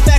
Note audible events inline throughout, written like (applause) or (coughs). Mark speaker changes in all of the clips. Speaker 1: facts.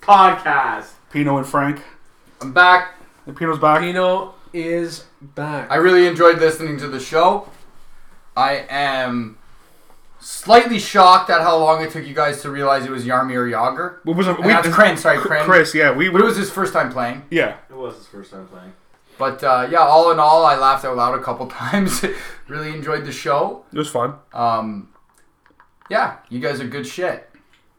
Speaker 2: podcast.
Speaker 3: Pino and Frank.
Speaker 4: I'm back.
Speaker 3: And Pino's back.
Speaker 5: Pino is back.
Speaker 4: I really enjoyed listening to the show. I am slightly shocked at how long it took you guys to realize it was Yarmir Yager.
Speaker 3: What was it?
Speaker 4: And that's Kren, sorry, Kren.
Speaker 3: Chris, yeah, we.
Speaker 4: But it was his first time playing.
Speaker 3: yeah.
Speaker 2: It was his first time playing.
Speaker 4: But uh, yeah, all in all, I laughed out loud a couple (laughs) times. really enjoyed the show.
Speaker 3: It was fun.
Speaker 4: Um, yeah, you guys are good shit.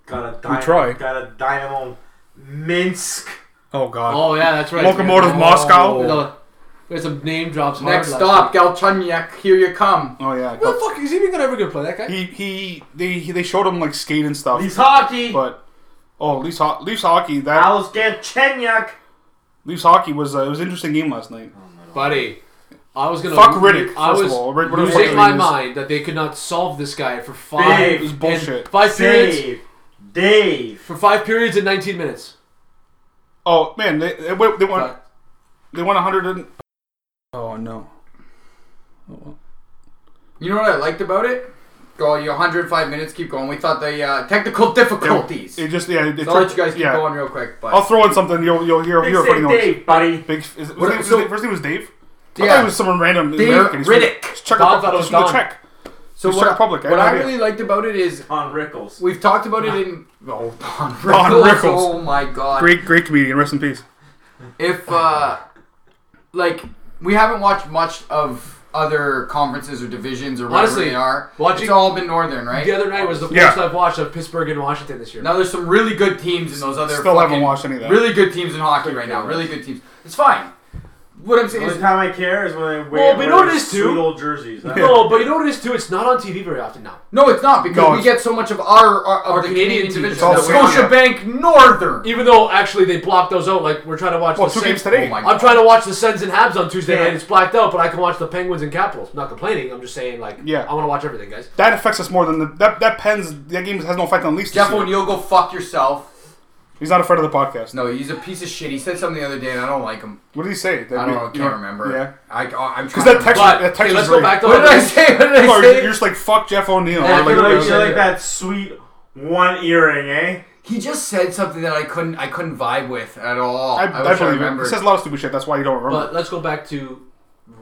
Speaker 2: Got a
Speaker 3: We
Speaker 2: dynamo,
Speaker 3: try.
Speaker 2: Got a dynamo Minsk.
Speaker 3: Oh God.
Speaker 5: oh yeah, that's right.
Speaker 3: Locomotive
Speaker 5: Yeah. Oh.
Speaker 3: Moscow.
Speaker 5: There's a- There's some name drops. hard
Speaker 4: Next
Speaker 5: last
Speaker 4: stop,
Speaker 5: week.
Speaker 4: Galchenyuk, here you come.
Speaker 3: Oh yeah.
Speaker 5: Who the fuck is he even gonna ever gonna play that guy?
Speaker 3: He he they he, they showed him like skate and stuff,
Speaker 2: He's hockey.
Speaker 3: but oh Leafs, ho- Leafs hockey that
Speaker 2: Alice Galchenyuk.
Speaker 3: Leafs hockey was uh, it was an interesting game last night.
Speaker 5: Buddy, I was gonna
Speaker 3: Fuck Riddick,
Speaker 5: I
Speaker 3: first
Speaker 5: was
Speaker 3: of all. Rid- what the fuck
Speaker 5: losing
Speaker 3: his
Speaker 5: my
Speaker 3: name is.
Speaker 5: mind that they could not solve this guy for five.
Speaker 2: It
Speaker 3: was
Speaker 5: and-
Speaker 3: bullshit.
Speaker 5: Five periods
Speaker 2: Dave. Dave.
Speaker 5: for five periods in 19 minutes.
Speaker 3: Oh man, they they, went- they won
Speaker 5: But
Speaker 3: they won hundred and oh no. Oh, well.
Speaker 4: You know what I liked about it? Go, you 105 minutes, keep going. We thought the uh, technical difficulties.
Speaker 3: It just yeah. It, it
Speaker 4: So I'll let you guys keep
Speaker 3: yeah.
Speaker 4: going real quick. But
Speaker 3: I'll throw in something. You'll you'll hear
Speaker 2: Big
Speaker 3: hear a funny
Speaker 2: say
Speaker 3: noise.
Speaker 2: Dave, buddy.
Speaker 3: Big is, his,
Speaker 4: What-
Speaker 3: name, his
Speaker 4: so-
Speaker 3: name- first name was Dave. I thought
Speaker 4: Yeah.
Speaker 3: it was someone random
Speaker 4: Dave
Speaker 3: American. He's from-
Speaker 4: Riddick.
Speaker 3: he's Czech
Speaker 5: Don
Speaker 3: Republic.
Speaker 5: thought it
Speaker 3: He's
Speaker 5: was
Speaker 3: from the
Speaker 5: Don.
Speaker 3: Czech.
Speaker 4: So
Speaker 3: Czech
Speaker 4: what,
Speaker 3: Republic, I
Speaker 4: what
Speaker 3: had
Speaker 4: I
Speaker 3: no idea.
Speaker 4: really liked about it is
Speaker 2: On Rickles.
Speaker 4: we've talked about it in oh Don Rickles.
Speaker 3: Rickles.
Speaker 4: Oh my god!
Speaker 3: Great great comedian. Rest in peace.
Speaker 4: If uh, like we haven't watched much of other conferences or divisions or whatever
Speaker 5: Honestly,
Speaker 4: they are.
Speaker 5: watching-
Speaker 4: it's all been northern, right?
Speaker 5: the other night was the
Speaker 3: Yeah.
Speaker 5: first I've watched of Pittsburgh and Washington this year.
Speaker 4: Now there's some really good teams in those other.
Speaker 3: Still haven't
Speaker 4: fucking-
Speaker 3: watched any of that.
Speaker 4: Really good teams in hockey right now. Really good teams. It's fine. What I'm
Speaker 2: The
Speaker 4: saying
Speaker 2: only
Speaker 4: is,
Speaker 2: time I care is when they
Speaker 5: Well,
Speaker 2: wear,
Speaker 5: but
Speaker 2: wear
Speaker 5: you know what
Speaker 2: their
Speaker 5: it is, too?
Speaker 2: sweet old jerseys. That's
Speaker 5: (laughs) No, but you know what it is too? It's not on TV very often now.
Speaker 4: no, it's not because
Speaker 3: No,
Speaker 4: we
Speaker 3: it's-
Speaker 4: get so much of our, our of
Speaker 5: Our
Speaker 4: the Canadian,
Speaker 5: Canadian teams.
Speaker 4: division.
Speaker 5: It's all
Speaker 4: Scotiabank Northern.
Speaker 5: Even though actually they blocked those out. Like we're trying to watch
Speaker 3: Well,
Speaker 5: the
Speaker 3: two
Speaker 5: Saints-
Speaker 3: games today.
Speaker 4: Oh my
Speaker 5: I'm trying to watch the Sens and Habs on Tuesday
Speaker 2: Yeah.
Speaker 5: night. It's blacked out, but I can watch the Penguins and Capitals. I'm not complaining. I'm just saying, like,
Speaker 3: Yeah.
Speaker 5: I want to watch everything, guys.
Speaker 3: That affects us more than the that that pens that game has no effect on Leafs. this
Speaker 4: Jeff
Speaker 3: year.
Speaker 4: O'Neill, go fuck yourself.
Speaker 3: He's not a friend of the podcast.
Speaker 4: No, he's a piece of shit. He said something the other day, and I don't like him.
Speaker 3: What did he say? That
Speaker 4: I
Speaker 3: we-
Speaker 4: don't know. I can't
Speaker 3: you know-
Speaker 4: remember.
Speaker 3: Yeah.
Speaker 4: I, I, am
Speaker 3: Because
Speaker 4: trying.
Speaker 3: that
Speaker 4: to-
Speaker 3: text,
Speaker 5: But
Speaker 3: that text
Speaker 5: hey, let's
Speaker 3: is
Speaker 5: go
Speaker 3: right.
Speaker 5: back
Speaker 3: (laughs)
Speaker 5: to
Speaker 4: What did I say? What did I
Speaker 3: Or you're
Speaker 4: say?
Speaker 3: just like fuck Jeff O'Neill.
Speaker 4: Yeah,
Speaker 3: Or
Speaker 2: You're
Speaker 3: like,
Speaker 2: like, you're like that sweet one earring, eh?
Speaker 4: He just said something that I couldn't. I couldn't vibe with at all.
Speaker 3: I,
Speaker 4: I,
Speaker 3: I
Speaker 4: wish I
Speaker 3: believe it. He
Speaker 4: remembered.
Speaker 3: says a lot of stupid shit. That's why you don't remember.
Speaker 5: But let's go back to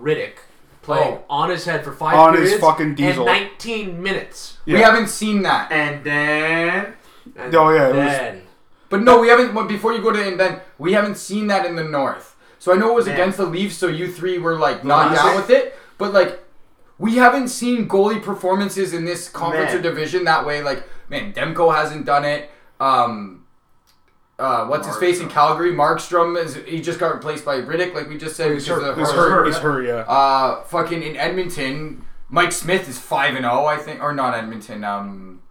Speaker 5: Riddick playing
Speaker 4: Oh.
Speaker 5: on his head for five
Speaker 3: On his
Speaker 5: periods
Speaker 3: fucking diesel.
Speaker 5: and 19 minutes.
Speaker 3: yeah.
Speaker 4: We haven't seen that.
Speaker 2: And then
Speaker 5: And
Speaker 3: Oh, yeah, it was-
Speaker 5: then
Speaker 4: But no, we haven't. well, Before you go to the end, then we haven't seen that in the north. So I know it was
Speaker 2: Yeah.
Speaker 4: against the Leafs. So you three were like not
Speaker 2: last
Speaker 4: down
Speaker 2: thing-
Speaker 4: with it. But like, we haven't seen goalie performances in this conference
Speaker 2: Man.
Speaker 4: or division that way. Like, man, Demko hasn't done it. Um, uh, what's his face in Calgary? Markstrom is he just got replaced by Riddick? Like we just said, because
Speaker 5: Oh, hurt.
Speaker 4: of
Speaker 3: it's
Speaker 4: Hart.
Speaker 3: her. It's her. Yeah.
Speaker 4: Uh, fucking in Edmonton, Mike Smith is five and zero, I think, or not Edmonton. Um,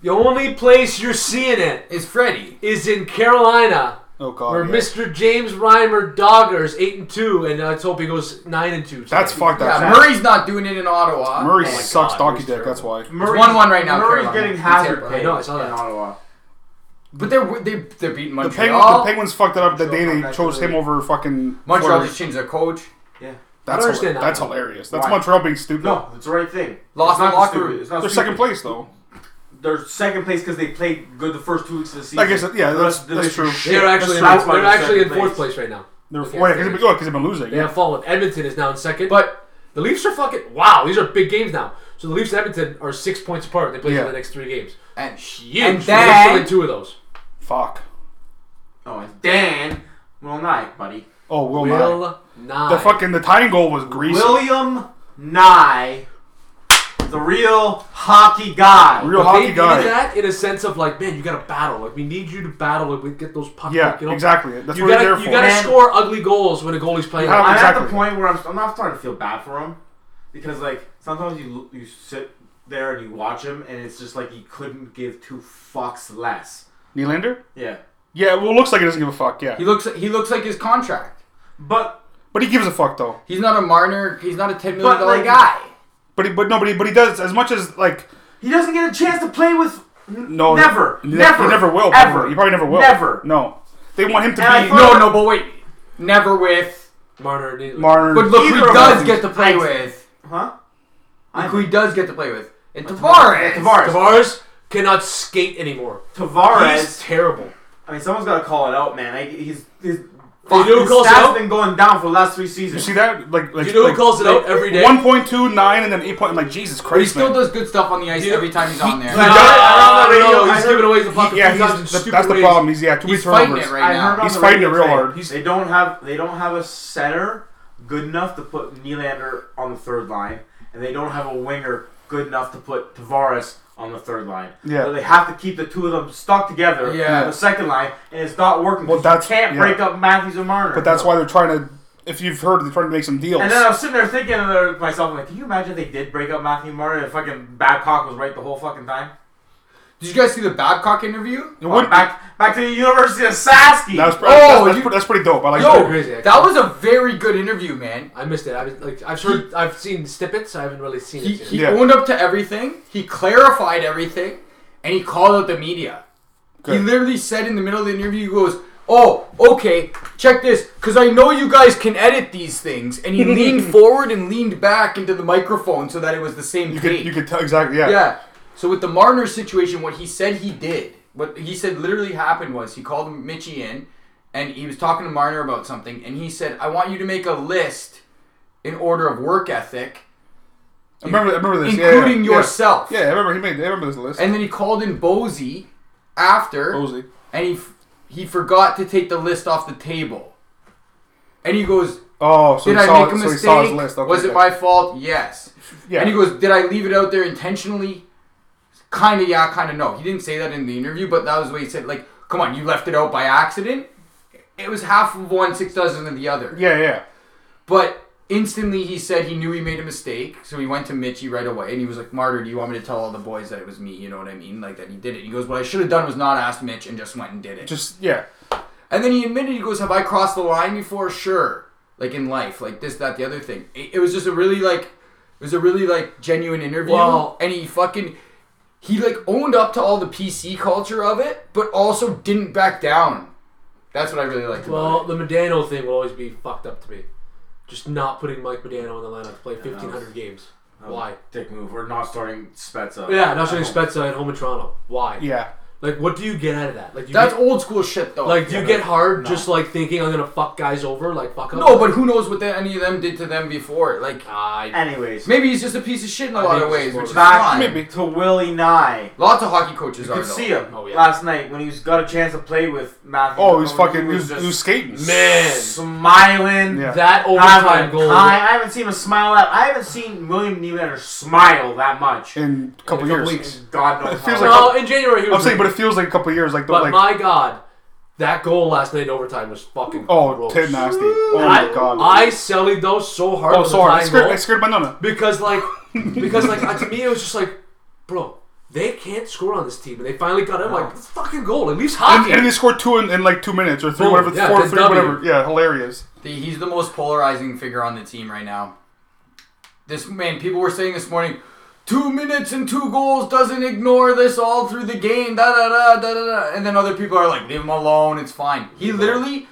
Speaker 5: the only place you're seeing it
Speaker 4: is Freddie?
Speaker 5: is in Carolina,
Speaker 3: oh god.
Speaker 5: where
Speaker 3: yeah.
Speaker 5: Mr. James Reimer Dogger's eight and two, and let's hope he goes nine and two.
Speaker 3: That's
Speaker 5: tonight.
Speaker 3: fucked up.
Speaker 4: Yeah, Murray's not doing it in Ottawa.
Speaker 3: Murray
Speaker 5: Oh my
Speaker 3: sucks
Speaker 5: God,
Speaker 3: donkey
Speaker 5: he's
Speaker 3: dick. That's why.
Speaker 2: Murray's,
Speaker 4: 1-1 right now,
Speaker 2: Murray's
Speaker 4: Carolina.
Speaker 2: getting
Speaker 4: In
Speaker 2: hazard
Speaker 4: Tampa.
Speaker 2: paid
Speaker 5: I know, I saw that.
Speaker 2: in Ottawa.
Speaker 4: but they're they they're beating
Speaker 3: The
Speaker 4: Montreal.
Speaker 3: penguins, the penguins fucked it up the day they
Speaker 2: Montreal
Speaker 3: chose him
Speaker 2: actually-
Speaker 3: over fucking.
Speaker 4: Montreal
Speaker 3: Fleury.
Speaker 4: just changed their coach.
Speaker 2: Yeah.
Speaker 3: That's
Speaker 5: I don't understand
Speaker 3: hila-
Speaker 5: that.
Speaker 3: That's hilarious. That's
Speaker 2: Why?
Speaker 3: Montreal being stupid.
Speaker 2: No, it's the right thing.
Speaker 4: Lost
Speaker 2: It's
Speaker 4: the
Speaker 2: not
Speaker 4: locker
Speaker 2: stupid.
Speaker 4: room.
Speaker 2: It's not
Speaker 3: They're
Speaker 2: stupid.
Speaker 3: second place though.
Speaker 2: They're second place because they played good the first two weeks of the season.
Speaker 3: I guess that- yeah,
Speaker 2: The
Speaker 3: that's-
Speaker 2: rest of the
Speaker 3: that's
Speaker 2: division
Speaker 3: true.
Speaker 2: shit.
Speaker 5: They're actually in,
Speaker 2: That's why
Speaker 5: they're
Speaker 2: they're
Speaker 5: actually in
Speaker 2: second
Speaker 5: fourth place right now.
Speaker 3: They're
Speaker 5: Okay,
Speaker 3: wait,
Speaker 5: fair.
Speaker 3: because oh, 'cause they've been losing.
Speaker 5: They have fallen. Edmonton is now in second.
Speaker 4: But
Speaker 5: The Leafs are fucking wow. These are big games now. So the Leafs and Edmonton are six points apart. They play
Speaker 3: Yeah.
Speaker 5: for the next three games.
Speaker 4: and
Speaker 5: Huge.
Speaker 4: And
Speaker 5: The Leafs will
Speaker 4: then
Speaker 5: win two of those.
Speaker 3: Fuck.
Speaker 2: Oh, and Dan Will Nye, buddy.
Speaker 3: Oh, Will, Nye.
Speaker 5: Will uh, not.
Speaker 3: The fucking the tying goal was greasy.
Speaker 2: William Nye is the real hockey guy.
Speaker 3: Real
Speaker 5: They
Speaker 3: hockey
Speaker 5: needed
Speaker 3: guy.
Speaker 5: that in a sense of like, man, you got to battle. Like we need you to battle. Like we get those pucks.
Speaker 3: Yeah,
Speaker 5: like, you know?
Speaker 3: exactly. That's
Speaker 5: You
Speaker 3: what
Speaker 5: gotta,
Speaker 3: they're
Speaker 5: you
Speaker 3: for.
Speaker 5: gotta
Speaker 2: Man.
Speaker 5: score ugly goals when a goalie's playing.
Speaker 3: have-
Speaker 2: I'm at
Speaker 3: Exactly.
Speaker 2: the point where I'm, I'm not starting to feel bad for him because like sometimes you you sit there and you watch him and it's just like he couldn't give two fucks less.
Speaker 3: Nylander?
Speaker 2: Yeah,
Speaker 3: Yeah, well, it looks like he doesn't give a fuck. Yeah,
Speaker 4: He looks he looks like his contract.
Speaker 2: but
Speaker 3: but he gives a fuck though.
Speaker 4: He's not a Marner. He's not a ten million
Speaker 2: But,
Speaker 4: dollar
Speaker 2: like-
Speaker 4: guy.
Speaker 3: But he, but no, but he, but he does as much as like
Speaker 2: he doesn't get a chance to play with. n-
Speaker 3: no,
Speaker 2: never,
Speaker 3: ne-
Speaker 2: never,
Speaker 3: he never will.
Speaker 2: ever.
Speaker 3: Ever, he probably never will.
Speaker 2: Never.
Speaker 3: No, they want him to
Speaker 2: And I
Speaker 3: be
Speaker 2: thought-
Speaker 4: No, no, but wait, never with.
Speaker 5: Marner, Nylander.
Speaker 3: Marner.
Speaker 4: But look, who he
Speaker 2: Either of
Speaker 4: does
Speaker 2: them.
Speaker 4: get to play
Speaker 2: I-
Speaker 4: with.
Speaker 2: Huh?
Speaker 4: Look who he does get to play with. And Tavares.
Speaker 2: Tavares.
Speaker 5: Tavares cannot skate anymore. He's
Speaker 2: Tavares.
Speaker 5: terrible.
Speaker 2: I mean, someone's got to call it out, man. I, he's his,
Speaker 5: You know who
Speaker 2: his
Speaker 5: calls it
Speaker 2: stats
Speaker 5: out?
Speaker 2: been going down for the last three seasons.
Speaker 3: you see that? Like, like
Speaker 5: You know
Speaker 3: like,
Speaker 5: who calls it out every day?
Speaker 3: One point two nine and then eight point. I'm like Jesus
Speaker 4: But he
Speaker 3: Christ,
Speaker 4: still
Speaker 3: man.
Speaker 4: does good stuff on the ice
Speaker 5: You-
Speaker 4: every time he's on there.
Speaker 5: No,
Speaker 2: I heard- I heard on the
Speaker 5: no,
Speaker 2: radio-
Speaker 5: he's
Speaker 2: I
Speaker 5: giving
Speaker 2: heard-
Speaker 5: away the puck.
Speaker 3: yeah,
Speaker 5: three
Speaker 3: he's,
Speaker 5: times in
Speaker 3: that-
Speaker 5: stupid
Speaker 3: that's the
Speaker 5: ways.
Speaker 3: problem. He's yeah, too many
Speaker 4: He's fighting
Speaker 3: turnovers.
Speaker 4: it right
Speaker 2: I heard
Speaker 4: now.
Speaker 2: on
Speaker 3: He's
Speaker 2: the
Speaker 3: fighting
Speaker 2: radio
Speaker 3: it real
Speaker 2: saying
Speaker 3: hard.
Speaker 5: He's-
Speaker 2: They don't have they don't have a center good enough to put Nylander on the third line, and they don't have a winger good enough to put Tavares on the third line.
Speaker 3: Yeah.
Speaker 2: So they have to keep the two of them stuck together
Speaker 4: Yeah.
Speaker 2: on the second line, and it's not working.
Speaker 3: Well,
Speaker 2: because
Speaker 3: that's-
Speaker 2: you can't
Speaker 3: yeah.
Speaker 2: break up Matthews and Marner.
Speaker 3: But that's why they're trying to. If you've heard, they're trying to make some deals.
Speaker 2: And then I was sitting there thinking to myself, I'm like, can you imagine if they did break up Matthew and Marner and fucking Babcock was right the whole fucking time?
Speaker 4: Did you guys see the Babcock interview?
Speaker 3: It wouldn't-
Speaker 2: back back to the University of Saski.
Speaker 3: that was that's,
Speaker 4: Oh,
Speaker 3: that's,
Speaker 4: you-
Speaker 3: pre- that's pretty dope. I like
Speaker 4: Yo,
Speaker 3: that.
Speaker 5: crazy, actually.
Speaker 4: that was a very good interview, man.
Speaker 5: I missed it. I was, like I've heard, I've seen snippets. I haven't really seen
Speaker 4: He,
Speaker 5: it. yet.
Speaker 4: he
Speaker 3: Yeah.
Speaker 4: owned up to everything. He clarified everything, and he called out the media. He
Speaker 3: Good.
Speaker 4: literally said in the middle of the interview, he goes, "Oh, okay, check this, because I know you guys can edit these things." And
Speaker 3: (laughs)
Speaker 4: he leaned forward and leaned back into the microphone so that it was the same
Speaker 3: You
Speaker 4: take.
Speaker 3: could you could tell exactly. Yeah.
Speaker 4: yeah. So with the Marner situation, what he said he did, what he said literally happened was he called Mitchie in, and he was talking to Marner about something, and he said, "I want you to make a list in order of work ethic."
Speaker 3: I remember. I remember this. Yeah, yeah,
Speaker 4: including
Speaker 3: yeah.
Speaker 4: yourself.
Speaker 3: Yeah, I remember. He made. I remember this list.
Speaker 4: And then he called in Bozy after,
Speaker 3: Posey.
Speaker 4: and he f- he forgot to take the list off the table. And he goes,
Speaker 3: Oh, so
Speaker 4: "Did
Speaker 3: he
Speaker 4: I
Speaker 3: saw,
Speaker 4: make a
Speaker 3: so he
Speaker 4: mistake?
Speaker 3: saw his list. Okay,
Speaker 4: Was it
Speaker 3: yeah.
Speaker 4: my fault? Yes."
Speaker 3: Yeah.
Speaker 4: And he goes, "Did I leave it out there intentionally?" Kind of yeah, kind of no. He didn't say that in the interview, but that was what he said. Like, come on, you left it out by accident. It was half of one, six dozen of the other.
Speaker 3: Yeah, yeah.
Speaker 4: But instantly he said he knew he made a mistake, so he went to Mitchie right away and he was like, Martyr, do you want me to tell all the boys that it was me? You know what I mean? Like that he did it. He goes, What I should have done was not ask Mitch and just went and did it.
Speaker 3: Just yeah.
Speaker 4: and then he admitted, he goes, Have I crossed the line before? Sure. Like in life, like this, that, the other thing. It, it was just a really like it was a really like genuine interview.
Speaker 5: Well-
Speaker 4: and he fucking he like owned up to all the PC culture of it, but also didn't back down. That's what I really liked about
Speaker 5: Well, the Medano thing will always be fucked up to me. Just not putting Mike Medano in the lineup to play 1,500 games. Why?
Speaker 2: dick move. We're not starting Spezza.
Speaker 5: Yeah, not showing Spezza at home in Toronto. Why?
Speaker 3: Yeah.
Speaker 5: Like, what do you get out of that? Like, do you
Speaker 4: That's
Speaker 5: get,
Speaker 4: old school shit though.
Speaker 5: like, do you get hard just like thinking I'm gonna fuck guys over? Like, fuck up.
Speaker 4: No, but who knows what the, any of them did to them before? Like
Speaker 5: I
Speaker 2: Anyways,
Speaker 4: maybe he's just a piece of shit in a
Speaker 5: Uh, I
Speaker 4: lot
Speaker 5: think
Speaker 4: of
Speaker 5: he's
Speaker 4: ways,
Speaker 5: more
Speaker 4: which is
Speaker 5: of a-
Speaker 4: fine.
Speaker 3: Maybe.
Speaker 2: to Willie Nye.
Speaker 4: Lots of hockey coaches
Speaker 2: You
Speaker 4: are
Speaker 2: could
Speaker 4: though.
Speaker 2: see him
Speaker 5: Oh, yeah.
Speaker 2: last night when he's got a chance to play with Matthew.
Speaker 3: Oh, he's
Speaker 2: He
Speaker 3: fucking. He was,
Speaker 2: just
Speaker 3: he was skating.
Speaker 5: man
Speaker 2: smiling.
Speaker 3: Yeah.
Speaker 5: that
Speaker 2: Having
Speaker 5: overtime
Speaker 2: a
Speaker 5: goal.
Speaker 2: time. I haven't seen him smile at. I haven't seen William Nylander smile that much.
Speaker 3: In a couple
Speaker 5: In a
Speaker 3: years.
Speaker 5: couple weeks.
Speaker 2: God knows.
Speaker 3: feels
Speaker 2: how
Speaker 3: like-
Speaker 2: long.
Speaker 5: No, in January he was.
Speaker 3: I'm saying, but it feels like a couple years. Like the
Speaker 5: but
Speaker 3: like.
Speaker 5: my God, that goal last night in overtime was fucking.
Speaker 3: oh,
Speaker 5: gross.
Speaker 3: Ted nasty. Oh
Speaker 5: I,
Speaker 3: my god.
Speaker 5: I sellied those so hard.
Speaker 3: oh,
Speaker 5: with the
Speaker 3: sorry. I
Speaker 5: tying
Speaker 3: scared.
Speaker 5: goal.
Speaker 3: I scared Banana.
Speaker 5: because like
Speaker 3: (laughs)
Speaker 5: because like uh, to me it was just like bro they can't score on this team and they finally got it I'm like fucking goal at least
Speaker 3: And,
Speaker 5: hockey
Speaker 3: and they scored two in, in like two minutes or three,
Speaker 5: Boom.
Speaker 3: whatever,
Speaker 5: Yeah,
Speaker 3: four,
Speaker 5: the
Speaker 3: three,
Speaker 5: W.
Speaker 3: whatever. Yeah, hilarious.
Speaker 4: The- he's the most polarizing figure on the team right now. This man, people were saying this morning, two minutes and two goals doesn't ignore this all through the game. Da da da da da. da." And then other people are like, leave him alone. It's fine. He literally,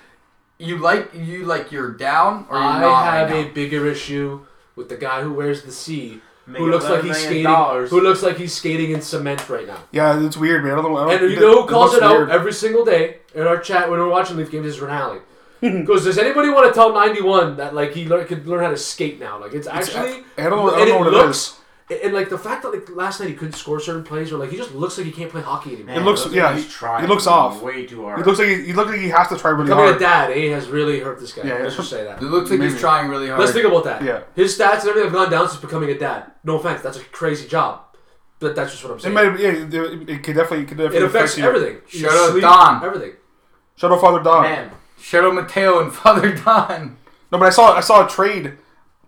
Speaker 4: you like you like you're down or you're
Speaker 5: I
Speaker 4: not
Speaker 5: have
Speaker 4: right
Speaker 5: a
Speaker 4: now.
Speaker 5: bigger issue with the guy who wears the C
Speaker 2: Make
Speaker 5: who looks like
Speaker 2: $11
Speaker 5: he's
Speaker 2: million
Speaker 5: skating
Speaker 2: dollars.
Speaker 5: who looks like he's skating in cement right now
Speaker 3: Yeah, it's weird, man. I don't know. I don't,
Speaker 5: and you
Speaker 3: that-
Speaker 5: know who calls
Speaker 3: looks
Speaker 5: it out
Speaker 3: weird.
Speaker 5: every single day in our chat when we're watching Leaf games is Renali
Speaker 3: (laughs)
Speaker 5: goes does anybody want to tell 91 that like he learn, could learn how to skate now like it's actually
Speaker 3: I don't- I don't
Speaker 5: and
Speaker 3: know
Speaker 5: it
Speaker 3: what it
Speaker 5: looks
Speaker 3: is.
Speaker 5: And, and, like the fact that like last night he couldn't score certain plays, or like he just looks like he can't play hockey anymore.
Speaker 2: Man,
Speaker 3: looks-
Speaker 2: those
Speaker 3: yeah,
Speaker 2: guys
Speaker 3: he-
Speaker 2: try
Speaker 3: he looks off.
Speaker 2: Way too hard.
Speaker 3: He looks like he, he looks like he has to try really
Speaker 5: Becoming a
Speaker 3: hard.
Speaker 5: dad, eh, has really hurt this guy.
Speaker 3: Yeah,
Speaker 5: Let's
Speaker 3: it's-
Speaker 5: just say that.
Speaker 4: It looks like he's
Speaker 3: Maybe.
Speaker 4: trying really hard.
Speaker 5: Let's think about that.
Speaker 3: Yeah.
Speaker 5: His stats and everything have gone down since becoming a dad. No offense, that's a crazy job, but that's just what I'm
Speaker 3: It
Speaker 5: saying.
Speaker 3: might, yeah, it, it could definitely, it could definitely
Speaker 5: It affects
Speaker 3: affect you.
Speaker 5: everything.
Speaker 4: Shout
Speaker 5: Your
Speaker 4: out
Speaker 5: sleep,
Speaker 4: Don.
Speaker 5: Everything.
Speaker 3: Shadow Father Don.
Speaker 2: man.
Speaker 4: Shadow Mateo and (laughs) Father Don.
Speaker 3: No, but I saw I saw a trade,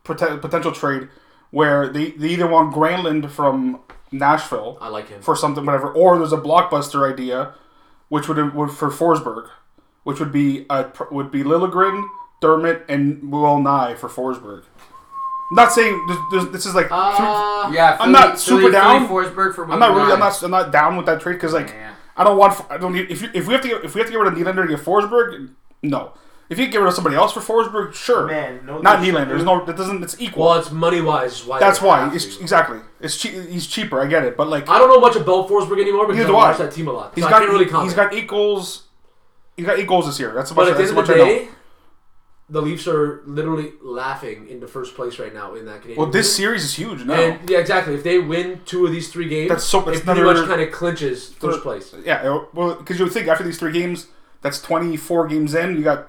Speaker 3: poten- potential trade, where they, they either want Granlund from Nashville
Speaker 5: I like him.
Speaker 3: for something, whatever, or there's a blockbuster idea, which would, would for Forsberg, which would be uh, pr- would be Lilligren, Dermott, and Will Nye for Forsberg. I'm not saying this, this, this is like
Speaker 5: Uh,
Speaker 4: Yeah,
Speaker 3: I'm not super
Speaker 4: Philly,
Speaker 3: down.
Speaker 4: Philly Forsberg for
Speaker 3: I'm not really I'm
Speaker 4: Wigan.
Speaker 3: not I'm not down with that trade because like
Speaker 2: Yeah.
Speaker 3: I don't want I don't need if you, if we have to get, if we have to get rid of Nylander to get Forsberg, no. If you get rid of somebody else for Forsberg, sure.
Speaker 2: Man, no,
Speaker 3: not
Speaker 2: they-
Speaker 3: Nylander. There's no that doesn't it's equal.
Speaker 5: well, it's money wise. Why
Speaker 3: That's
Speaker 5: they
Speaker 3: why.
Speaker 5: have
Speaker 3: It's
Speaker 5: to.
Speaker 3: exactly. It's che- he's cheaper. I get it, but like
Speaker 5: I don't know much about Forsberg anymore because
Speaker 3: Neither do
Speaker 5: I don't
Speaker 3: I.
Speaker 5: watch that team a lot.
Speaker 3: he's
Speaker 5: so
Speaker 3: got
Speaker 5: I can't really comment.
Speaker 3: he's got eight goals. He's got eight goals this year. That's about
Speaker 5: but at
Speaker 3: much.
Speaker 5: the
Speaker 3: That's
Speaker 5: end
Speaker 3: how
Speaker 5: of
Speaker 3: much
Speaker 5: the
Speaker 3: I know.
Speaker 5: day, the Leafs are literally laughing in the first place right now in that Canadian.
Speaker 3: Well, this
Speaker 5: League.
Speaker 3: series is huge. No,
Speaker 5: And, yeah, exactly. If they win two of these three games,
Speaker 3: That's so-
Speaker 5: it
Speaker 3: that's
Speaker 5: pretty
Speaker 3: another-
Speaker 5: much kind of clinches first place.
Speaker 3: yeah. it- Well, because you would think after these three games, that's twenty four games in. You got.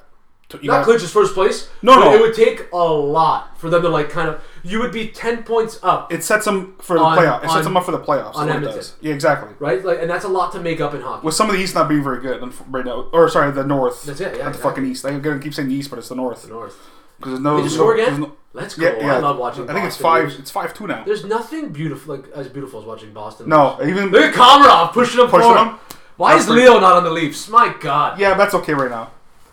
Speaker 3: You
Speaker 5: Not
Speaker 3: got
Speaker 5: clinches first place.
Speaker 3: No,
Speaker 5: but
Speaker 3: no.
Speaker 5: It would take a lot for them to like kind of. You would be ten points up,
Speaker 3: it sets them for the
Speaker 5: On-
Speaker 3: playoff. It
Speaker 5: on-
Speaker 3: sets them up for the playoffs. is
Speaker 5: on
Speaker 3: what it
Speaker 5: Edmonton.
Speaker 3: does. Yeah, exactly.
Speaker 5: right? Like, and that's a lot to make up in hockey.
Speaker 3: With some of the East not being very good unf- right now, or sorry, the North.
Speaker 5: That's it, yeah,
Speaker 3: Not the
Speaker 5: exactly.
Speaker 3: fucking East. I'm gonna keep saying the East, but it's the North.
Speaker 5: The North.
Speaker 3: Because there's no.
Speaker 5: Did you
Speaker 3: there's
Speaker 5: score
Speaker 3: no-
Speaker 5: again?
Speaker 3: there's no-
Speaker 5: Let's go.
Speaker 3: yeah, yeah.
Speaker 5: I love watching.
Speaker 3: I think it's
Speaker 5: Boston
Speaker 3: five. It's five two now.
Speaker 5: There's nothing beautiful like as beautiful as watching Boston.
Speaker 3: No, even
Speaker 5: Look at Komarov pushing him
Speaker 3: pushing
Speaker 5: forward.
Speaker 3: them.
Speaker 5: Why
Speaker 3: That's
Speaker 5: is
Speaker 3: pretty-
Speaker 5: Leo not on the Leafs? My God,
Speaker 3: Yeah, that's okay right now.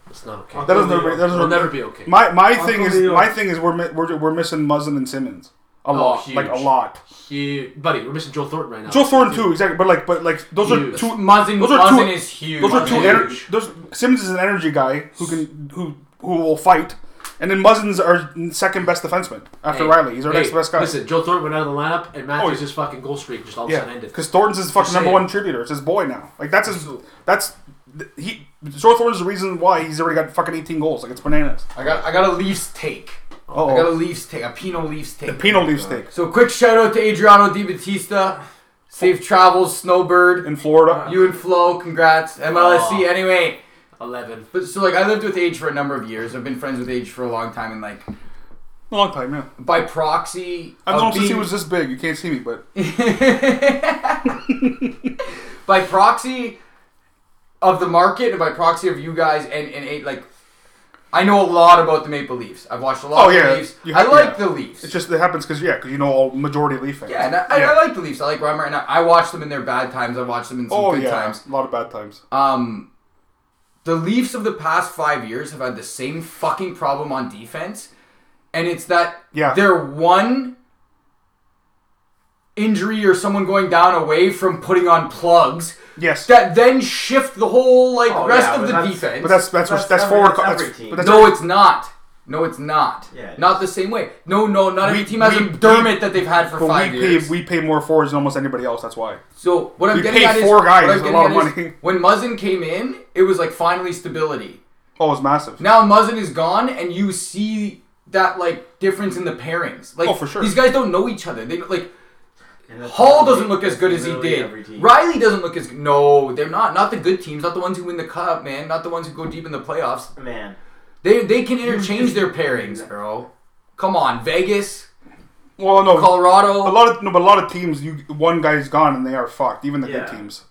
Speaker 5: it's not okay.
Speaker 3: That doesn't. That doesn't
Speaker 5: It'll never be okay.
Speaker 3: My my thing is
Speaker 2: Leo.
Speaker 3: my thing is we're mi- we're, we're missing Muzzin and Simmons a lot,
Speaker 4: huge.
Speaker 3: like a lot.
Speaker 5: Oh, Huge- buddy, we're missing Joe Thornton right now.
Speaker 3: Joe Thornton too, exactly. But like, but like those
Speaker 5: Huge.
Speaker 3: are two.
Speaker 4: Muzzin,
Speaker 3: Those are two-
Speaker 4: Muzzin is huge.
Speaker 3: Those are two.
Speaker 4: Muzzin.
Speaker 3: Ener- those Simmons is an energy guy who can who who will fight, and then Muzzin's our second best defenseman after
Speaker 5: Hey,
Speaker 3: Riley. He's our
Speaker 5: hey,
Speaker 3: next best guy.
Speaker 5: Listen, Joe Thornton went out of the lineup, and
Speaker 3: Oh,
Speaker 5: Matthews'
Speaker 3: yeah.
Speaker 5: his fucking goal streak just all of a
Speaker 3: yeah,
Speaker 5: sudden ended.
Speaker 3: because Thornton's his fucking
Speaker 5: Just
Speaker 3: number
Speaker 5: saying.
Speaker 3: one contributor. It's his boy now. Like that's his. That's th- he. Joe Thornton's the reason why he's already got fucking eighteen goals. Like it's bananas.
Speaker 4: I got I got a Leafs take. I got a
Speaker 3: Oh,
Speaker 4: Leafs take. A Pinot Leafs take.
Speaker 3: Pino leaves steak
Speaker 4: So quick shout out to Adriano Di Battista. Safe travels, Snowbird.
Speaker 3: in Florida.
Speaker 4: You and Flo, congrats. MLSC,
Speaker 5: Aw.
Speaker 4: anyway.
Speaker 5: Eleven.
Speaker 4: But so like I lived with Age for a number of years. I've been friends with Age for a long time, and like
Speaker 3: a long time, yeah.
Speaker 4: by proxy,
Speaker 3: I
Speaker 4: of
Speaker 3: don't since he
Speaker 4: being-
Speaker 3: was this big. You can't see me,
Speaker 4: (laughs)
Speaker 3: but
Speaker 4: by proxy of the market and by proxy of you guys and and eight like. I know a lot about the Maple Leafs. I've watched a lot
Speaker 3: Oh,
Speaker 4: of
Speaker 3: yeah.
Speaker 4: the Leafs.
Speaker 3: You
Speaker 4: I
Speaker 3: have-
Speaker 4: like
Speaker 3: yeah.
Speaker 4: the Leafs.
Speaker 3: It's just it happens because yeah, because you know all majority Leaf fans.
Speaker 4: Yeah, and I, I, I like the Leafs. I like Reimer, and I, I watch them in their bad times. I watch them in some
Speaker 3: oh
Speaker 4: good
Speaker 3: yeah,
Speaker 4: times.
Speaker 3: a lot of bad times.
Speaker 4: Um, the Leafs of the past five years have had the same fucking problem on defense, and it's that
Speaker 3: Yeah.
Speaker 4: they're one injury or someone going down away from putting on plugs
Speaker 3: yes,
Speaker 4: that then shift the whole like
Speaker 2: Oh,
Speaker 4: rest
Speaker 2: yeah,
Speaker 4: of
Speaker 2: but
Speaker 4: the
Speaker 2: that's-
Speaker 4: defense.
Speaker 3: but that's that's that's, that's
Speaker 2: That's every-
Speaker 3: forward.
Speaker 2: that's
Speaker 3: co- That's,
Speaker 2: every team.
Speaker 3: But that's
Speaker 4: no, it's not. No, it's not.
Speaker 2: Yeah, it
Speaker 4: not the same way. No, no, not every
Speaker 3: We-
Speaker 4: team has
Speaker 3: we-
Speaker 4: a Dermot
Speaker 3: we-
Speaker 4: that they've had for
Speaker 3: but
Speaker 4: five
Speaker 3: we
Speaker 4: years.
Speaker 3: pay we pay more forwards than almost anybody else. That's why.
Speaker 4: So what I'm
Speaker 3: We
Speaker 4: getting
Speaker 3: paid
Speaker 4: at is
Speaker 3: four guys
Speaker 4: what I'm
Speaker 3: a
Speaker 4: getting
Speaker 3: lot of
Speaker 4: at is
Speaker 3: money. (laughs)
Speaker 4: when Muzzin came in, it was like finally stability.
Speaker 3: Oh, it's massive.
Speaker 4: Now Muzzin is gone, and you see that like difference in the pairings. Like
Speaker 3: Oh, for sure.
Speaker 4: these guys don't know each other. They don't- like
Speaker 2: And that's
Speaker 4: Hall
Speaker 2: every-
Speaker 4: doesn't look as
Speaker 2: that's
Speaker 4: good as he
Speaker 2: literally every
Speaker 4: did.
Speaker 2: team.
Speaker 4: Riley doesn't look as no. They're not not the good teams. Not the ones who win the cup, man. Not the ones who go deep in the playoffs.
Speaker 2: Man.
Speaker 4: They they can interchange their pairings, bro. Come on, Vegas,
Speaker 3: well, no, a
Speaker 4: Colorado.
Speaker 3: lot of no, but a lot of teams. You one guy's gone and they are fucked. Even the
Speaker 2: Yeah.
Speaker 3: good teams.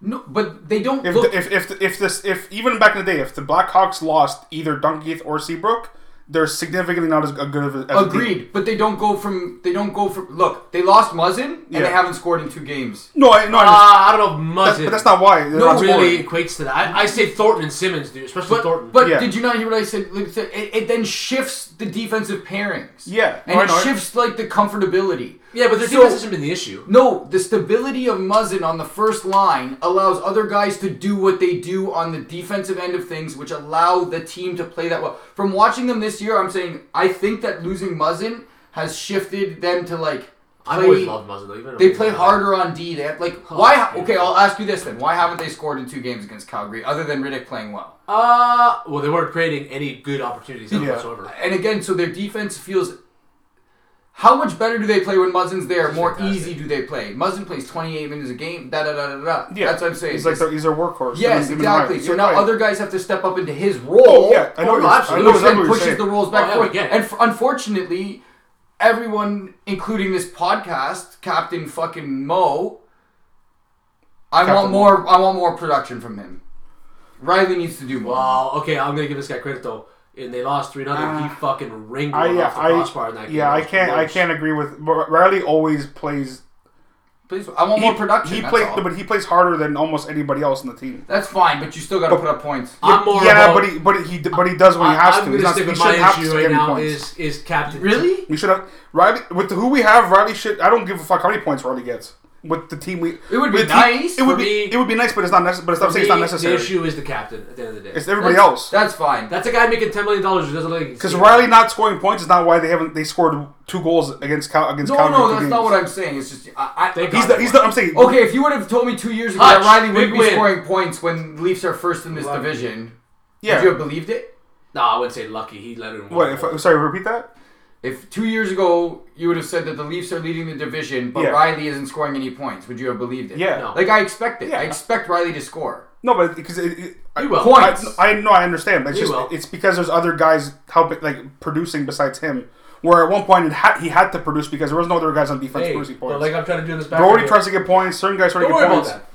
Speaker 4: No, but they don't
Speaker 3: If,
Speaker 4: look.
Speaker 3: the, if if if this if even back in the day, if the Blackhawks lost either Dunkeith or Seabrook, they're significantly not as good of a, as a team.
Speaker 4: Agreed, but they don't go from they don't go from look. They lost Muzzin and
Speaker 3: Yeah.
Speaker 4: they haven't scored in two games.
Speaker 3: No, I no, I understand.
Speaker 5: Uh,
Speaker 4: Ah,
Speaker 5: I don't know if
Speaker 3: That's-
Speaker 5: Muzzin
Speaker 3: but that's not why. They're not scoring.
Speaker 5: really equates to that. I, I say Thornton and Simmons, dude, especially Thornton.
Speaker 4: But, but
Speaker 3: Yeah.
Speaker 4: did you not hear what I said? Like, so It, it then shifts the defensive pairings.
Speaker 3: Yeah,
Speaker 4: and
Speaker 3: I
Speaker 4: it
Speaker 3: know.
Speaker 4: shifts like the comfortability.
Speaker 5: yeah, but their
Speaker 4: So-
Speaker 5: defense hasn't been the issue.
Speaker 4: No, the stability of Muzzin on the first line allows other guys to do what they do on the defensive end of things, which allow the team to play that well. From watching them this year, I'm saying I think that losing Muzzin has shifted them to like
Speaker 5: I've
Speaker 4: play-
Speaker 5: always loved Oh, Muzzin. though, even
Speaker 4: They
Speaker 5: though-
Speaker 4: play harder on D. They have, like why? Okay, I'll ask you this then: Why haven't they scored in two games against Calgary other than Riddick playing well?
Speaker 5: Uh, well, they weren't creating any good opportunities
Speaker 3: Yeah.
Speaker 5: whatsoever.
Speaker 4: And again, so their defense feels How much better do they play when Muzzin's there? More easy do they play? Muzzin plays 28 minutes a game. Da da da da da.
Speaker 3: Yeah,
Speaker 4: that's what I'm saying.
Speaker 3: He's like
Speaker 4: It's-
Speaker 3: their, he's their workhorse.
Speaker 4: Yes,
Speaker 3: Him and- him and
Speaker 4: exactly.
Speaker 3: Ryan.
Speaker 4: So
Speaker 3: Yeah,
Speaker 4: now
Speaker 3: right.
Speaker 4: other guys have to step up into his role.
Speaker 3: Oh, yeah, I know. what
Speaker 5: Oh, no,
Speaker 3: you're- I
Speaker 5: absolutely.
Speaker 3: know exactly
Speaker 4: Which then
Speaker 3: what you're
Speaker 4: pushes
Speaker 3: saying.
Speaker 4: the roles back
Speaker 5: Oh, yeah,
Speaker 4: forward.
Speaker 5: we get it.
Speaker 4: And f- unfortunately, everyone, including this podcast, Captain fucking Mo, I
Speaker 3: Captain
Speaker 4: want more. I want more production from him. Riley needs to do more.
Speaker 5: Wow. Oh, Okay, I'm gonna give this guy credit though. And they lost three 0 He fucking ringed
Speaker 3: Ah. I,
Speaker 5: one
Speaker 3: yeah,
Speaker 5: off the crossbar in that
Speaker 3: I,
Speaker 5: game.
Speaker 3: yeah, I
Speaker 5: It was
Speaker 3: can't. I
Speaker 5: gross.
Speaker 3: can't agree with. Riley always plays.
Speaker 4: Please, I want more production.
Speaker 3: He
Speaker 4: that's
Speaker 3: plays,
Speaker 4: all.
Speaker 3: but he plays harder than almost anybody else on the team.
Speaker 4: that's fine. But you still got to put up points.
Speaker 5: I'm more.
Speaker 3: yeah,
Speaker 5: about,
Speaker 3: but he, but he, but he does when he
Speaker 5: I,
Speaker 3: has
Speaker 5: I'm
Speaker 3: to.
Speaker 5: gonna
Speaker 3: He's not-
Speaker 5: stick
Speaker 3: he
Speaker 5: with
Speaker 3: shouldn't
Speaker 5: my
Speaker 3: have to
Speaker 5: issue
Speaker 3: score
Speaker 5: right
Speaker 3: any
Speaker 5: now.
Speaker 3: points.
Speaker 5: Is is captain
Speaker 4: really?
Speaker 3: We should have Riley with who we have. Riley should. I don't give a fuck how many points Riley gets with the team. We
Speaker 4: It would be
Speaker 3: with the
Speaker 4: nice
Speaker 3: It would
Speaker 5: for
Speaker 3: be.
Speaker 5: me-
Speaker 3: it would be nice, but it's not. Nece- but it's not saying it's not
Speaker 5: Me,
Speaker 3: necessary.
Speaker 5: The issue is the captain at the end of the day.
Speaker 3: It's everybody
Speaker 4: That's-
Speaker 3: else.
Speaker 4: That's fine.
Speaker 5: That's a guy making ten million dollars who doesn't like.
Speaker 3: Because Riley not scoring points is not why they haven't. They scored two goals against Cal- against.
Speaker 4: no,
Speaker 3: Calgary
Speaker 4: no,
Speaker 3: in two
Speaker 4: that's
Speaker 3: games.
Speaker 4: not what I'm saying. It's just I. I
Speaker 5: Thank
Speaker 3: He's the. He's the. I'm saying.
Speaker 4: okay, if you would have told me two years ago
Speaker 5: Hutch,
Speaker 4: that Riley would
Speaker 5: big
Speaker 4: be
Speaker 5: win.
Speaker 4: scoring points when Leafs are first in this division, would you
Speaker 3: Yeah.
Speaker 4: have believed it?
Speaker 5: No, I wouldn't say lucky. He let him.
Speaker 3: What? If, sorry. Repeat that.
Speaker 4: If two years ago you would have said that the Leafs are leading the division, but
Speaker 3: Yeah.
Speaker 4: Riley isn't scoring any points, would you have believed it?
Speaker 3: Yeah.
Speaker 5: No.
Speaker 4: Like I expect it.
Speaker 3: Yeah.
Speaker 4: I expect Riley to score.
Speaker 3: No, but because it, it, I,
Speaker 5: He will.
Speaker 3: I,
Speaker 4: Points.
Speaker 3: I know I understand. But it's
Speaker 5: He
Speaker 3: just
Speaker 5: will.
Speaker 3: it's because there's other guys helping, like producing besides him. Where at one point it had, he had to produce because there was no other guys on defense
Speaker 5: Hey,
Speaker 3: producing
Speaker 5: but
Speaker 3: points.
Speaker 5: like I'm trying to do in this back.
Speaker 3: Brody
Speaker 5: here.
Speaker 3: tries to get points. Certain guys try to
Speaker 5: Don't
Speaker 3: get
Speaker 5: worry about
Speaker 3: points.
Speaker 5: that.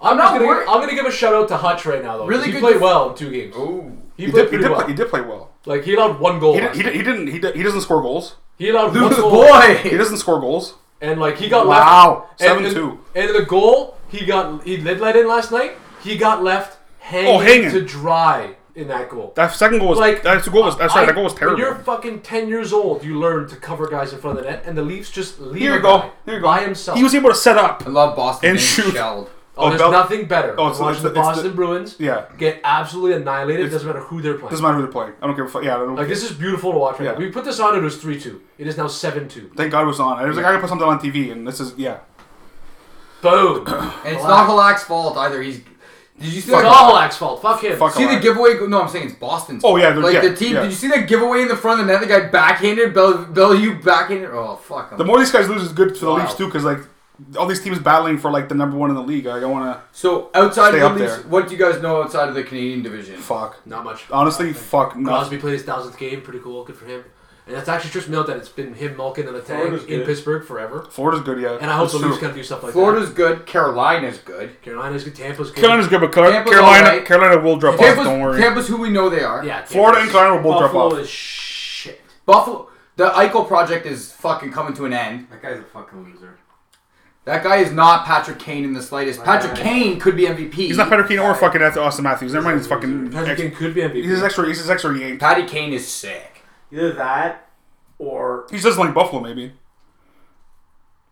Speaker 5: I'm not
Speaker 4: Not
Speaker 5: gonna.
Speaker 4: worried.
Speaker 5: I'm gonna give a shout out to Hutch right now though. 'cause
Speaker 4: Really
Speaker 5: he
Speaker 4: good
Speaker 5: played
Speaker 4: def-
Speaker 5: well in two games.
Speaker 4: Ooh.
Speaker 5: He,
Speaker 3: He
Speaker 5: played
Speaker 3: did, he
Speaker 5: pretty
Speaker 3: did
Speaker 5: well.
Speaker 3: play, he did play well.
Speaker 5: Like he allowed one goal.
Speaker 3: He, did,
Speaker 5: last
Speaker 3: he,
Speaker 5: night.
Speaker 3: did, he didn't. He, did, he doesn't score goals.
Speaker 5: He allowed one
Speaker 4: Lose
Speaker 5: goal.
Speaker 3: He
Speaker 2: (laughs)
Speaker 4: boy.
Speaker 3: doesn't score goals.
Speaker 5: And like he got
Speaker 3: Wow,
Speaker 5: left. and-
Speaker 3: 7-2.
Speaker 5: And, and the goal he got he did let in last night. He got left hanging,
Speaker 3: Oh, hanging.
Speaker 5: to dry in that goal.
Speaker 3: That second goal was
Speaker 5: like
Speaker 3: like that goal was. That's right.
Speaker 5: I-
Speaker 3: That goal was terrible.
Speaker 5: When you're fucking ten years old, you learn to cover guys in front of the net, and the Leafs just leave
Speaker 3: Here
Speaker 5: a
Speaker 3: you go.
Speaker 5: guy
Speaker 3: Here you go.
Speaker 5: by himself.
Speaker 3: He was able to set up.
Speaker 4: I love Boston
Speaker 3: And
Speaker 4: being
Speaker 3: shoot.
Speaker 4: shelled.
Speaker 5: oh,
Speaker 3: Oh,
Speaker 5: there's
Speaker 3: Bel-
Speaker 5: nothing better.
Speaker 3: Oh,
Speaker 5: Oh,
Speaker 3: it's-
Speaker 5: watch
Speaker 3: it's
Speaker 5: the
Speaker 3: the- it's
Speaker 5: Boston
Speaker 3: the-
Speaker 5: Bruins
Speaker 3: Yeah.
Speaker 5: get absolutely annihilated. It doesn't matter who they're playing.
Speaker 3: Doesn't matter who they're playing. I don't give a fuck. Yeah, I don't.
Speaker 5: Like this is beautiful to watch. Right
Speaker 3: Yeah.
Speaker 5: now. We put this on. It was three two. It is now seven two.
Speaker 3: Thank God it was on. I was like, I gotta put something on TV, and this is yeah. (coughs)
Speaker 5: Boom.
Speaker 4: And it's not Halak's fault either. He's did you see
Speaker 5: it's
Speaker 4: that-
Speaker 5: all Alak's fault. Fuck him.
Speaker 3: Fuck
Speaker 4: See the
Speaker 3: Halak.
Speaker 4: giveaway? go- No, I'm saying it's Boston's.
Speaker 3: Oh, yeah, they're-
Speaker 4: like
Speaker 3: yeah,
Speaker 4: the team.
Speaker 3: yeah.
Speaker 4: Did you see that giveaway in the front of the net? The guy backhanded Bell. Bell, you backhanded. Oh fuck him.
Speaker 3: The more these guys lose, is good for the
Speaker 4: Wow.
Speaker 3: Leafs too, because like all these teams battling for like the number one in the league. Like, I want to
Speaker 4: so outside
Speaker 3: Stay
Speaker 4: of
Speaker 3: up
Speaker 4: the Leafs,
Speaker 3: there.
Speaker 4: what do you guys know outside of the Canadian division?
Speaker 3: fuck.
Speaker 5: Not much.
Speaker 3: Honestly, fuck. No.
Speaker 5: Crosby played his thousandth game, pretty cool, good for him. And that's actually trips me out that it's been him mulking in the tank
Speaker 6: Florida's
Speaker 5: in
Speaker 6: good.
Speaker 5: Pittsburg forever.
Speaker 3: Florida's good, yeah.
Speaker 5: And I hope
Speaker 3: That's
Speaker 5: the Leafs
Speaker 3: true.
Speaker 5: kind of do stuff like
Speaker 4: Florida's good. Carolina's good.
Speaker 5: that. Carolina's good, Tampa's good.
Speaker 3: Carolina's good, but Car-
Speaker 4: Tampa's
Speaker 3: Carolina,
Speaker 4: alright.
Speaker 3: Carolina will drop off.
Speaker 4: Tampa's,
Speaker 3: Don't worry.
Speaker 4: Tampa's who we know they are.
Speaker 5: yeah, Tampa's-
Speaker 3: Florida and Carolina will both drop
Speaker 2: Buffalo
Speaker 3: off.
Speaker 2: is shit.
Speaker 4: Buffalo. The Eichel project is fucking coming to an end.
Speaker 2: That guy's a fucking loser.
Speaker 4: That guy is not Patrick Kane in the slightest. Patrick
Speaker 2: God.
Speaker 4: Kane could be MVP.
Speaker 3: He's not Patrick Kane or fucking Austin Matthews. Never mind. He's fucking.
Speaker 5: Patrick Kane could be MVP.
Speaker 3: He's his extra. He's his extra yank.
Speaker 4: Patty Kane is sick.
Speaker 2: Either that or
Speaker 3: He doesn't like Buffalo, maybe.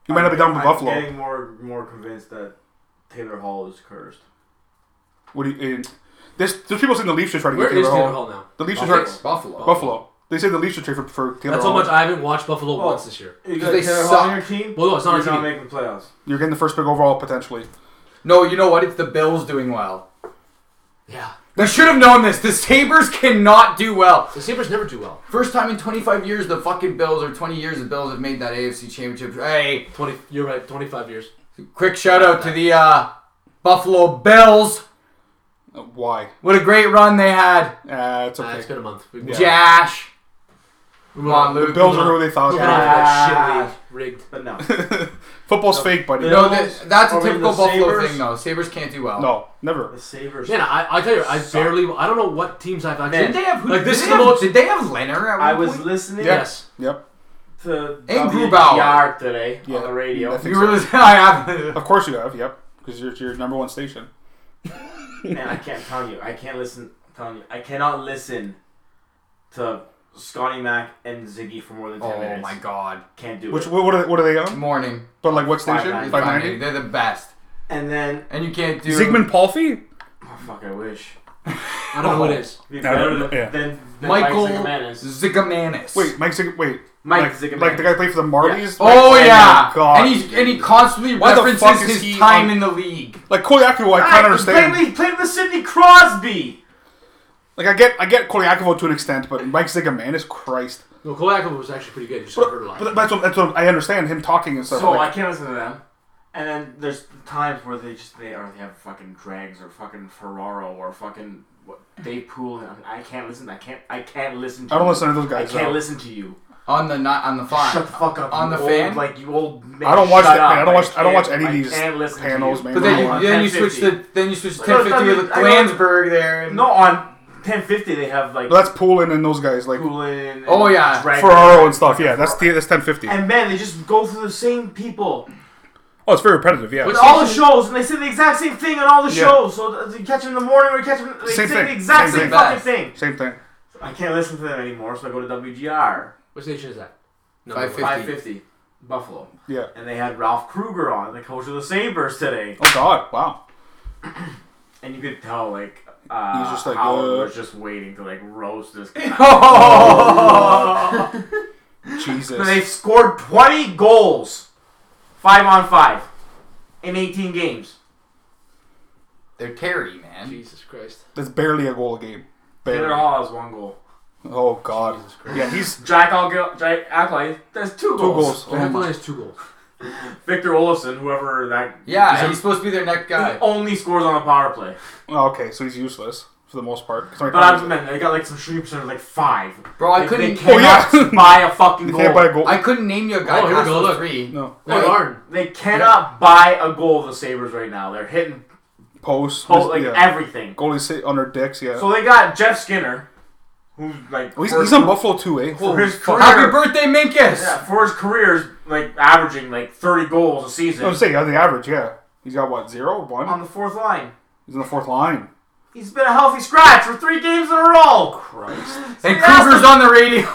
Speaker 3: He might not be down with
Speaker 2: I'm
Speaker 3: Buffalo.
Speaker 2: Getting more more convinced that Taylor Hall is cursed.
Speaker 3: What do you? eh, There's there's people saying the Leafs should try to
Speaker 5: Where
Speaker 3: get
Speaker 5: is Taylor
Speaker 3: Taylor
Speaker 5: Hall,
Speaker 3: Hall.
Speaker 5: now?
Speaker 3: The Leafs should try.
Speaker 4: Buffalo. Buffalo.
Speaker 3: Buffalo. They say the Leafs should trade for, for Taylor
Speaker 5: That's how
Speaker 3: Hall.
Speaker 5: much I haven't watched Buffalo
Speaker 2: Oh.
Speaker 5: once this year.
Speaker 2: You
Speaker 4: Because they
Speaker 2: on your
Speaker 4: suck.
Speaker 2: team.
Speaker 5: Well, no, it's not
Speaker 2: You're
Speaker 5: on
Speaker 2: not
Speaker 5: TV.
Speaker 2: making playoffs.
Speaker 3: You're getting the first pick overall potentially.
Speaker 4: No, you know what? It's the Bills doing well.
Speaker 5: Yeah.
Speaker 4: We should have known this. The Sabres cannot do well.
Speaker 5: The Sabres never do well.
Speaker 4: First time in 25 years, the fucking Bills, or 20 years, the Bills have made that AFC Championship. Hey,
Speaker 5: 20, you're right, 25 years.
Speaker 4: quick shout out to the uh, Buffalo Bills.
Speaker 3: Uh, Why?
Speaker 4: What a great run they had.
Speaker 3: Uh, it's
Speaker 5: Nah,
Speaker 3: okay.
Speaker 5: it's been a month. We've
Speaker 3: Yeah.
Speaker 4: Jash.
Speaker 5: Come
Speaker 4: on, Luke.
Speaker 3: the Bills are who they thought.
Speaker 5: Moving on
Speaker 3: they
Speaker 5: to that shit league. Rigged.
Speaker 3: (laughs)
Speaker 2: But no.
Speaker 3: were. Football's fake, buddy.
Speaker 2: No.
Speaker 4: No, that, that's a
Speaker 2: Are we
Speaker 4: typical
Speaker 2: the
Speaker 4: Buffalo
Speaker 2: Sabres?
Speaker 4: thing, though. Sabres can't do well.
Speaker 3: No, never.
Speaker 2: The Sabres.
Speaker 5: Man, I, I tell you, I barely. I don't know what teams I've actually.
Speaker 4: Did they have who?
Speaker 5: Like, this
Speaker 4: did,
Speaker 5: is
Speaker 4: they
Speaker 5: the
Speaker 4: have,
Speaker 5: most.
Speaker 4: did they have Leonard at one
Speaker 2: I was
Speaker 4: point?
Speaker 2: listening
Speaker 5: Yes.
Speaker 3: Yep.
Speaker 2: to
Speaker 4: And
Speaker 2: WDR today on the radio.
Speaker 3: I think
Speaker 4: You
Speaker 3: so.
Speaker 4: were listening. (laughs) I
Speaker 3: (laughs)
Speaker 4: have.
Speaker 3: Of course you have. Yep. Because you're it's your number one station.
Speaker 2: Man, I can't tell you. I can't listen. Telling you, I cannot listen to Scotty Mac and Ziggy for more than ten
Speaker 4: Oh
Speaker 2: minutes.
Speaker 4: my god.
Speaker 2: Can't do
Speaker 3: Which
Speaker 2: it.
Speaker 3: what what are, what are they on?
Speaker 4: Morning.
Speaker 3: But like what station?
Speaker 2: 590.
Speaker 3: Five ninety.
Speaker 4: They're the best.
Speaker 2: And then,
Speaker 4: And you can't do.
Speaker 3: Zygmunt Palfi.
Speaker 2: oh fuck, I wish.
Speaker 5: I don't
Speaker 3: Oh.
Speaker 5: know who it is.
Speaker 2: It'd be
Speaker 3: I don't
Speaker 2: better
Speaker 3: know,
Speaker 2: than,
Speaker 3: yeah.
Speaker 2: than, than
Speaker 4: Michael
Speaker 2: Mike Zigamanis.
Speaker 4: Zygamanis.
Speaker 3: Wait, Mike Zig. Wait,
Speaker 2: Mike
Speaker 3: like,
Speaker 2: Zygmunt.
Speaker 3: Like the guy who played for the Marlies. Like,
Speaker 4: Oh, yeah,
Speaker 3: my God.
Speaker 4: and he and he constantly
Speaker 3: Why the fuck
Speaker 4: references
Speaker 3: is
Speaker 4: his
Speaker 3: he
Speaker 4: time
Speaker 3: on-
Speaker 4: in the league.
Speaker 3: like Koliakovo, I can't understand.
Speaker 2: He played, with Sidney Crosby.
Speaker 3: Like I get I get Koliakovo to an extent, but Mike Zigman is Christ.
Speaker 5: No, Kolakova was actually pretty good. He just got hurt a lot.
Speaker 3: But that's what, that's what I understand him talking and stuff.
Speaker 2: So I
Speaker 3: like,
Speaker 2: can't listen to them. And then there's times where they just they are they have fucking drags or fucking Ferraro or fucking what Dave Pool. I, I can't listen. I can't. I can't listen. to
Speaker 3: I don't
Speaker 2: you.
Speaker 3: listen to those guys,
Speaker 2: I can't
Speaker 3: though.
Speaker 2: listen to you.
Speaker 4: on the not on the fly.
Speaker 2: Shut the fuck up.
Speaker 4: On
Speaker 2: you
Speaker 4: the
Speaker 2: old,
Speaker 4: fan?
Speaker 2: like you old. Man,
Speaker 3: I don't watch
Speaker 2: Shut
Speaker 3: that, man. I don't
Speaker 2: up.
Speaker 3: watch- I don't watch
Speaker 2: can't-
Speaker 3: any of these
Speaker 2: I can't listen to
Speaker 3: panels,
Speaker 2: you.
Speaker 3: man.
Speaker 4: But then
Speaker 3: Number
Speaker 4: you,
Speaker 3: one.
Speaker 4: then you switch
Speaker 2: 1050.
Speaker 4: to then you switch to
Speaker 2: No, it's
Speaker 4: 1050 with
Speaker 2: not- I know-
Speaker 4: Glansberg there. and-
Speaker 2: No, on 1050 they have like
Speaker 3: But that's Poolin and those guys, like
Speaker 2: Poulin and
Speaker 4: Oh, yeah.
Speaker 2: Dragon.
Speaker 3: Ferraro and stuff. Yeah, that's the, that's 1050.
Speaker 2: And man, they just go through the same people.
Speaker 3: Oh, it's very repetitive. Yeah.
Speaker 5: But
Speaker 2: all the shows, and they say the exact same thing on all the
Speaker 3: Yeah.
Speaker 2: shows. So th- you catch them in the morning or you catch them, they
Speaker 3: Same
Speaker 2: say
Speaker 3: thing.
Speaker 2: the
Speaker 3: Same
Speaker 2: exact same,
Speaker 3: thing.
Speaker 2: fucking
Speaker 4: Facts.
Speaker 2: thing.
Speaker 3: Same thing.
Speaker 2: I can't listen to them anymore, so I go to WGR
Speaker 5: What station is that? No,
Speaker 4: Five fifty.
Speaker 2: 550 Buffalo,
Speaker 3: Yeah.
Speaker 2: and they had Ralph Kruger on, the coach of the Sabers today,
Speaker 3: Oh God! Wow.
Speaker 2: and you could tell like. Uh,
Speaker 3: He's just like,
Speaker 2: Howard
Speaker 3: uh,
Speaker 2: was just waiting to like roast
Speaker 4: (laughs)
Speaker 2: this
Speaker 4: Oh,
Speaker 2: guy. And they've
Speaker 3: Jesus.
Speaker 2: scored 20 goals, five on five, in 18 games.
Speaker 4: They're Terry, man.
Speaker 5: Jesus Christ.
Speaker 3: That's barely a goal a game.
Speaker 2: Taylor
Speaker 3: Barely.
Speaker 2: Hall has one goal.
Speaker 3: Oh God. Yeah, he's two
Speaker 2: Jack Algill, Jack Ackley, that's two,
Speaker 3: goals.
Speaker 5: They have minus two goals.
Speaker 2: Victor Olofsson, whoever that
Speaker 4: Yeah, he's supposed to be their next guy.
Speaker 2: He only scores on a power play.
Speaker 3: Oh, okay, so he's useless for the most part. 'Cause my
Speaker 2: But I'm
Speaker 3: friends-
Speaker 2: man, they got like some streamers that are like five.
Speaker 4: Bro, I
Speaker 2: Like, They
Speaker 4: couldn't
Speaker 2: cannot
Speaker 3: Oh, yeah.
Speaker 2: (laughs) buy a fucking
Speaker 3: you
Speaker 2: goal.
Speaker 3: can't buy a goal.
Speaker 4: I couldn't name you a guy
Speaker 5: Oh, here we
Speaker 4: past
Speaker 5: go,
Speaker 4: the
Speaker 5: look.
Speaker 4: three.
Speaker 3: no
Speaker 5: Like, Arden.
Speaker 2: they cannot buy a goal. The Sabers right now, they're hitting
Speaker 3: post.
Speaker 2: po- like
Speaker 3: yeah.
Speaker 2: everything.
Speaker 3: goalie sit on their dicks. Yeah.
Speaker 2: So they got Jeff Skinner, who's like
Speaker 3: Oh, he's,
Speaker 2: for
Speaker 3: he's
Speaker 2: his-
Speaker 3: on Buffalo too, eh?
Speaker 2: for his career.
Speaker 4: Happy birthday, Minkus!
Speaker 2: yeah, for his career is like averaging like 30 goals a season
Speaker 3: I'm saying on the average, yeah. He's got what zero, one.
Speaker 2: on the fourth line.
Speaker 3: he's in the fourth line.
Speaker 2: He's been a healthy scratch for three games in a row.
Speaker 4: And Kruger's on the radio.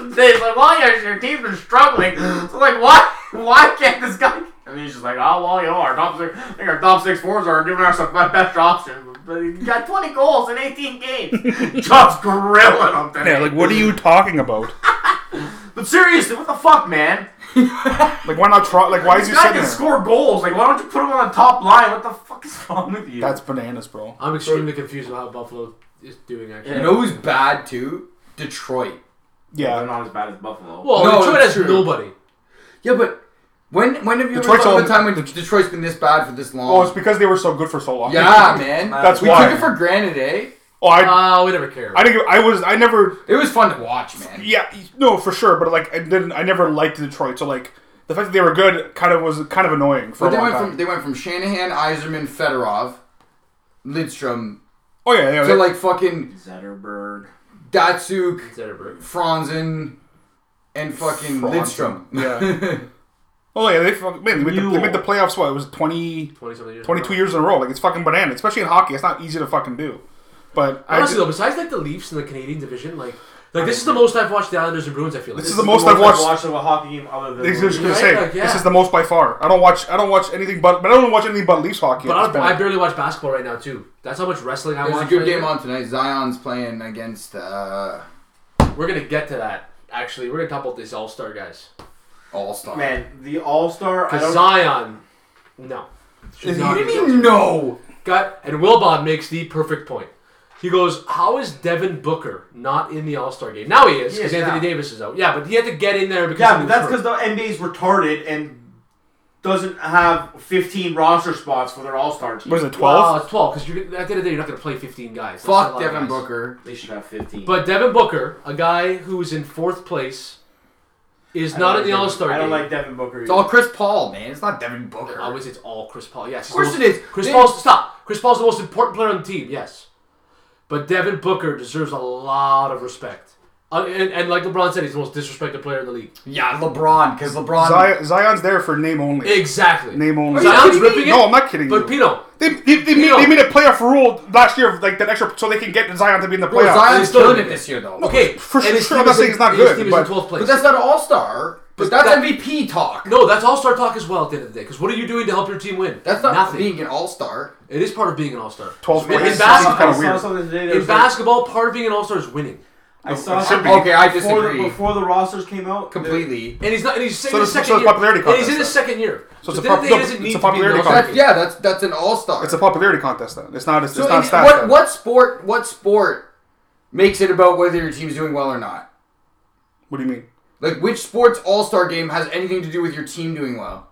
Speaker 2: They like, well, your, your team's been struggling. So like, why, why can't this guy? And he's just like, oh well, you know, our top six, I think our top six fours are giving us our best option. But he got 20 goals in
Speaker 3: (laughs)
Speaker 2: 18 games. Just grilling them today.
Speaker 3: what are you talking about?
Speaker 2: but seriously, what the fuck, man?
Speaker 3: like, why not try? Like, why is he
Speaker 2: This guy
Speaker 3: sitting
Speaker 2: can
Speaker 3: there?
Speaker 2: score goals. Like, why don't you put him on the top line? What the fuck is wrong with you?
Speaker 3: That's bananas, bro.
Speaker 5: I'm extremely confused about how Buffalo is doing actually.
Speaker 4: You know who's bad too? Detroit.
Speaker 2: They're
Speaker 3: Yeah,
Speaker 2: not as bad as Buffalo.
Speaker 5: Well,
Speaker 4: No,
Speaker 5: Detroit
Speaker 4: it's
Speaker 5: has
Speaker 4: true.
Speaker 5: nobody.
Speaker 4: Yeah, but when when have you
Speaker 3: Detroit's
Speaker 4: ever thought
Speaker 3: all-
Speaker 4: of a time when Detroit's been this bad for this long?
Speaker 3: Oh, it's because they were so good for so long.
Speaker 4: yeah, man.
Speaker 3: That's
Speaker 4: we
Speaker 3: why.
Speaker 4: took it for granted, eh?
Speaker 3: Oh,
Speaker 2: uh,
Speaker 3: I,
Speaker 5: Ah, we never care.
Speaker 3: I didn't. give- I was. I never.
Speaker 4: It was fun to watch, man.
Speaker 3: Yeah, no, for sure. But like, I didn't. I never liked Detroit. So like, the fact that they were good kind of was kind of annoying for
Speaker 4: But
Speaker 3: a
Speaker 4: they
Speaker 2: Oh
Speaker 3: long
Speaker 4: went
Speaker 3: time.
Speaker 4: from they went from Shanahan, Eiserman, Fedorov, Lidstrom
Speaker 3: oh yeah, yeah.
Speaker 4: to
Speaker 3: they-
Speaker 4: like fucking
Speaker 2: Zetterberg.
Speaker 4: Datsuk,
Speaker 5: Zetterberg.
Speaker 4: Franzen, and fucking
Speaker 3: Franzen.
Speaker 4: Lidstrom.
Speaker 3: Yeah. oh yeah, they fuck, man. They made, the, they
Speaker 2: Newell.
Speaker 3: made the playoffs. What it was 20,
Speaker 5: 20 something years.
Speaker 3: 22 years in a row. Like it's fucking banana, especially in hockey. It's not easy to fucking do. But I,
Speaker 5: Honestly, though, besides like the Leafs in the Canadian division, like like this is the most I've watched the Islanders and Bruins. I feel like
Speaker 3: This is the most I've watched-
Speaker 2: of a hockey game other than.
Speaker 3: this is just gonna
Speaker 5: Right,
Speaker 3: say
Speaker 5: like, yeah.
Speaker 3: this is the most by far. I don't watch. I don't watch anything but. But I don't watch anything but Leafs hockey.
Speaker 5: But
Speaker 3: at
Speaker 5: I,
Speaker 3: this
Speaker 5: I
Speaker 3: point.
Speaker 5: barely watch basketball right now too. That's how much wrestling I
Speaker 4: There's a
Speaker 5: watch.
Speaker 4: good
Speaker 5: right
Speaker 4: game
Speaker 5: now.
Speaker 4: on tonight. Zion's playing against uh,
Speaker 5: We're gonna get to that. Actually, we're gonna talk about these All Star guys.
Speaker 4: All Star.
Speaker 2: Man, the All Star. I
Speaker 5: Because
Speaker 2: don't
Speaker 5: Zion, no, should
Speaker 3: Is he-
Speaker 5: not
Speaker 4: What do
Speaker 5: be
Speaker 4: you mean no?
Speaker 5: Got and Wilbon makes the perfect point. He goes, "How is Devin Booker not in the All Star game? Now he is
Speaker 2: He
Speaker 5: because
Speaker 2: is now.
Speaker 5: Anthony Davis is out. Yeah, but he had to get in there because
Speaker 2: Yeah,
Speaker 5: he
Speaker 2: but
Speaker 5: was
Speaker 2: that's
Speaker 5: hurt.
Speaker 2: because the NBA's retarded and doesn't have 15 roster spots for their All Star team.
Speaker 3: what is it?
Speaker 5: Well,
Speaker 3: Twelve.
Speaker 5: it's twelve because at the end of the day, you're not going to play fifteen guys. That's not
Speaker 4: Fuck
Speaker 5: a lot of
Speaker 4: Devin
Speaker 5: guys.
Speaker 4: Booker.
Speaker 2: They should have 15.
Speaker 5: But Devin Booker, a guy who is in fourth place, is
Speaker 2: I
Speaker 5: not
Speaker 2: don't
Speaker 5: in
Speaker 2: like
Speaker 5: the
Speaker 2: Devin-
Speaker 5: All Star game.
Speaker 2: I don't like Devin Booker.
Speaker 4: It's all Chris Paul, man. It's not Devin Booker.
Speaker 5: I would say it's all Chris Paul. Yes, of
Speaker 4: course it is.
Speaker 5: Chris
Speaker 4: They-
Speaker 5: Paul's stop. Chris Paul's the most important player on the team. Yes, but Devin Booker deserves a lot of respect. Uh, and, and like LeBron said, he's the most disrespected player in the league.
Speaker 4: yeah, LeBron, because LeBron.
Speaker 3: Zion, Zion's there for name only.
Speaker 5: Exactly.
Speaker 3: Name only.
Speaker 4: Are you
Speaker 5: Zion's
Speaker 4: kidding me?
Speaker 5: ripping it.
Speaker 3: No, I'm not kidding.
Speaker 5: But
Speaker 3: you.
Speaker 5: Pino,
Speaker 3: They, they, they, made,
Speaker 5: Pino.
Speaker 3: they made a playoff rule last year, of, like that extra, so they can get Zion to be in the
Speaker 4: Bro,
Speaker 3: playoffs.
Speaker 4: Zion's
Speaker 5: Still
Speaker 4: killing
Speaker 5: doing
Speaker 4: it
Speaker 5: it.
Speaker 4: this year, though.
Speaker 5: okay,
Speaker 3: for
Speaker 5: and his
Speaker 3: sure,
Speaker 5: team
Speaker 3: I'm not
Speaker 5: is in-
Speaker 3: saying it's not
Speaker 5: and his
Speaker 3: good,
Speaker 5: team
Speaker 3: but-
Speaker 5: is in twelfth place.
Speaker 4: But that's not All Star. But that's
Speaker 5: that-
Speaker 4: MVP talk.
Speaker 5: no, that's All Star talk as well. At the end of the day, because what are you doing to help your team win?
Speaker 4: that's not
Speaker 5: nothing.
Speaker 4: being an All Star.
Speaker 5: It is part of being an All Star.
Speaker 3: 12
Speaker 5: In
Speaker 3: points.
Speaker 5: basketball-
Speaker 3: Seems kinda
Speaker 2: I
Speaker 3: weird.
Speaker 2: saw something today. that
Speaker 5: In
Speaker 2: was like-
Speaker 5: basketball, part of being an All Star is winning.
Speaker 2: I saw
Speaker 3: it should be.
Speaker 2: something
Speaker 4: Okay, I
Speaker 2: before the,
Speaker 4: disagree.
Speaker 2: before the rosters came out.
Speaker 4: Completely.
Speaker 5: And he's not. And he's
Speaker 3: So
Speaker 5: in his
Speaker 3: it's-
Speaker 5: second
Speaker 3: so it's
Speaker 5: year.
Speaker 3: popularity
Speaker 5: And he's
Speaker 3: contest
Speaker 5: in his
Speaker 3: then.
Speaker 5: second year.
Speaker 3: So it's a
Speaker 5: at the end
Speaker 3: pop-
Speaker 5: of the day,
Speaker 3: no,
Speaker 5: he doesn't
Speaker 3: it's
Speaker 5: need
Speaker 3: a
Speaker 5: to be
Speaker 3: popularity
Speaker 5: an
Speaker 3: contest.
Speaker 4: That's, yeah, that's that's an All Star.
Speaker 3: It's a popularity contest then. It's not. It's,
Speaker 4: so
Speaker 3: it's not
Speaker 4: in-
Speaker 3: stats.
Speaker 4: what
Speaker 3: then.
Speaker 4: what sport what sport makes it about whether your team's doing well or not?
Speaker 3: What do you mean?
Speaker 4: Like, which sports all star game has anything to do with your team doing well?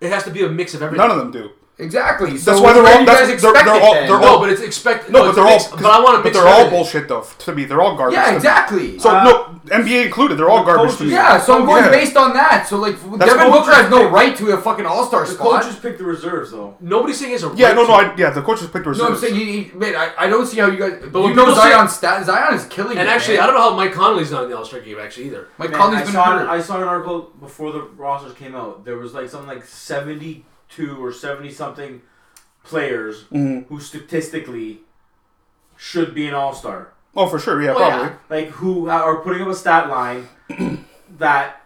Speaker 5: It has to be a mix of everything.
Speaker 3: None of them do.
Speaker 4: Exactly.
Speaker 3: That's
Speaker 4: so
Speaker 3: why they're
Speaker 4: what
Speaker 3: all-
Speaker 4: do You
Speaker 3: that's-
Speaker 4: guys
Speaker 3: they're-
Speaker 4: expect
Speaker 3: they're
Speaker 4: it
Speaker 3: all-
Speaker 4: then?
Speaker 3: they're
Speaker 5: No, but it's expected.
Speaker 3: No, but
Speaker 5: it's
Speaker 3: they're
Speaker 5: mixed,
Speaker 3: all.
Speaker 5: But I want to
Speaker 3: But
Speaker 5: mix.
Speaker 3: they're all
Speaker 5: everything.
Speaker 3: bullshit though. To me, they're all garbage. to
Speaker 4: yeah,
Speaker 3: me.
Speaker 4: exactly.
Speaker 3: So no, NBA included, they're all garbage to me.
Speaker 4: yeah, so I'm going
Speaker 3: Yeah.
Speaker 4: based on that. So like, Devin
Speaker 3: coaches
Speaker 4: Booker has no right to a fucking All Star
Speaker 2: The
Speaker 4: spot.
Speaker 2: coaches pick the reserves, though.
Speaker 5: Nobody's saying it's a.
Speaker 3: Yeah,
Speaker 5: right
Speaker 3: no,
Speaker 5: to-
Speaker 3: no, I, yeah, the coaches picked reserves.
Speaker 4: No, I'm saying, he, he, man, I, I don't see how you guys. But you
Speaker 5: when
Speaker 4: know
Speaker 5: people say-
Speaker 4: Zion's stat. Zion is killing.
Speaker 5: And
Speaker 4: it,
Speaker 5: actually,
Speaker 4: man.
Speaker 5: I don't know how Mike Conley's not in the All Star game actually either.
Speaker 4: Mike
Speaker 2: Man,
Speaker 4: Conley's
Speaker 2: I
Speaker 4: been
Speaker 2: saw,
Speaker 4: hurt.
Speaker 2: I saw an article before the rosters came out. There was like something like 72 or 70 something players who statistically should be an all star.
Speaker 3: oh, for sure, yeah,
Speaker 5: Well, yeah.
Speaker 3: probably.
Speaker 2: Like, who are putting up a stat line that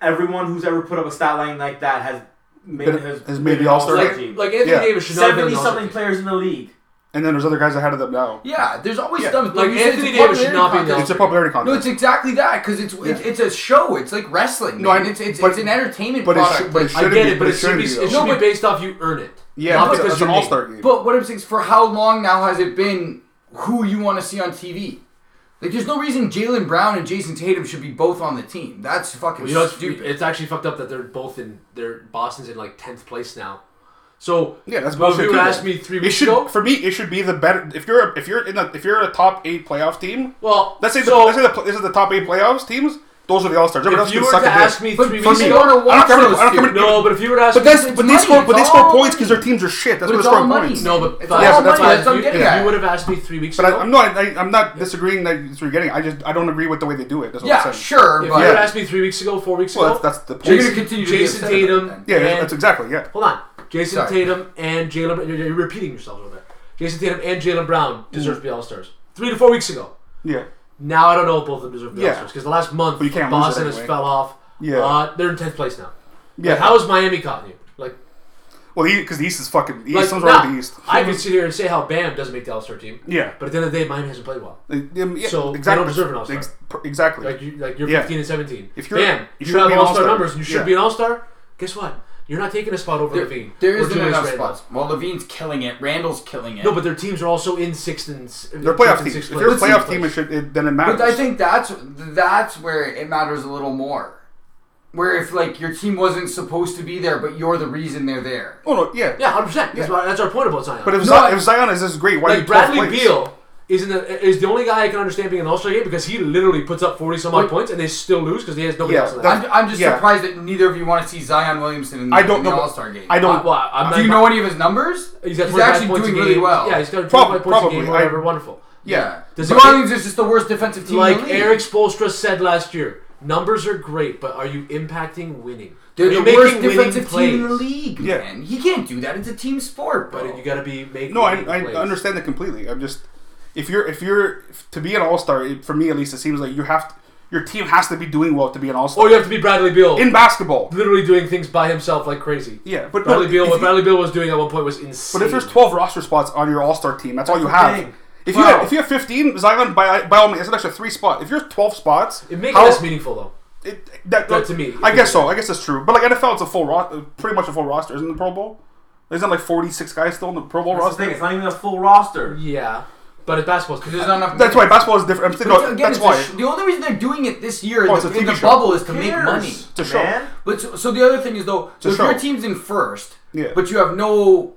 Speaker 2: everyone who's ever put up a stat line like that has made,
Speaker 3: Been-
Speaker 2: has,
Speaker 3: has made
Speaker 2: been
Speaker 3: the
Speaker 2: an
Speaker 3: All-Star
Speaker 2: all-star
Speaker 3: game.
Speaker 2: team.
Speaker 5: Like Anthony
Speaker 3: Yeah.
Speaker 5: Davis should not have been
Speaker 2: 70
Speaker 5: in the All-Star
Speaker 2: something
Speaker 5: game.
Speaker 2: players in the league.
Speaker 3: And then there's other guys ahead of them now.
Speaker 4: yeah, there's always
Speaker 3: Yeah.
Speaker 4: stuff.
Speaker 5: Like,
Speaker 4: you said,
Speaker 5: Anthony
Speaker 4: it's a
Speaker 5: Davis should
Speaker 4: popularity
Speaker 5: not be in the
Speaker 4: contest.
Speaker 3: It's a popularity contest.
Speaker 4: No, it's exactly that because it's it's it's a show. It's like wrestling.
Speaker 3: No,
Speaker 4: No,
Speaker 3: I-
Speaker 4: it's it's,
Speaker 3: but-
Speaker 4: it's an entertainment
Speaker 3: but it
Speaker 4: product.
Speaker 3: should- but it
Speaker 4: like,
Speaker 3: should-
Speaker 5: I
Speaker 3: Shouldn't
Speaker 5: get
Speaker 3: be,
Speaker 5: it, but
Speaker 3: but
Speaker 5: it
Speaker 3: it
Speaker 5: should be
Speaker 3: shouldn't be,
Speaker 5: it
Speaker 3: though.
Speaker 5: should
Speaker 4: No,
Speaker 5: be
Speaker 4: but-
Speaker 5: based off you earn it.
Speaker 3: yeah,
Speaker 5: not
Speaker 3: but it's,
Speaker 5: because
Speaker 3: it's
Speaker 5: you're
Speaker 3: an
Speaker 5: named.
Speaker 3: all star game.
Speaker 4: But what I'm saying is, for how long now has it been who you want to see on TV? Like, there's no reason Jalen Brown and Jason Tatum should be both on the team. That's fucking
Speaker 5: You know, it's,
Speaker 4: stupid.
Speaker 5: it's actually fucked up that they're both in. They're Boston's in like tenth place now. So
Speaker 3: yeah, that's
Speaker 5: well, if
Speaker 3: bullshit.
Speaker 5: you
Speaker 3: too,
Speaker 5: asked
Speaker 3: though.
Speaker 5: me three
Speaker 3: It
Speaker 5: weeks
Speaker 3: should-
Speaker 5: ago,
Speaker 3: for me, it should be the better. If you're a, if you're in a, if you're a top eight playoff team,
Speaker 5: well,
Speaker 3: let's say the,
Speaker 5: so
Speaker 3: let's say the, this is the top eight playoffs teams. Those are the all stars.
Speaker 5: if you were to ask me
Speaker 4: But
Speaker 5: three
Speaker 4: for
Speaker 5: weeks
Speaker 4: me,
Speaker 5: ago,
Speaker 4: I don't
Speaker 3: I don't
Speaker 4: watch
Speaker 3: care
Speaker 4: those
Speaker 3: I don't care
Speaker 4: two.
Speaker 3: what-
Speaker 5: no. But if you were to ask
Speaker 3: but
Speaker 5: me,
Speaker 3: that's
Speaker 4: it's
Speaker 3: but they
Speaker 4: money,
Speaker 3: score but
Speaker 4: it's
Speaker 3: they score
Speaker 4: all
Speaker 3: points because their
Speaker 4: money.
Speaker 3: teams are shit. That's
Speaker 4: But
Speaker 3: where
Speaker 4: it's
Speaker 3: they're scoring
Speaker 4: all money.
Speaker 3: points.
Speaker 5: no, but
Speaker 4: It's
Speaker 5: but-
Speaker 4: all
Speaker 3: Yeah, but that's
Speaker 4: money,
Speaker 3: why-
Speaker 4: that's what I'm
Speaker 5: you-
Speaker 4: getting
Speaker 5: if
Speaker 4: at.
Speaker 5: you would have asked me three weeks
Speaker 3: But
Speaker 5: ago.
Speaker 3: I, I'm not. I, I'm not disagreeing that you're getting. I just I don't agree with the way they do it. That's what
Speaker 4: yeah,
Speaker 3: I'm saying.
Speaker 4: sure,
Speaker 5: if you
Speaker 4: but
Speaker 5: would have asked me three weeks ago, four weeks
Speaker 3: Well,
Speaker 5: ago,
Speaker 3: that's, that's the
Speaker 4: you're
Speaker 3: point.
Speaker 4: gonna continue. to be
Speaker 5: Jason
Speaker 4: upset about it
Speaker 5: Tatum.
Speaker 4: then.
Speaker 3: Yeah,
Speaker 5: and-
Speaker 3: that's exactly yeah.
Speaker 5: Hold on, Jason
Speaker 4: Sorry.
Speaker 5: Tatum and Jalen. You're, you're repeating yourselves over there. Jason Tatum and Jalen Brown
Speaker 3: Mm.
Speaker 5: deserve to be All Stars. Three to four weeks ago.
Speaker 3: Yeah,
Speaker 5: Now I don't know if both of them deserve to be
Speaker 3: Yeah.
Speaker 5: All Stars because the last month
Speaker 3: But you can't lose
Speaker 5: Boston
Speaker 3: it
Speaker 5: has
Speaker 3: anyway.
Speaker 5: fell off.
Speaker 3: Yeah.
Speaker 5: uh, they're in tenth place now.
Speaker 3: yeah.
Speaker 5: Like, how is Miami caught you? Like,
Speaker 3: well, because the, East is fucking. The East
Speaker 5: like
Speaker 3: is
Speaker 5: now,
Speaker 3: the East.
Speaker 5: I can sit here and say how Bam doesn't make the All Star team.
Speaker 3: Yeah.
Speaker 5: but at the end of the day, Miami hasn't played well.
Speaker 3: Um, yeah,
Speaker 5: So, they
Speaker 3: exactly.
Speaker 5: don't deserve an All-Star.
Speaker 3: Ex- per- exactly.
Speaker 5: Like you, like you're
Speaker 3: Yeah.
Speaker 5: 15 and 17.
Speaker 3: If
Speaker 5: If
Speaker 3: you're-
Speaker 5: you're Bam,
Speaker 3: you
Speaker 5: you,
Speaker 3: should
Speaker 5: have
Speaker 3: be an
Speaker 5: All Star
Speaker 3: All-Star.
Speaker 5: numbers. and You should
Speaker 3: Yeah.
Speaker 5: be an All Star. Guess what? You're not taking a spot over
Speaker 4: There,
Speaker 5: Levine.
Speaker 4: there
Speaker 5: or
Speaker 4: isn't
Speaker 5: Julius
Speaker 4: enough
Speaker 5: Randle.
Speaker 4: spots. Well, Levine's killing it. Randall's killing it.
Speaker 5: No, but their teams are also in sixth and s-
Speaker 3: they're a
Speaker 5: fifth
Speaker 3: playoff team.
Speaker 5: and
Speaker 3: If
Speaker 5: sixth
Speaker 3: you're a
Speaker 5: place.
Speaker 3: playoff team, it should, it, then it matters.
Speaker 4: But I think that's that's where it matters a little more. Where if like your team wasn't supposed to be there, but you're the reason they're there.
Speaker 3: Oh no, yeah.
Speaker 5: Yeah, hundred percent. That's, why- that's our point about Zion.
Speaker 3: But if,
Speaker 4: No,
Speaker 3: Zion,
Speaker 4: I-
Speaker 3: if Zion is this great, why are you
Speaker 5: like
Speaker 3: 12th
Speaker 5: Bradley
Speaker 3: place?
Speaker 5: Beal is the, is the only guy I can understand being an All Star game because he literally puts up forty some odd points and they still lose because he has nobody
Speaker 3: Yeah,
Speaker 5: else. In
Speaker 3: that's-
Speaker 5: that.
Speaker 4: I'm, I'm just
Speaker 3: Yeah.
Speaker 4: surprised that neither of you want to see Zion Williamson in the,
Speaker 3: I don't
Speaker 4: in the
Speaker 3: know.
Speaker 4: All Star game.
Speaker 3: I don't.
Speaker 5: Well, I'm
Speaker 4: Do
Speaker 5: not-
Speaker 4: you know any of his numbers?
Speaker 5: He's, got
Speaker 4: He's
Speaker 5: 25
Speaker 4: actually
Speaker 5: points a
Speaker 4: doing
Speaker 5: game.
Speaker 4: really well.
Speaker 5: Yeah, he's got 25
Speaker 3: Probably-
Speaker 5: points a
Speaker 3: probably. I-
Speaker 5: game. or Whatever, wonderful.
Speaker 4: yeah.
Speaker 5: Does
Speaker 4: New
Speaker 5: it-
Speaker 4: Orleans is just the worst defensive team.
Speaker 5: Like
Speaker 4: in the league.
Speaker 5: Eric Spolstra said last year, numbers are great, but are you impacting winning?
Speaker 4: they're
Speaker 5: are you
Speaker 4: the
Speaker 5: making
Speaker 4: worst
Speaker 5: winning
Speaker 4: defensive
Speaker 5: plays?
Speaker 4: team in the league.
Speaker 3: Yeah.
Speaker 4: man. he can't do that. It's a team sport, bro.
Speaker 5: But you got to be making.
Speaker 3: No, I,
Speaker 5: winning
Speaker 3: I
Speaker 5: plays.
Speaker 3: understand that completely. I'm just if you're if you're if- to be an all star for me at least, it seems like you have to, your team has to be doing well to be an all
Speaker 5: Or
Speaker 3: star
Speaker 5: you have to be Bradley Beal,
Speaker 3: in basketball.
Speaker 5: literally doing things by himself like crazy.
Speaker 3: Yeah, but
Speaker 5: Bradley
Speaker 3: but
Speaker 5: Beal,
Speaker 3: if
Speaker 5: what
Speaker 3: you-
Speaker 5: Bradley Beal was doing at one point was insane.
Speaker 3: But if there's 12 roster spots on your All Star team, that's all you
Speaker 2: the
Speaker 3: have.
Speaker 2: thing.
Speaker 3: If you have, if you have 15, Zion by by all means, it's an extra three spot. If you're 12 spots,
Speaker 5: it makes
Speaker 3: how-
Speaker 5: less meaningful though.
Speaker 3: It, that,
Speaker 5: But to me,
Speaker 3: I
Speaker 5: it
Speaker 3: guess
Speaker 5: is.
Speaker 3: so. I guess that's true. But like NFL, it's a full roster, pretty much a full roster, isn't it, the Pro Bowl? Isn't like 46 guys still in the Pro Bowl
Speaker 2: That's
Speaker 3: roster?
Speaker 2: the thing. It's not even a full roster.
Speaker 5: Yeah, but it's basketball.
Speaker 4: There's not enough.
Speaker 3: That's why basketball is different. I'm
Speaker 4: But
Speaker 3: thinking,
Speaker 4: again,
Speaker 3: that's
Speaker 4: it's a
Speaker 3: why
Speaker 4: sh- the only reason they're doing it this year
Speaker 3: Oh,
Speaker 4: in
Speaker 3: it's a
Speaker 4: the, in
Speaker 3: TV
Speaker 4: the
Speaker 3: show.
Speaker 4: bubble is to
Speaker 2: Who
Speaker 4: make
Speaker 2: cares,
Speaker 4: money.
Speaker 3: it's a show.
Speaker 2: Man?
Speaker 4: But so, so the other thing is though, so
Speaker 3: a
Speaker 4: if your
Speaker 3: show.
Speaker 4: team's in first,
Speaker 3: Yeah.
Speaker 4: but you have no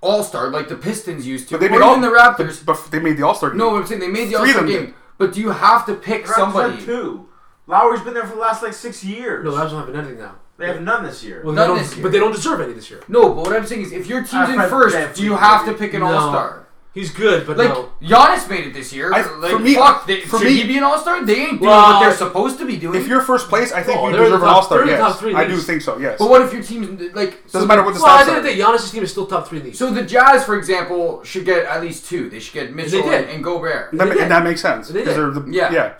Speaker 4: all star like the Pistons used to,
Speaker 3: But they
Speaker 4: or
Speaker 3: made all
Speaker 4: even the Raptors.
Speaker 3: But, but they made the All Star.
Speaker 4: no, I'm saying they made the all
Speaker 3: Three of
Speaker 4: star
Speaker 3: them
Speaker 4: game.
Speaker 3: did.
Speaker 4: But do you have to pick somebody?
Speaker 2: Somebody. Two. Lowry's been there for the last like six years.
Speaker 5: (laughs) No, the Raptors don't have anything now.
Speaker 2: they have none this year.
Speaker 5: Well,
Speaker 4: Not
Speaker 5: they don't,
Speaker 4: this year.
Speaker 5: But they don't deserve any this year.
Speaker 4: No, but what I'm saying is, if your team's
Speaker 2: Uh,
Speaker 4: in
Speaker 2: Fred
Speaker 4: first,
Speaker 2: Van
Speaker 4: do you
Speaker 2: Vliet,
Speaker 4: have to
Speaker 2: maybe.
Speaker 4: pick an
Speaker 5: No.
Speaker 4: all star?
Speaker 5: He's good, but
Speaker 4: Like
Speaker 5: no.
Speaker 4: Giannis made it this year.
Speaker 3: I-
Speaker 4: like,
Speaker 3: for me-
Speaker 4: fuck, they,
Speaker 3: for
Speaker 4: should
Speaker 3: me-
Speaker 4: he be an all star? They ain't doing
Speaker 5: Well,
Speaker 4: what they're supposed to be doing.
Speaker 3: if you're first place, I think
Speaker 5: No,
Speaker 3: you
Speaker 5: Oh, they're in
Speaker 3: deserve
Speaker 5: the
Speaker 3: an
Speaker 5: top-
Speaker 3: All Star.
Speaker 5: they're in the
Speaker 3: Yes,
Speaker 5: top three
Speaker 3: I do
Speaker 5: leagues.
Speaker 3: think so. Yes,
Speaker 4: but what if your team's like
Speaker 3: doesn't matter what the
Speaker 5: Well, I
Speaker 3: stats
Speaker 5: think
Speaker 3: are.
Speaker 5: that Giannis' team is still top three in the East.
Speaker 4: So the Jazz, for example, should get at least two. They should get Mitchell
Speaker 5: did.
Speaker 4: and, and Gobert.
Speaker 3: That, ma-
Speaker 5: did.
Speaker 3: and that makes sense.
Speaker 5: They
Speaker 3: 'cause
Speaker 5: did.
Speaker 3: they're the-
Speaker 4: Yeah.
Speaker 3: yeah.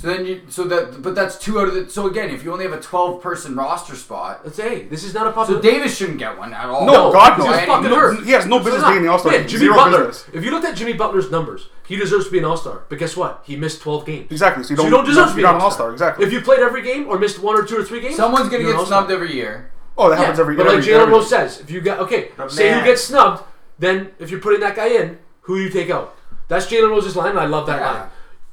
Speaker 4: So then you, so that, but that's two out of the. So again, if you only have a twelve-person roster spot,
Speaker 5: Let's say this is not a
Speaker 4: so
Speaker 5: popular.
Speaker 4: Davis shouldn't get one at all.
Speaker 3: No, God no.
Speaker 5: because
Speaker 4: By
Speaker 5: he's
Speaker 4: any
Speaker 5: fucking
Speaker 4: means.
Speaker 5: hurt.
Speaker 3: He has no business being in the All-Star
Speaker 5: Yeah,
Speaker 3: team.
Speaker 5: Jimmy
Speaker 3: Zero
Speaker 5: Butler.
Speaker 3: business.
Speaker 5: If you looked at Jimmy Butler's numbers, he deserves to be an All Star. But guess what? He missed 12 games.
Speaker 3: Exactly. So you
Speaker 5: So
Speaker 3: don't,
Speaker 5: you don't deserve to be
Speaker 3: you're not
Speaker 5: an
Speaker 3: an All Star.
Speaker 5: all-star.
Speaker 3: Exactly.
Speaker 5: If you played every game or missed one or two or three games,
Speaker 4: Someone's gonna
Speaker 5: you're an
Speaker 4: get
Speaker 5: All-Star.
Speaker 4: snubbed every year.
Speaker 3: oh, that happens
Speaker 4: Yeah,
Speaker 3: every.
Speaker 5: But
Speaker 3: every,
Speaker 5: like Jalen
Speaker 3: every-
Speaker 5: Rose says, if you got okay,
Speaker 2: The
Speaker 5: say
Speaker 2: man.
Speaker 5: you get snubbed, then if you're putting that guy in, who do you take out? That's Jalen Rose's line, and I love that
Speaker 4: Yeah.
Speaker 5: line.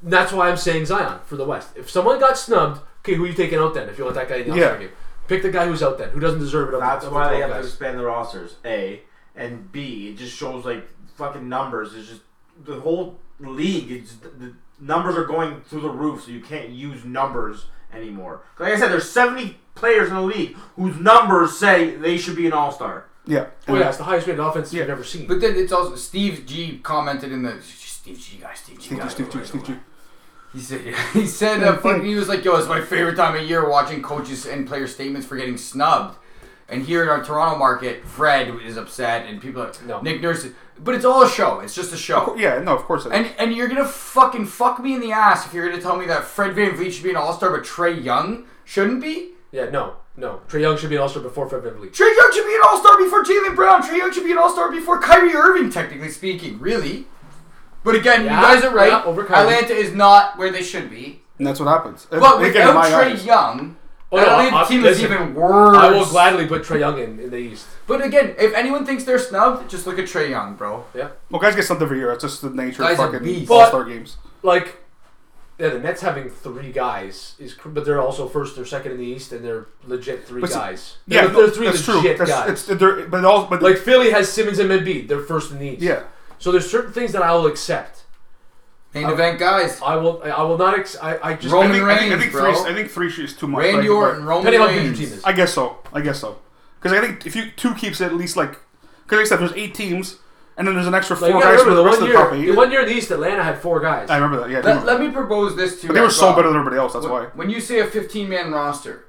Speaker 5: that's why I'm saying Zion for the West. If someone got snubbed, okay, who you taking out then? If you want that guy in the
Speaker 3: Yeah.
Speaker 5: All-Star game, pick the guy who's out then, who doesn't deserve it. of the-
Speaker 2: That's
Speaker 5: of the
Speaker 2: why they
Speaker 5: 12
Speaker 2: have to
Speaker 5: guys.
Speaker 2: expand the rosters. A and B. It just shows like fucking numbers. It's just the whole league. It's the numbers are going through the roof, so you can't use numbers anymore. Like I said, there's 70 players in the league whose numbers say they should be an All Star.
Speaker 3: Yeah.
Speaker 5: Oh yeah, it's the highest rated offense you've ever seen.
Speaker 4: But then it's also Steve G commented in the Steve G guy, Steve G
Speaker 3: Steve
Speaker 4: guy.
Speaker 3: G, Steve G, Steve G.
Speaker 4: He said (laughs) he
Speaker 3: (laughs)
Speaker 4: said uh, fucking, he was like, yo, it's my favorite time of year watching coaches and player statements for getting snubbed. And here in our Toronto market, Fred is upset and people are
Speaker 5: No.
Speaker 4: Nick Nurse, is- but it's all a show. It's just a show.
Speaker 3: Yeah, no, of course. I
Speaker 4: And, and you're gonna fucking fuck me in the ass if you're gonna tell me that Fred Van Vliet should be an All Star but Trey Young shouldn't be.
Speaker 5: yeah, no, no. Trey Young should be an All-Star before Fred VanVleet.
Speaker 4: Trey Young should be an All Star before Jalen Brown. Trey Young should be an All Star before Kyrie Irving, technically speaking, really. But again,
Speaker 5: Yeah,
Speaker 4: you guys are right.
Speaker 5: yeah, over Kyrie.
Speaker 4: Atlanta is not where they should be.
Speaker 3: and that's what happens.
Speaker 4: But
Speaker 3: They get in
Speaker 4: without
Speaker 3: my
Speaker 4: Trey
Speaker 3: eyes.
Speaker 4: Young,
Speaker 5: Oh,
Speaker 4: I
Speaker 5: no,
Speaker 4: Atlanta
Speaker 5: I-
Speaker 4: team is
Speaker 5: listen,
Speaker 4: even worse.
Speaker 5: I will gladly put Trey Young in, in the East.
Speaker 4: But again, if anyone thinks they're snubbed, just look at Trey Young, bro.
Speaker 5: Yeah,
Speaker 3: Well, guys get something for you. It's just the nature
Speaker 4: Guy's a
Speaker 3: of fucking
Speaker 4: beast.
Speaker 3: All Star games.
Speaker 5: like yeah, the Nets having three guys is, cr- but they're also first or second in the East, and they're legit three
Speaker 3: But see-
Speaker 5: guys.
Speaker 3: Yeah,
Speaker 5: they're, they're three
Speaker 3: that's true.
Speaker 5: legit
Speaker 3: That's,
Speaker 5: guys.
Speaker 3: it's, they're, but all, but
Speaker 5: like Philly has Simmons and Embiid. They're first in the East.
Speaker 3: yeah,
Speaker 5: So there's certain things that I will accept. Uh,
Speaker 4: Main event guys.
Speaker 5: I will. I will not. Ex- I, I just.
Speaker 4: Roman
Speaker 3: I think, I think, I
Speaker 4: Reigns,
Speaker 3: think
Speaker 4: bro.
Speaker 3: three. I think three is too much.
Speaker 4: Randy
Speaker 3: but-
Speaker 4: Orton,
Speaker 3: but-
Speaker 4: Roman
Speaker 5: Depending on who your
Speaker 4: Reigns.
Speaker 5: team is.
Speaker 3: I guess so. I guess so. Because I think if you two keeps at least like, because like I said, there's eight teams, and then there's an extra four
Speaker 5: Like, you gotta
Speaker 3: guys for
Speaker 5: remember
Speaker 3: the rest of
Speaker 5: one
Speaker 3: the top
Speaker 5: year, the one
Speaker 3: eight.
Speaker 5: year in the East, Atlanta had four guys.
Speaker 3: I remember that. Yeah, I do
Speaker 4: Let,
Speaker 3: remember
Speaker 4: let
Speaker 3: that.
Speaker 4: me propose this to you.
Speaker 3: They were
Speaker 4: as
Speaker 3: so
Speaker 4: well.
Speaker 3: better than everybody else. That's why.
Speaker 4: When- When you say a 15 man roster,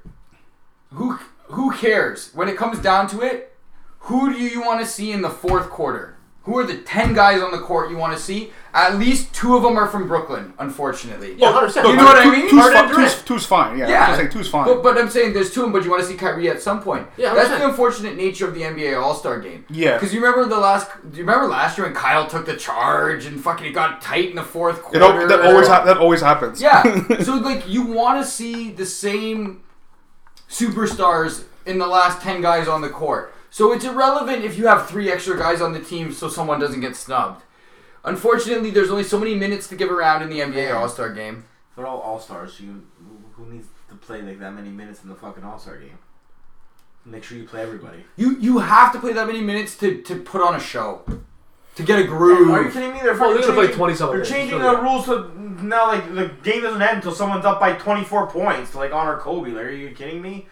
Speaker 4: who who cares? When it comes down to it, who do you want to see in the fourth quarter? Who are the 10 guys on the court you want to see? At least two of them are from Brooklyn, unfortunately.
Speaker 5: yeah, hundred percent.
Speaker 4: you know what I
Speaker 3: Two-
Speaker 4: mean?
Speaker 3: Two's,
Speaker 4: Harden
Speaker 3: fi-
Speaker 4: and
Speaker 3: two's-
Speaker 4: Durant.
Speaker 3: two's fine. Yeah,
Speaker 4: Yeah.
Speaker 3: I'm saying two's fine.
Speaker 4: But, but I'm saying there's two, but you want to see Kyrie at some point.
Speaker 5: Yeah,
Speaker 4: that's the
Speaker 5: 100%.
Speaker 4: unfortunate nature of the NBA All Star game.
Speaker 3: Yeah.
Speaker 4: because you remember the last. Do you remember last year when Kyle took the charge and fucking it got tight in the fourth
Speaker 3: It
Speaker 4: quarter?
Speaker 3: al- that always ha- that always happens.
Speaker 2: (laughs)
Speaker 4: Yeah. so like you want to see the same superstars in the last 10 guys on the court. So it's irrelevant if you have 3 extra guys on the team so someone doesn't get snubbed. Unfortunately, there's only so many minutes to give around in the NBA All-Star game.
Speaker 2: They're all All Stars. You who- who needs to play like that many minutes in the fucking All Star game? Make sure you play everybody.
Speaker 4: You you have to play that many minutes to, to put on a show. To get
Speaker 2: Are
Speaker 4: a
Speaker 2: you
Speaker 4: groove.
Speaker 2: kidding me? They're
Speaker 5: Well,
Speaker 2: fucking
Speaker 5: Oh, they're gonna play
Speaker 2: changing-
Speaker 5: 20-something
Speaker 2: They're
Speaker 5: games,
Speaker 2: changing
Speaker 5: surely.
Speaker 2: the rules to now like the game doesn't end until someone's up by 24 points to like honor Kobe. Like, are you kidding me?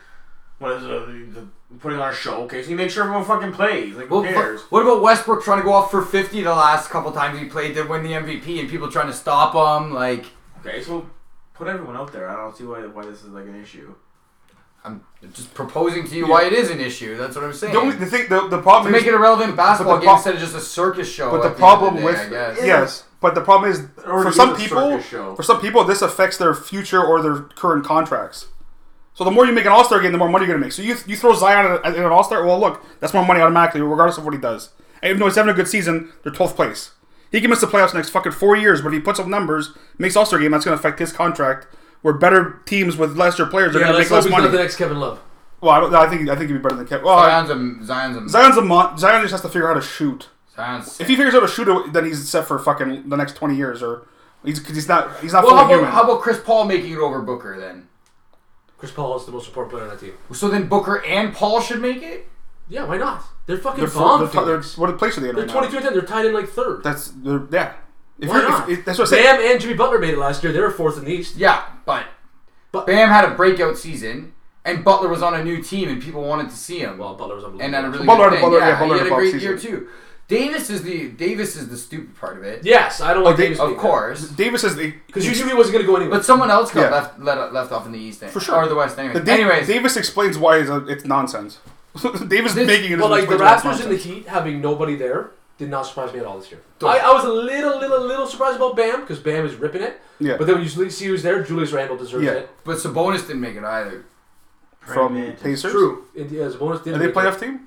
Speaker 2: What is uh, the, putting on a show? Okay, so you make sure everyone fucking plays. Like who
Speaker 4: Well,
Speaker 2: cares?
Speaker 4: fu- what about Westbrook trying to go off for 50 the last couple times he played to win the MVP and people trying to stop him like
Speaker 2: Okay, so put everyone out there. I don't see why why this is like an issue.
Speaker 4: I'm just proposing to you why it is an issue. That's what I'm saying.
Speaker 3: (laughs) The only the thing the, the problem
Speaker 4: to make
Speaker 3: is
Speaker 4: it a relevant basketball
Speaker 3: but the
Speaker 4: game
Speaker 3: pro-
Speaker 4: instead of just a circus show.
Speaker 3: But
Speaker 4: Oh, at
Speaker 3: the
Speaker 4: end
Speaker 3: problem
Speaker 4: of the
Speaker 3: with
Speaker 4: day, I guess.
Speaker 3: yes, but the problem is
Speaker 2: already
Speaker 3: for some
Speaker 2: is a
Speaker 3: people,
Speaker 2: circus show.
Speaker 3: for some people, this affects their future or their current contracts. So the more you make an All Star game, the more money you're gonna make. So you you throw Zion in in an All Star, well, look, that's more money automatically, regardless of what he does. And even though he's having a good season, they're twelfth place. He can miss the playoffs next fucking four years, but if he puts up numbers, makes All Star game, that's gonna affect his contract. Where better teams with lesser players are
Speaker 5: yeah,
Speaker 3: gonna
Speaker 5: let's
Speaker 3: make
Speaker 5: hope
Speaker 3: less
Speaker 5: he's not the
Speaker 3: money.
Speaker 5: next Kevin Love.
Speaker 3: Well, I, don't, I think I think he'd be better than Kevin. Well, I-
Speaker 4: Zion's a Zion's a
Speaker 3: Zion's a mon- Zion just has to figure out how to shoot.
Speaker 4: Zion's.
Speaker 3: If he figures out a shooter, then he's set for fucking the next twenty years, or he's because he's not he's not
Speaker 4: well,
Speaker 3: fully
Speaker 4: how about,
Speaker 3: human.
Speaker 4: how about Chris Paul making it over Booker then?
Speaker 5: Chris Paul is the most important player on that team.
Speaker 4: So then Booker and Paul should make it.
Speaker 5: Yeah, why not? They're fucking
Speaker 3: they're,
Speaker 5: bomb.
Speaker 3: they're, they're,
Speaker 5: Phoenix.
Speaker 3: what place are they in
Speaker 5: They're
Speaker 3: right
Speaker 5: twenty-two
Speaker 3: now?
Speaker 5: and ten. They're tied in like third.
Speaker 3: That's they're, yeah. If
Speaker 5: why
Speaker 3: you're-
Speaker 5: not?
Speaker 3: if- if- that's what I say.
Speaker 5: Bam and Jimmy Butler made it last year. They were fourth in the East.
Speaker 4: Yeah, but,
Speaker 5: But-
Speaker 4: Bam had a breakout season, and Butler was on a new team, and people wanted to see him.
Speaker 5: Well, Butler was
Speaker 4: and had a
Speaker 5: unbelievable.
Speaker 4: really
Speaker 3: Butler had a-
Speaker 4: good thing.
Speaker 3: Butler-
Speaker 4: yeah,
Speaker 3: yeah, Butler
Speaker 4: he
Speaker 3: had
Speaker 4: had
Speaker 3: a
Speaker 4: a
Speaker 3: bomb
Speaker 4: great
Speaker 3: season.
Speaker 4: year too. Davis is the Davis is the stupid part of it.
Speaker 5: yes, I don't like
Speaker 3: they-
Speaker 5: Davis.
Speaker 4: Oh, of course.
Speaker 3: Davis is the
Speaker 5: because you knew he wasn't going to go anywhere.
Speaker 4: But someone else
Speaker 3: Yeah.
Speaker 4: got left, let, left off in the East,
Speaker 3: For sure.
Speaker 4: or the West anyway.
Speaker 3: the Da-
Speaker 4: Anyways,
Speaker 3: Davis explains why it's, a, it's nonsense. (laughs) Davis
Speaker 4: This-
Speaker 3: making it.
Speaker 5: But like the
Speaker 3: explains why it's
Speaker 5: Raptors and the
Speaker 3: nonsense.
Speaker 5: Heat having nobody there did not surprise me at all this year. I, I was a little, little, little surprised about Bam because Bam is ripping it.
Speaker 3: Yeah.
Speaker 5: But then when you see who's there, Julius Randle deserves
Speaker 3: Yeah.
Speaker 5: it.
Speaker 4: but Sabonis didn't make it either.
Speaker 3: from
Speaker 2: Mantis.
Speaker 3: Pacers.
Speaker 5: True. India as a bonus did
Speaker 3: Are they
Speaker 5: make
Speaker 3: playoff
Speaker 5: it.
Speaker 3: team?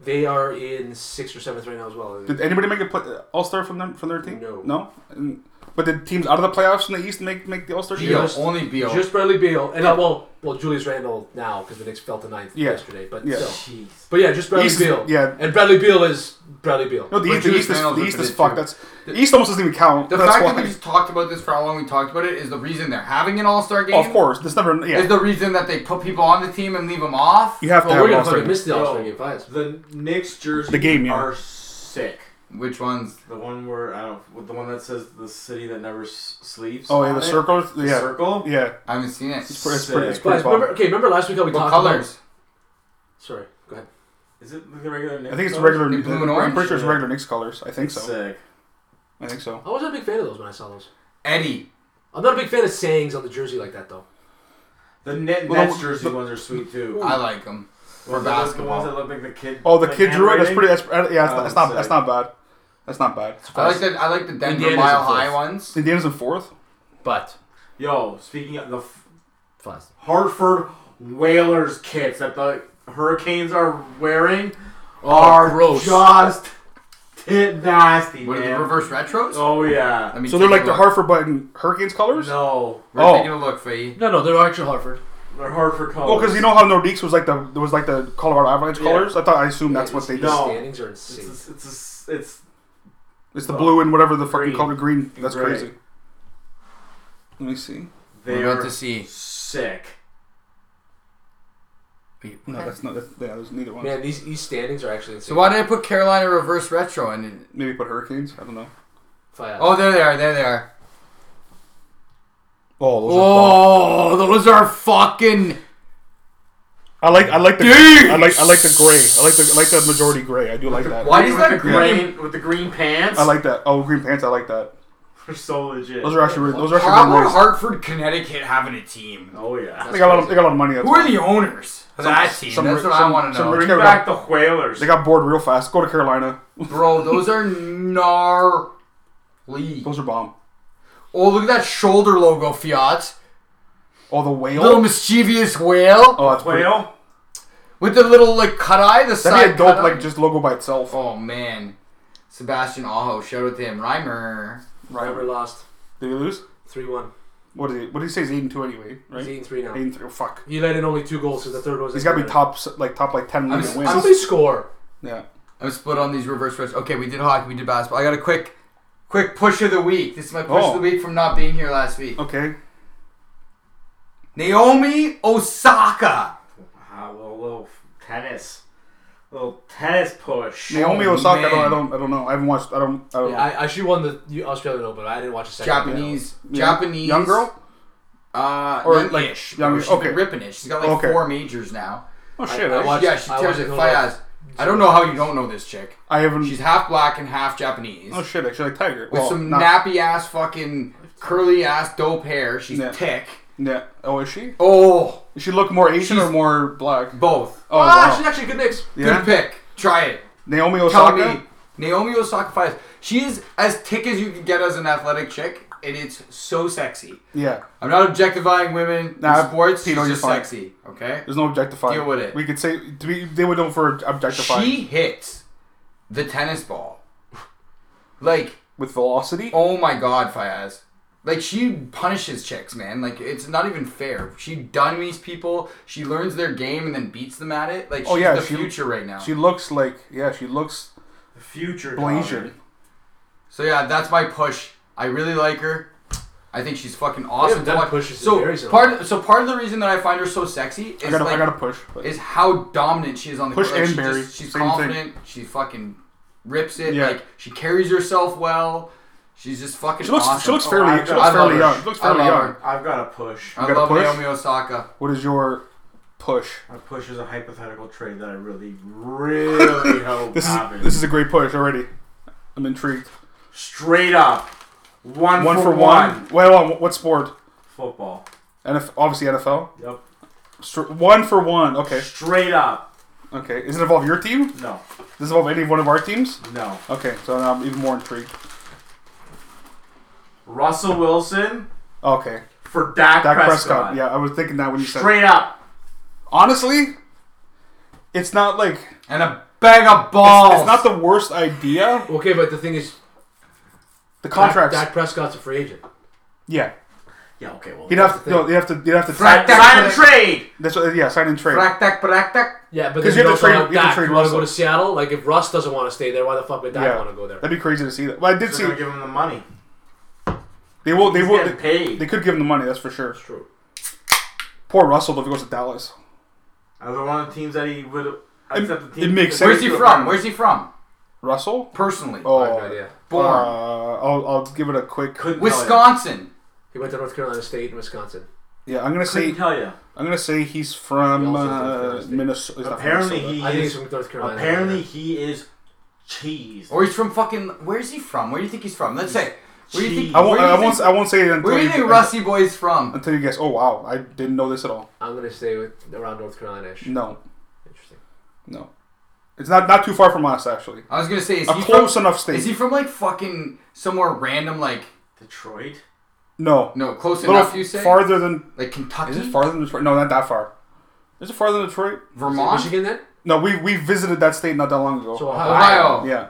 Speaker 5: They are in sixth or seventh right now as well.
Speaker 3: Did anybody make a play, All Star from them from their team?
Speaker 5: No.
Speaker 3: No. And But the teams out of the playoffs in the East make make the All Star
Speaker 5: Yeah.
Speaker 3: game.
Speaker 4: Beal,
Speaker 5: Just-
Speaker 4: only Beal.
Speaker 5: Just Bradley Beal, and uh, well, well, Julius Randle now because the Knicks fell to ninth
Speaker 3: Yeah.
Speaker 5: yesterday. But
Speaker 3: Yeah.
Speaker 5: still,
Speaker 2: Jeez.
Speaker 5: but yeah, just Bradley
Speaker 3: East is-
Speaker 5: Beal.
Speaker 3: yeah.
Speaker 5: and Bradley Beal is Bradley Beal.
Speaker 3: No, the
Speaker 4: But
Speaker 3: East, the
Speaker 4: Julius
Speaker 3: East is
Speaker 4: Randle's
Speaker 3: the
Speaker 4: looking
Speaker 3: East
Speaker 4: at
Speaker 3: is
Speaker 4: it
Speaker 3: fucked.
Speaker 4: too.
Speaker 3: That's the East almost doesn't even count.
Speaker 4: the
Speaker 3: That's
Speaker 4: fact
Speaker 3: why.
Speaker 4: that we just talked about this for how long we talked about it is the reason they're having an All Star game.
Speaker 3: Oh, of course, this never. Yeah,
Speaker 4: Is the reason that they put people on the team and leave them off?
Speaker 3: you have to
Speaker 5: Well,
Speaker 3: have
Speaker 5: Oh, we're
Speaker 3: an
Speaker 5: gonna
Speaker 3: All Star
Speaker 5: fucking
Speaker 3: game.
Speaker 5: miss the All Star
Speaker 2: Yo.
Speaker 5: game finals.
Speaker 2: The Knicks jerseys
Speaker 3: The game, yeah.
Speaker 2: are sick.
Speaker 4: Which ones?
Speaker 2: The one where I don't with the one that says the city that never s- sleeps.
Speaker 3: Oh yeah,
Speaker 2: on
Speaker 3: the
Speaker 2: it.
Speaker 3: circles.
Speaker 2: The
Speaker 3: Yeah,
Speaker 2: circle.
Speaker 3: yeah.
Speaker 4: I haven't seen it.
Speaker 3: It's pretty. It's pretty. It's
Speaker 2: Sick.
Speaker 3: pretty
Speaker 5: Guys,
Speaker 3: bomb.
Speaker 5: remember, okay, remember last week how we
Speaker 4: What
Speaker 5: talked
Speaker 4: colors?
Speaker 5: About, sorry, go ahead.
Speaker 2: Is it the regular? Knicks
Speaker 3: I think it's
Speaker 2: colors?
Speaker 3: regular.
Speaker 4: They blue
Speaker 3: I'm
Speaker 4: and orange?
Speaker 3: pretty sure it's
Speaker 2: Yeah.
Speaker 3: regular Knicks colors. I think
Speaker 2: It's
Speaker 3: so.
Speaker 2: Sick.
Speaker 3: I think so.
Speaker 5: I wasn't a big fan of those when I saw those.
Speaker 4: Eddie.
Speaker 5: I'm not a big fan of sayings on the jersey like that though.
Speaker 2: The net,
Speaker 3: Well,
Speaker 2: Nets
Speaker 3: the-
Speaker 2: jersey ones are sweet too.
Speaker 4: I like them.
Speaker 2: Well,
Speaker 4: for
Speaker 2: the- the
Speaker 4: basketball.
Speaker 2: ones that look like the kid.
Speaker 3: Oh, the
Speaker 2: like
Speaker 3: kid drew it. That's
Speaker 2: handwriting.
Speaker 3: pretty. That's, uh, yeah,
Speaker 2: Oh,
Speaker 3: that's, that's not.
Speaker 2: sick.
Speaker 3: That's not bad. That's not bad.
Speaker 4: I like the I like the Denver
Speaker 5: Indiana's
Speaker 4: Mile
Speaker 5: in fourth.
Speaker 4: High ones.
Speaker 3: Indiana's in fourth.
Speaker 5: But
Speaker 2: Yo, speaking of the f-
Speaker 5: fast.
Speaker 2: Hartford Whalers kits that the Hurricanes are wearing,
Speaker 4: Oh,
Speaker 2: are
Speaker 5: gross.
Speaker 2: just tit nasty,
Speaker 4: What are the
Speaker 2: man.
Speaker 4: reverse retros?
Speaker 2: Oh yeah.
Speaker 4: Let me
Speaker 3: So they're
Speaker 4: take a
Speaker 3: like the
Speaker 4: look.
Speaker 3: Hartford Button Hurricanes colors.
Speaker 2: No,
Speaker 4: We're
Speaker 3: Oh.
Speaker 4: taking a look, Faye.
Speaker 5: No, no, they're actually Hartford.
Speaker 2: they're Hartford colors.
Speaker 3: Well, because you know how Nordiques was like the was like the Colorado Avalanche
Speaker 2: Yeah.
Speaker 3: colors. I thought I assumed that's what they
Speaker 5: These
Speaker 3: did.
Speaker 2: No.
Speaker 5: standings are
Speaker 2: it's
Speaker 5: insane.
Speaker 2: a, it's a, it's
Speaker 3: It's the
Speaker 2: No.
Speaker 3: blue and whatever the fucking
Speaker 2: Green.
Speaker 3: color green. That's
Speaker 2: Gray.
Speaker 3: crazy. Let me see.
Speaker 2: they
Speaker 4: We're
Speaker 2: are
Speaker 4: about to see.
Speaker 2: sick.
Speaker 4: Wait,
Speaker 3: No, that's not. That's, yeah, there's neither one.
Speaker 5: Man, these East standings are actually insane.
Speaker 4: So why did I put Carolina reverse retro in? it?
Speaker 3: Maybe put Hurricanes. I don't know.
Speaker 5: Fast.
Speaker 4: Oh, there they are. There they are.
Speaker 3: Oh, those
Speaker 4: Oh, those are fucking.
Speaker 3: I like. I like the.
Speaker 4: Dude!
Speaker 3: I like. I like the gray. I like the. I like the majority gray. I do like that.
Speaker 4: Why is
Speaker 2: With the
Speaker 4: that green?
Speaker 2: green with the green pants?
Speaker 3: I like that. Oh, green pants. I like that.
Speaker 2: They're so legit.
Speaker 3: Those are actually. Really, those are
Speaker 4: How
Speaker 3: actually. Really
Speaker 4: about
Speaker 3: nice.
Speaker 4: Hartford, Connecticut having a team?
Speaker 2: Oh yeah.
Speaker 3: They got a lot. Of, they got a lot of money. That's
Speaker 4: Who
Speaker 3: why.
Speaker 4: are the owners of that team?
Speaker 3: some
Speaker 4: That's
Speaker 3: rich-
Speaker 4: what I
Speaker 3: some-
Speaker 4: want to
Speaker 3: some
Speaker 4: know.
Speaker 3: rich-
Speaker 2: Bring back the Whalers.
Speaker 3: They got bored real fast. Go to Carolina.
Speaker 4: Bro, those are gnarly.
Speaker 3: Those are bomb.
Speaker 4: Oh, look at that shoulder logo, Fiat.
Speaker 3: Oh, the whale.
Speaker 4: Little mischievous whale
Speaker 3: oh, that's pretty.
Speaker 2: Whale.
Speaker 4: with the little like cut eye, the side.
Speaker 3: That'd be a dope
Speaker 4: cut eye.
Speaker 3: like just logo by itself.
Speaker 4: Oh man, Sebastian Aho. Shout out to him, Reimer.
Speaker 5: Hartford lost
Speaker 3: Did he lose?
Speaker 5: three one.
Speaker 3: What did he? What did he say? He's eight and two anyway, right?
Speaker 5: He's eight and three
Speaker 3: Eight
Speaker 5: now.
Speaker 3: and three. Oh, fuck.
Speaker 5: He let in only two goals because the third one was.
Speaker 3: He's got to be
Speaker 5: Atlanta.
Speaker 3: top s- like top like ten
Speaker 4: s-
Speaker 3: league wins.
Speaker 4: I'm
Speaker 5: Somebody score.
Speaker 3: yeah.
Speaker 4: I'm split on these reverse stretch. Okay, we did hockey, we did basketball. I got a quick, quick push of the week. This is my push
Speaker 3: Oh.
Speaker 4: of the week from not being here last week.
Speaker 3: Okay.
Speaker 4: Naomi Osaka.
Speaker 2: Wow, Ah, little, little tennis, little tennis push.
Speaker 3: Naomi
Speaker 4: Oh,
Speaker 3: Osaka. I don't, I
Speaker 4: man.
Speaker 3: don't. I don't know. I haven't watched. I don't. I don't.
Speaker 5: Yeah,
Speaker 3: know.
Speaker 5: I, I she won the U- Australian Open. but I didn't watch a second.
Speaker 4: Japanese,
Speaker 3: Yeah.
Speaker 4: Japanese
Speaker 3: Young girl.
Speaker 4: Uh,
Speaker 3: Or,
Speaker 4: or
Speaker 3: like,
Speaker 4: youngish.
Speaker 3: young-
Speaker 4: Bro, she's been
Speaker 3: okay.
Speaker 4: ripping it. She's got like
Speaker 3: Okay.
Speaker 4: four majors now.
Speaker 3: Oh
Speaker 5: I-
Speaker 3: shit.
Speaker 5: I
Speaker 3: I,
Speaker 5: watched-
Speaker 4: yeah, she
Speaker 5: I
Speaker 4: tears
Speaker 5: watched
Speaker 4: it
Speaker 5: the
Speaker 4: flat
Speaker 5: whole-
Speaker 4: ass. I don't know how you don't know this chick.
Speaker 3: I haven't.
Speaker 4: She's half black and half Japanese.
Speaker 3: oh shit. Actually, like Tiger.
Speaker 4: with
Speaker 3: well,
Speaker 4: some
Speaker 3: not,
Speaker 4: nappy ass fucking curly ass dope hair. She's
Speaker 3: Yeah.
Speaker 4: thick.
Speaker 3: Yeah. Oh, is she?
Speaker 4: Oh,
Speaker 3: Does she look more Asian or
Speaker 4: She's-
Speaker 3: more black?
Speaker 4: both.
Speaker 3: Oh
Speaker 5: Ah,
Speaker 3: wow.
Speaker 5: she's actually a good mix.
Speaker 3: yeah.
Speaker 4: Good pick. Try it.
Speaker 3: Naomi
Speaker 4: Tell
Speaker 3: Osaka.
Speaker 4: me, Naomi Osaka fights. She is as thick as you can get as an athletic chick, and it's so sexy.
Speaker 3: Yeah.
Speaker 4: I'm not objectifying women
Speaker 3: Nah,
Speaker 4: in sports.
Speaker 3: Pino,
Speaker 4: she's
Speaker 3: you're
Speaker 4: just
Speaker 3: fine.
Speaker 4: sexy. Okay.
Speaker 3: There's no objectifying.
Speaker 4: Deal with it.
Speaker 3: We could say to be, they would know for objectifying
Speaker 4: She hits the tennis ball like
Speaker 3: with velocity.
Speaker 4: Oh my god, Fayaz. Like she punishes chicks, man. Like it's not even fair. She dummies people. She learns their game and then beats them at it. Like she's
Speaker 3: Oh, yeah,
Speaker 4: the
Speaker 3: she-
Speaker 4: future right now.
Speaker 3: She looks like yeah. She looks
Speaker 2: The future.
Speaker 3: Blasian.
Speaker 4: so yeah, that's my push. I really like her. I think she's fucking awesome.
Speaker 5: haven't
Speaker 4: to
Speaker 5: done
Speaker 4: watch.
Speaker 5: pushes in
Speaker 4: so
Speaker 5: very so
Speaker 4: part so part of the reason that I find her so sexy is
Speaker 3: I gotta.
Speaker 4: like
Speaker 3: I gotta push. But
Speaker 4: is how dominant she is on the
Speaker 3: Push
Speaker 4: court. Like,
Speaker 3: and
Speaker 4: she
Speaker 3: bury.
Speaker 4: just- she's
Speaker 3: Same thing.
Speaker 4: confident. She fucking rips it.
Speaker 3: Yeah.
Speaker 4: Like she carries herself well. She's just fucking.
Speaker 3: she looks. She
Speaker 4: awesome.
Speaker 3: looks fairly.
Speaker 2: I
Speaker 3: she
Speaker 2: love
Speaker 3: looks fairly
Speaker 4: Oh, her.
Speaker 3: young. She looks
Speaker 4: I
Speaker 3: fairly
Speaker 4: love
Speaker 3: young.
Speaker 4: her.
Speaker 2: I've got a push.
Speaker 4: I
Speaker 3: gotta
Speaker 4: love
Speaker 3: push.
Speaker 4: Naomi Osaka.
Speaker 3: What is your push?
Speaker 2: My push is a hypothetical trade that I really,
Speaker 3: (coughs)
Speaker 2: really hope
Speaker 3: This is
Speaker 2: happens.
Speaker 3: this is a great push already. I'm intrigued.
Speaker 2: Straight up, one,
Speaker 3: One
Speaker 2: for,
Speaker 3: for
Speaker 2: one.
Speaker 3: one. Wait, hold on. What sport?
Speaker 2: Football.
Speaker 3: NF, obviously NFL.
Speaker 2: Yep.
Speaker 3: Str- One for one. Okay.
Speaker 2: Straight up.
Speaker 3: Okay. Does it involve your team?
Speaker 2: No,
Speaker 3: Does it involve any one of our teams?
Speaker 2: no.
Speaker 3: Okay. So now I'm even more intrigued.
Speaker 2: Russell Wilson
Speaker 3: Okay.
Speaker 2: for Dak,
Speaker 3: Dak
Speaker 2: Prescott.
Speaker 3: Prescott. Yeah, I was thinking that when you said.
Speaker 2: Straight up.
Speaker 3: Honestly, it's not like it's,
Speaker 4: and a bag of balls.
Speaker 3: it's not the worst idea.
Speaker 5: Okay, but the thing is,
Speaker 3: The contracts.
Speaker 5: Dak, Dak Prescott's a free agent.
Speaker 3: yeah.
Speaker 2: Yeah, okay, well.
Speaker 3: You'd have to. No, you have to. You'd have to.
Speaker 4: Sign-
Speaker 3: That's
Speaker 2: Sign
Speaker 4: Dak-
Speaker 2: and trade!
Speaker 3: what, yeah. Sign and trade.
Speaker 4: Brack tack, brack tack.
Speaker 5: Yeah, but
Speaker 3: 'Cause
Speaker 5: then
Speaker 3: you have
Speaker 5: you,
Speaker 3: to
Speaker 5: also
Speaker 3: trade-
Speaker 5: have
Speaker 3: you have to
Speaker 5: Dak.
Speaker 3: trade
Speaker 5: You want to
Speaker 3: Russell.
Speaker 5: go to Seattle? Like if Russ doesn't want to stay there, why the fuck would Dak
Speaker 3: Yeah.
Speaker 5: want to go there?
Speaker 3: That'd be crazy to see that. But I did
Speaker 2: They're
Speaker 3: see
Speaker 2: going to give him the money.
Speaker 3: they will. They
Speaker 2: He's
Speaker 3: will.
Speaker 2: getting
Speaker 3: They,
Speaker 2: paid.
Speaker 3: they could give him the money. That's for sure.
Speaker 5: True.
Speaker 3: Poor Russell though, if he goes to Dallas.
Speaker 2: Another one of the teams that he would
Speaker 3: It,
Speaker 2: accept the
Speaker 3: it
Speaker 2: team.
Speaker 3: makes sense.
Speaker 4: Where's he from? Where's he from?
Speaker 3: Russell?
Speaker 4: Personally.
Speaker 3: Oh,
Speaker 5: I have no idea.
Speaker 4: Born.
Speaker 3: Uh, I'll, I'll give it a quick.
Speaker 2: Couldn't Tell
Speaker 4: Wisconsin.
Speaker 5: He went to North Carolina State and Wisconsin.
Speaker 3: Yeah, I'm gonna
Speaker 2: you. Couldn't
Speaker 3: say
Speaker 2: tell you.
Speaker 3: I'm gonna say he's
Speaker 5: He
Speaker 3: from
Speaker 5: also from
Speaker 3: uh,
Speaker 5: Tennessee.
Speaker 3: Minnesota.
Speaker 2: Apparently he
Speaker 5: I think he's
Speaker 2: is.
Speaker 5: from North Carolina.
Speaker 2: Apparently he is cheese.
Speaker 4: Or he's from fucking. Where's he from? Where do you think he's from? Let's say. Where do you think?
Speaker 3: I won't.
Speaker 4: where do
Speaker 3: I
Speaker 4: you
Speaker 3: won't.
Speaker 4: think-
Speaker 3: I won't say it until
Speaker 4: Where do you
Speaker 3: you,
Speaker 4: think Rusty Boy's from?
Speaker 3: until you guess. Oh wow, I didn't know this at all.
Speaker 5: I'm gonna stay with around North Carolina.
Speaker 3: No,
Speaker 5: Interesting.
Speaker 3: no, it's not not too far from us actually.
Speaker 4: I was gonna say is
Speaker 3: A
Speaker 4: he
Speaker 3: close
Speaker 4: from,
Speaker 3: enough state.
Speaker 4: Is he from like fucking somewhere random? Like
Speaker 2: Detroit?
Speaker 3: no,
Speaker 4: no, close
Speaker 3: little
Speaker 4: enough. You say
Speaker 3: farther than
Speaker 4: like Kentucky,
Speaker 3: is it farther than Detroit? No, not that far. Is it farther than Detroit?
Speaker 4: Vermont,
Speaker 5: Michigan then?
Speaker 3: No, we we visited that state not that long ago.
Speaker 5: So
Speaker 4: Ohio.
Speaker 3: yeah,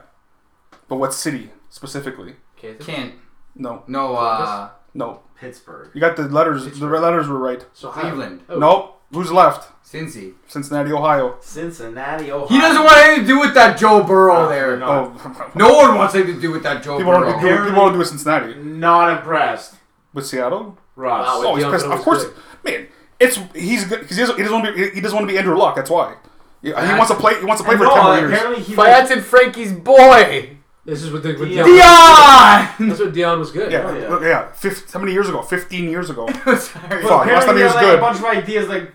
Speaker 3: but what city specifically?
Speaker 5: Kansas.
Speaker 4: Can't.
Speaker 3: No,
Speaker 4: No. uh...
Speaker 3: no.
Speaker 2: Pittsburgh.
Speaker 3: You got the letters. The letters were right.
Speaker 5: So Ohio.
Speaker 4: Cleveland,
Speaker 5: Oh.
Speaker 3: Nope. Who's left?
Speaker 4: Cincy.
Speaker 3: Cincinnati, Ohio.
Speaker 2: Cincinnati, Ohio.
Speaker 4: He doesn't want anything to do with that Joe Burrow there.
Speaker 2: No.
Speaker 3: Oh,
Speaker 4: No one wants anything to do with that Joe
Speaker 3: people
Speaker 4: Burrow.
Speaker 3: don't do it. People don't do it. Cincinnati
Speaker 2: Not impressed.
Speaker 3: with Seattle.
Speaker 2: Russ.
Speaker 5: Wow,
Speaker 3: Oh, he's
Speaker 5: Deion
Speaker 3: pissed. Of
Speaker 5: Phoenix
Speaker 3: course,
Speaker 5: good.
Speaker 3: man. It's he's good because he doesn't, he doesn't want to be he doesn't want to be Andrew Luck. That's why. Yeah, he
Speaker 4: That's-
Speaker 3: wants to play. He wants to play for
Speaker 2: no,
Speaker 3: ten more years.
Speaker 2: apparently he was,
Speaker 4: Fiat's Frankie's boy.
Speaker 5: This is what the, with
Speaker 2: Dion.
Speaker 3: (laughs)
Speaker 5: Dion.
Speaker 4: Dion.
Speaker 5: That's what Dion was good.
Speaker 3: Yeah,
Speaker 2: yeah.
Speaker 3: look, yeah. Fif- how many years ago? Fifteen years
Speaker 2: (laughs)
Speaker 3: ago.
Speaker 4: Sorry.
Speaker 3: Fuck. Last time he
Speaker 2: apparently he
Speaker 3: was
Speaker 2: had like a
Speaker 3: good.
Speaker 2: bunch of ideas like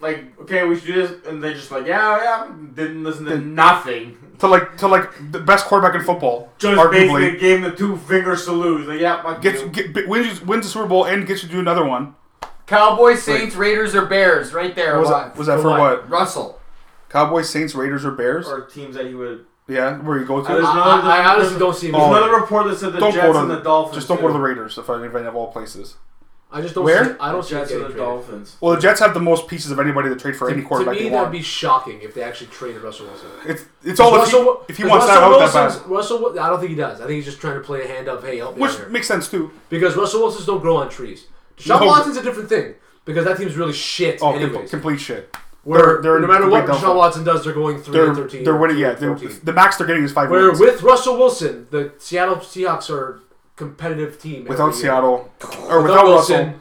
Speaker 2: like okay we should do this and they just like yeah yeah didn't listen to nothing.
Speaker 3: to like to like the best quarterback in football,
Speaker 2: Just basically
Speaker 3: arguably.
Speaker 2: gave him the two finger salute. Like yeah, fuck
Speaker 3: Gets
Speaker 2: you.
Speaker 3: get, bi- wins wins the Super Bowl and gets you to do another one.
Speaker 4: Cowboys, Saints, Raiders, or Bears? Right there.
Speaker 3: What was
Speaker 4: live.
Speaker 3: that? Was that
Speaker 5: For
Speaker 3: for
Speaker 5: what?
Speaker 3: what?
Speaker 4: Russell?
Speaker 3: Cowboys, Saints, Raiders, or Bears?
Speaker 2: or teams that he would.
Speaker 3: yeah, where you go
Speaker 2: I
Speaker 3: to?
Speaker 2: just-
Speaker 5: I, I- I honestly don't see him.
Speaker 2: There's
Speaker 3: Oh.
Speaker 2: another report that said the
Speaker 3: don't go
Speaker 2: Jets
Speaker 3: to
Speaker 2: and the Dolphins.
Speaker 3: Just don't go to
Speaker 2: too.
Speaker 3: the Raiders if I if I have all places.
Speaker 5: I just don't.
Speaker 3: Where?
Speaker 5: See, I don't see him
Speaker 2: Jets and the
Speaker 5: getting traded.
Speaker 2: Dolphins.
Speaker 3: Well, the Jets have the most pieces of anybody to trade for any
Speaker 5: To
Speaker 3: quarterback
Speaker 5: me,
Speaker 3: they
Speaker 5: that'd
Speaker 3: want.
Speaker 5: be shocking if they actually traded Russell Wilson.
Speaker 3: it's it's all if he,
Speaker 5: Russell-
Speaker 3: if he
Speaker 5: because
Speaker 3: wants that
Speaker 5: Russell
Speaker 3: out that bad.
Speaker 5: Wilson's- Russell, Wil- I don't think he does. I think he's just trying to play a hand of, hey, help me out
Speaker 3: Which
Speaker 5: here.
Speaker 3: makes sense too.
Speaker 5: because Russell Wilson's don't grow on trees. Deshaun
Speaker 3: No.
Speaker 5: Watson's a different thing because that team's really shit.
Speaker 3: Oh, com-
Speaker 5: anyways,
Speaker 3: complete shit.
Speaker 5: where
Speaker 3: they're-
Speaker 5: no matter what
Speaker 3: they're
Speaker 5: Deshaun
Speaker 3: dumb.
Speaker 5: Watson does, they're going three
Speaker 3: They're
Speaker 5: and thirteen.
Speaker 3: they're
Speaker 5: or
Speaker 3: winning.
Speaker 5: two
Speaker 3: Yeah,
Speaker 5: and
Speaker 3: they're,
Speaker 5: 14.
Speaker 3: the max they're getting is five
Speaker 5: Where
Speaker 3: wins.
Speaker 5: with Russell Wilson, the Seattle Seahawks are a competitive team.
Speaker 3: without
Speaker 5: every year.
Speaker 3: Seattle or
Speaker 5: without,
Speaker 3: without,
Speaker 5: Wilson,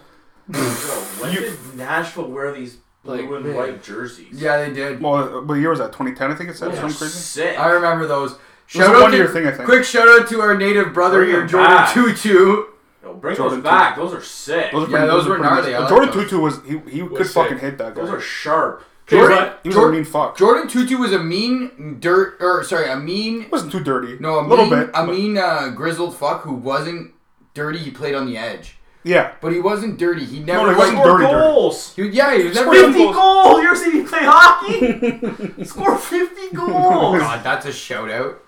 Speaker 3: Russell.
Speaker 2: Bro, when did Nashville wear these blue
Speaker 5: Like,
Speaker 2: and
Speaker 5: man.
Speaker 2: white jerseys?
Speaker 4: Yeah, they did.
Speaker 3: Well, uh, what year was that? 2010, I think it said.
Speaker 2: Those are
Speaker 3: Something crazy.
Speaker 2: sick.
Speaker 4: I remember those.
Speaker 3: was a one-year thing, I think.
Speaker 4: Quick shout out to our native brother
Speaker 2: Bring
Speaker 4: here,
Speaker 2: him
Speaker 4: Jordan
Speaker 2: back.
Speaker 4: Tutu.
Speaker 2: Yo, bring
Speaker 3: Jordan
Speaker 2: those back. Those are sick. Those
Speaker 3: are
Speaker 4: Yeah, those were
Speaker 3: pretty
Speaker 4: gnarly.
Speaker 3: nice.
Speaker 4: I like
Speaker 3: Jordan
Speaker 4: those.
Speaker 3: Tutu was he he could
Speaker 5: sick.
Speaker 3: fucking hit that guy.
Speaker 2: are sharp.
Speaker 4: Jordan,
Speaker 3: he was a
Speaker 4: Jordan,
Speaker 3: mean fuck.
Speaker 4: Jordan Tutu was a mean dirt, or sorry, a mean
Speaker 3: He wasn't too dirty.
Speaker 4: No, a
Speaker 3: a little
Speaker 4: mean,
Speaker 3: bit.
Speaker 4: A
Speaker 3: but-
Speaker 4: mean uh, grizzled fuck who wasn't dirty. He played on the edge,
Speaker 3: yeah,
Speaker 4: but he wasn't dirty. He never.
Speaker 3: No, no, he
Speaker 4: like,
Speaker 3: wasn't
Speaker 2: Score
Speaker 3: dirty, dirty.
Speaker 2: goals.
Speaker 4: he- yeah, he was never.
Speaker 3: Scored-
Speaker 2: 50 goals! You ever seen me play hockey? Score 50 goals!
Speaker 4: God, that's a shout out.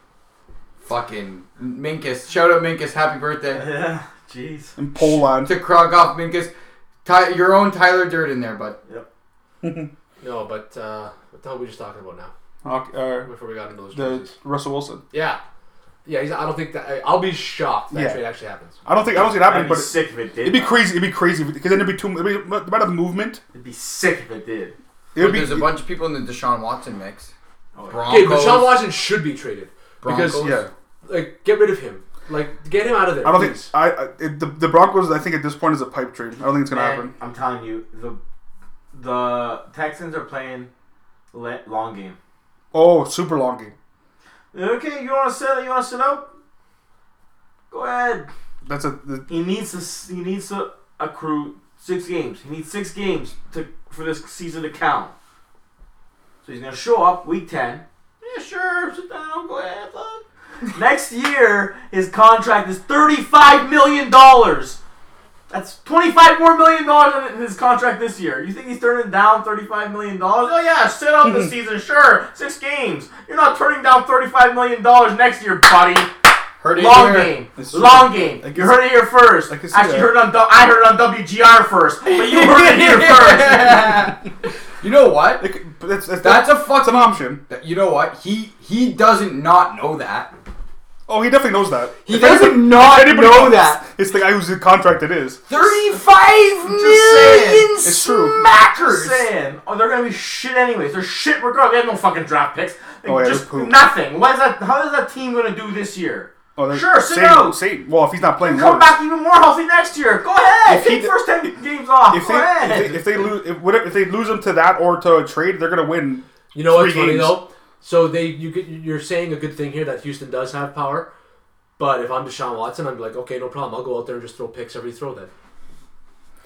Speaker 4: Fucking Minkus, shout out Minkus,
Speaker 2: (laughs)
Speaker 4: happy birthday
Speaker 2: Yeah, jeez.
Speaker 3: in Poland.
Speaker 4: to Krakoff Minkus. Ty, your own Tyler Dirt in there, bud.
Speaker 5: no, but uh, what the hell were we just talking about now?
Speaker 3: Hockey- uh,
Speaker 5: Before we got into those
Speaker 3: the
Speaker 5: jerseys,
Speaker 3: Russell Wilson.
Speaker 5: yeah, yeah. He's, I don't think that. I, I'll be shocked that
Speaker 3: Yeah.
Speaker 5: trade actually happens.
Speaker 3: I don't think I don't see it
Speaker 2: I'd
Speaker 3: happening,
Speaker 2: be
Speaker 3: but
Speaker 2: sick if it did.
Speaker 3: it'd be crazy. It'd be crazy because then it'd be too. It'd be, the amount of movement.
Speaker 2: It'd be sick if it did.
Speaker 3: It would be
Speaker 4: There's a bunch of people in the Deshaun Watson mix.
Speaker 2: Oh, yeah.
Speaker 5: Okay,
Speaker 4: Broncos,
Speaker 5: Deshaun Watson should be traded
Speaker 4: Broncos.
Speaker 5: because
Speaker 3: Yeah,
Speaker 5: like get rid of him. Like get him out of there.
Speaker 3: I don't think
Speaker 5: please.
Speaker 3: I, I it, the the Broncos. I think at this point is a pipe dream. I don't think it's gonna
Speaker 2: Man,
Speaker 3: happen.
Speaker 2: I'm telling you, the the Texans are playing le- long game.
Speaker 3: Oh, super long game.
Speaker 2: Okay, you want to sit? You want to sit out? Go ahead.
Speaker 3: That's a the,
Speaker 2: He needs to. s- He needs to accrue six games. He needs six games to for this season to count. So he's gonna show up week ten. Yeah, sure. Sit down. Go ahead. bud. Next year, his contract is thirty-five million dollars. That's twenty-five more million dollars than his contract this year. You think he's turning down thirty-five million dollars? Oh yeah, sit out this season. Sure, six games. You're not turning down thirty-five million dollars next year, buddy.
Speaker 4: Heard it
Speaker 2: Long
Speaker 4: here.
Speaker 2: game.
Speaker 3: It's
Speaker 2: Long
Speaker 3: true.
Speaker 2: game.
Speaker 3: I can see-
Speaker 2: You heard it here first.
Speaker 3: I can
Speaker 2: Actually,
Speaker 3: see that.
Speaker 2: heard it on W- I heard it on WGR first, but you heard it
Speaker 3: (laughs)
Speaker 2: here first.
Speaker 4: (laughs) you know what?
Speaker 3: it, could- but that's, that's,
Speaker 4: That's a
Speaker 3: that's an
Speaker 4: fucking.
Speaker 3: option.
Speaker 4: You know what? He he doesn't not know that.
Speaker 3: Oh, he definitely knows that.
Speaker 4: He doesn't not
Speaker 3: anybody
Speaker 4: know
Speaker 3: knows,
Speaker 4: that.
Speaker 3: It's the guy who's in contract. It is.
Speaker 4: Thirty-five
Speaker 2: saying.
Speaker 4: million
Speaker 3: It's true.
Speaker 4: smackers.
Speaker 2: saying, oh, they're gonna be shit anyways. They're shit regardless. They have no fucking draft picks. They
Speaker 3: Oh, yeah, they're
Speaker 2: just
Speaker 3: poop.
Speaker 2: nothing. What is that? How is that team gonna do this year?
Speaker 3: Oh, they're-
Speaker 2: sure, sit
Speaker 3: Satan,
Speaker 2: out.
Speaker 3: Satan. Well, if he's not playing,
Speaker 2: Come
Speaker 3: worse.
Speaker 2: back even more healthy next year. Go ahead.
Speaker 3: If he
Speaker 2: Take
Speaker 3: d-
Speaker 2: the first ten games off.
Speaker 3: If
Speaker 2: Go
Speaker 3: they, if
Speaker 2: ahead.
Speaker 3: they, if they lose if, whatever- if they lose him to that or to a trade, they're gonna win.
Speaker 5: You know what's
Speaker 3: Three
Speaker 5: funny
Speaker 3: games.
Speaker 5: though? So they you get, you're saying a good thing here that Houston does have power, but if I'm Deshaun Watson, I'm like, okay, no problem. I'll go out there and just throw picks every throw then.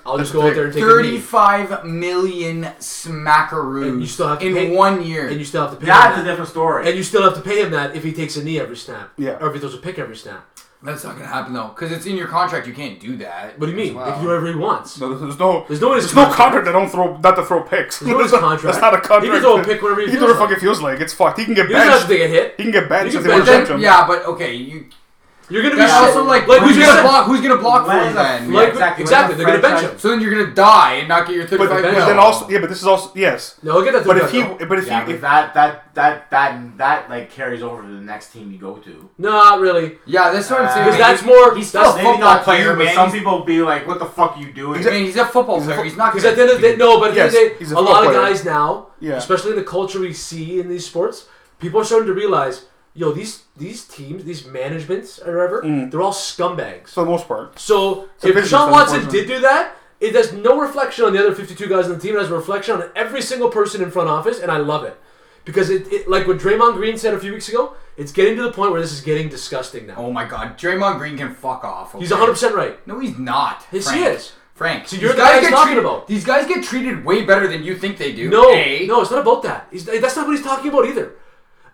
Speaker 5: I'll just
Speaker 3: That's
Speaker 5: go
Speaker 3: the
Speaker 5: out there and take a knee.
Speaker 4: Thirty-five million smackaroos
Speaker 5: And you still have to
Speaker 4: in
Speaker 5: pay-
Speaker 4: one year.
Speaker 5: and you still have to pay
Speaker 2: That's a
Speaker 5: him that.
Speaker 2: different story.
Speaker 5: and you still have to pay him that if he takes a knee every snap.
Speaker 3: Yeah.
Speaker 5: Or if he throws a pick every snap.
Speaker 4: That's not gonna happen though, because it's in your contract. You can't do that.
Speaker 5: What do you mean? They can do whatever he wants.
Speaker 3: No, there's no
Speaker 5: There's no in his
Speaker 3: there's no contract
Speaker 5: contract.
Speaker 3: that don't throw not to throw picks.
Speaker 5: There's no in his contract.
Speaker 3: That's not a contract.
Speaker 5: He can throw a pick whenever he
Speaker 3: He can
Speaker 5: feels
Speaker 3: throw a
Speaker 5: like.
Speaker 3: fucking feels like it's fucked. He can get
Speaker 5: He doesn't have
Speaker 3: benched.
Speaker 5: to take a hit.
Speaker 3: He can get benched
Speaker 5: You
Speaker 3: if
Speaker 5: can
Speaker 3: they
Speaker 4: But
Speaker 3: want
Speaker 5: bench
Speaker 3: to
Speaker 4: then-
Speaker 3: bench him.
Speaker 4: yeah, but okay, you.
Speaker 5: You're gonna be
Speaker 4: That's
Speaker 5: shit.
Speaker 4: also like,
Speaker 5: like we
Speaker 4: who's
Speaker 5: just
Speaker 4: gonna
Speaker 5: said.
Speaker 4: block? Who's gonna block for
Speaker 2: When
Speaker 4: you
Speaker 2: the-
Speaker 4: then?
Speaker 2: like-
Speaker 4: Yeah.
Speaker 2: exactly,
Speaker 5: exactly.
Speaker 2: when
Speaker 5: They're gonna
Speaker 2: the
Speaker 5: bench
Speaker 2: franchise-
Speaker 5: him.
Speaker 4: So then you're gonna die and not get your
Speaker 3: But,
Speaker 4: thirty-five
Speaker 3: but
Speaker 4: million.
Speaker 3: then also yeah, but this is also yes.
Speaker 5: No, he'll get that.
Speaker 3: But if he
Speaker 5: $35
Speaker 3: but if
Speaker 2: Yeah,
Speaker 3: he
Speaker 2: but
Speaker 3: if,
Speaker 2: that that that that that like carries over to the next team you go to.
Speaker 5: not really,
Speaker 4: yeah, that's what I'm saying.
Speaker 5: because
Speaker 4: He-
Speaker 5: Uh, that's more.
Speaker 2: He's still
Speaker 5: that's
Speaker 2: a
Speaker 4: maybe
Speaker 2: football
Speaker 4: not you,
Speaker 2: player,
Speaker 4: man.
Speaker 2: but some people be like, "What the fuck are you doing?"
Speaker 4: I mean, he's a football player. He's not
Speaker 5: Because
Speaker 4: gonna
Speaker 5: at the end of the day, no, but at
Speaker 3: Yes,
Speaker 5: the end of the
Speaker 3: he's
Speaker 5: day,
Speaker 3: a
Speaker 5: a, lot of
Speaker 3: football player.
Speaker 5: guys now,
Speaker 3: Yeah.
Speaker 5: especially in the culture we see in these sports, people are starting to realize, yo, these these teams, these managements or whatever, they're all scumbags.
Speaker 3: for the most part.
Speaker 5: So
Speaker 3: Mm. a
Speaker 5: if
Speaker 3: business,
Speaker 5: Deshaun Watson
Speaker 3: unfortunately.
Speaker 5: did do that, it has no reflection on the other 52 guys on the team. It has a reflection on every single person in front office, and I love it. Because it, it like what Draymond Green said a few weeks ago, it's getting to the point where this is getting disgusting now.
Speaker 4: Oh my God, Draymond Green can fuck off.
Speaker 5: He's
Speaker 4: okay?
Speaker 5: 100% right.
Speaker 4: No, he's not.
Speaker 5: Yes,
Speaker 4: Frank.
Speaker 5: he is.
Speaker 4: Frank.
Speaker 5: So you're
Speaker 4: These
Speaker 5: the guy he's
Speaker 4: get
Speaker 5: talking
Speaker 4: treated-
Speaker 5: about.
Speaker 4: These guys get treated way better than you think they do.
Speaker 5: No,
Speaker 4: A.
Speaker 5: no, it's not about that. He's, that's not what he's talking about either.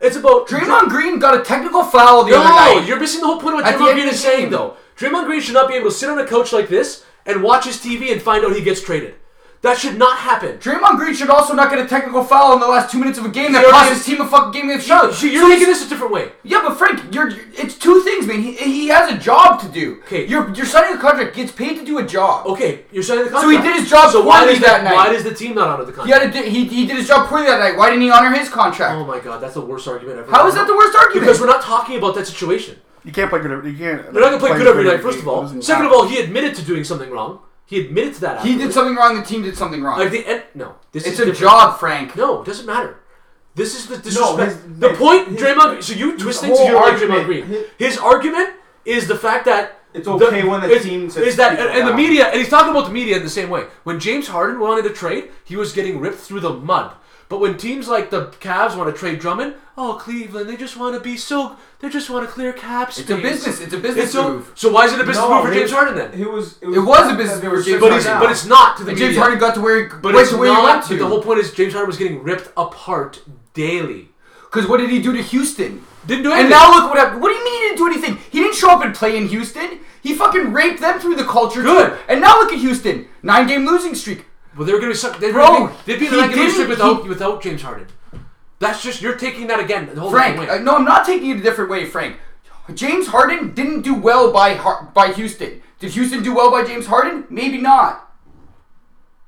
Speaker 5: It's about
Speaker 4: Draymond Green got a technical foul the
Speaker 5: No,
Speaker 4: other night.
Speaker 5: you're missing the whole point of what
Speaker 4: At the
Speaker 5: Draymond
Speaker 4: end
Speaker 5: Green
Speaker 4: of
Speaker 5: is
Speaker 4: the
Speaker 5: saying,
Speaker 4: game.
Speaker 5: though. Draymond Green should not be able to sit on a coach like this and watch his TV and find out he gets traded. That should not happen.
Speaker 4: Draymond Green should also not get a technical foul in the last two minutes of a game that
Speaker 5: already
Speaker 4: cost
Speaker 5: is-
Speaker 4: his team a fucking game against shot.
Speaker 5: So you're making this a different way.
Speaker 4: Yeah, but Frank, you're, you're- it's two things, man. He, he has a job to do.
Speaker 5: 'Kay.
Speaker 4: You're you're signing a contract, gets paid to do a job.
Speaker 5: Okay, you're signing the
Speaker 4: So
Speaker 5: contract.
Speaker 4: he did his job
Speaker 5: So why
Speaker 4: poorly
Speaker 5: does
Speaker 4: that night.
Speaker 5: Why does the team not honor the
Speaker 4: He
Speaker 5: contract?
Speaker 4: had a, di- he, he did his job poorly that night. Why didn't he honor his contract?
Speaker 5: oh my god, that's the worst argument ever.
Speaker 4: How is that the worst argument?
Speaker 5: Because we're not talking about that situation.
Speaker 3: You can't play good. You can't.
Speaker 5: They're not gonna play good every night. First of all, second of all, he admitted to doing something wrong. He admitted to that.
Speaker 4: he
Speaker 5: Afterwards.
Speaker 4: did something wrong. The team did something wrong.
Speaker 5: Like the end. No, this
Speaker 4: it's
Speaker 5: is
Speaker 4: a
Speaker 5: different.
Speaker 4: job, Frank.
Speaker 5: No, it doesn't matter. This is the disrespect.
Speaker 2: his-
Speaker 5: the
Speaker 2: his-
Speaker 5: point, Draymond. Green- So you twist things
Speaker 2: whole
Speaker 5: to your like
Speaker 2: argument-
Speaker 5: Draymond Green. His, argument is the fact that
Speaker 2: It's okay when the team sits
Speaker 5: is that,
Speaker 2: people
Speaker 5: and, and the
Speaker 2: down.
Speaker 5: media, and he's talking about the media in the same way. When James Harden wanted to trade, he was getting ripped through the mud. But when teams like the Cavs want to trade Drummond, oh Cleveland, they just want to be so, they just want to clear cap space.
Speaker 4: It's a business. It's a business
Speaker 5: It's so-
Speaker 4: move.
Speaker 5: So why is it a business
Speaker 2: No,
Speaker 5: move for
Speaker 2: he-
Speaker 5: James Harden then?
Speaker 2: It was.
Speaker 4: It was a business
Speaker 2: they
Speaker 4: move
Speaker 2: were
Speaker 4: for James
Speaker 2: sitting
Speaker 5: but it's
Speaker 4: Harden.
Speaker 2: down.
Speaker 5: but it's not to the
Speaker 4: And
Speaker 5: media.
Speaker 4: James Harden got to where he,
Speaker 5: but
Speaker 4: went
Speaker 5: it's
Speaker 4: to where
Speaker 5: not,
Speaker 4: he went to.
Speaker 5: But the whole point is James Harden was getting ripped apart daily.
Speaker 4: Because what did he do to Houston?
Speaker 5: Didn't do
Speaker 4: And
Speaker 5: anything.
Speaker 4: now look what happened. What do you mean he didn't do anything? He didn't show up and play in Houston. He fucking raped them through the culture.
Speaker 5: Good.
Speaker 4: too. And now look at Houston. Nine game losing streak.
Speaker 5: Well, they were going to suck. They were
Speaker 4: Bro,
Speaker 5: gonna be, they'd be in
Speaker 4: he
Speaker 5: the regular
Speaker 4: didn't-
Speaker 5: strip without
Speaker 4: he-
Speaker 5: without James Harden. That's just you're taking that again. The whole
Speaker 4: Frank,
Speaker 5: different
Speaker 4: uh,
Speaker 5: way.
Speaker 4: no, I'm not taking it a different way, Frank. James Harden didn't do well by Har- by Houston. Did Houston do well by James Harden? Maybe not.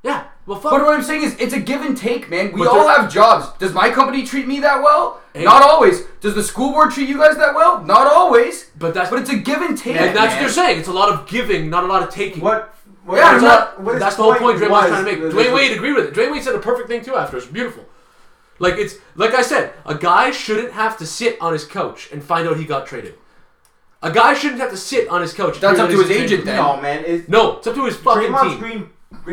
Speaker 5: yeah. Well, fuck.
Speaker 4: But what I'm saying is, it's a give and take, man. We
Speaker 5: But
Speaker 4: all
Speaker 5: there-
Speaker 4: have jobs. Does my company treat me that well? Not always. Does the school board treat you guys that well? Not always.
Speaker 5: But that's-
Speaker 4: but it's a give and take.
Speaker 5: and that's what
Speaker 4: man.
Speaker 5: you're saying. It's a lot of giving, not a lot of taking.
Speaker 2: What? what
Speaker 4: Yeah,
Speaker 2: what-
Speaker 4: not-
Speaker 2: what his
Speaker 5: that's the whole point Draymond was
Speaker 2: was
Speaker 5: trying to make.
Speaker 2: that
Speaker 5: Dwayne
Speaker 2: this-
Speaker 5: Wade agreed with it. Dwayne Wade said a perfect thing too after. It's beautiful. Like it's like I said, a guy shouldn't have to sit on his couch and find out he got traded. A guy shouldn't have to sit on his couch. and
Speaker 4: That's
Speaker 5: hear
Speaker 4: up
Speaker 5: that
Speaker 4: to
Speaker 5: he's
Speaker 4: his
Speaker 5: traded.
Speaker 4: agent then.
Speaker 2: No, man. It's,
Speaker 5: No, it's up to his fucking
Speaker 2: Draymond's
Speaker 5: team.
Speaker 2: Green,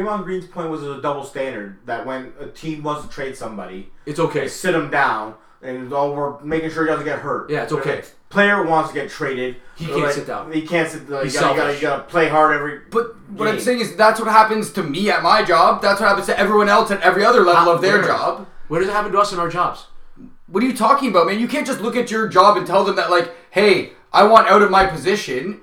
Speaker 2: Draymond Green's point was a double standard that when a team wants to trade somebody,
Speaker 5: It's okay.
Speaker 2: they sit him down and all we're making sure he doesn't get hurt.
Speaker 5: Yeah, it's
Speaker 2: If
Speaker 5: okay.
Speaker 2: a Player wants to get traded.
Speaker 5: He
Speaker 2: they're
Speaker 5: can't
Speaker 2: like-
Speaker 5: sit down.
Speaker 2: He can't sit down. You
Speaker 5: He's
Speaker 2: gotta, you gotta,
Speaker 5: selfish.
Speaker 2: you gotta play hard every.
Speaker 4: But what I'm
Speaker 2: game.
Speaker 4: saying is that's what happens to me at my job. That's what happens to everyone else at every other level of their
Speaker 5: Where?
Speaker 4: job.
Speaker 5: Where does it happen to us in our jobs?
Speaker 4: What are you talking about, man? You can't just look at your job and tell them that, like, hey, I want out of my position.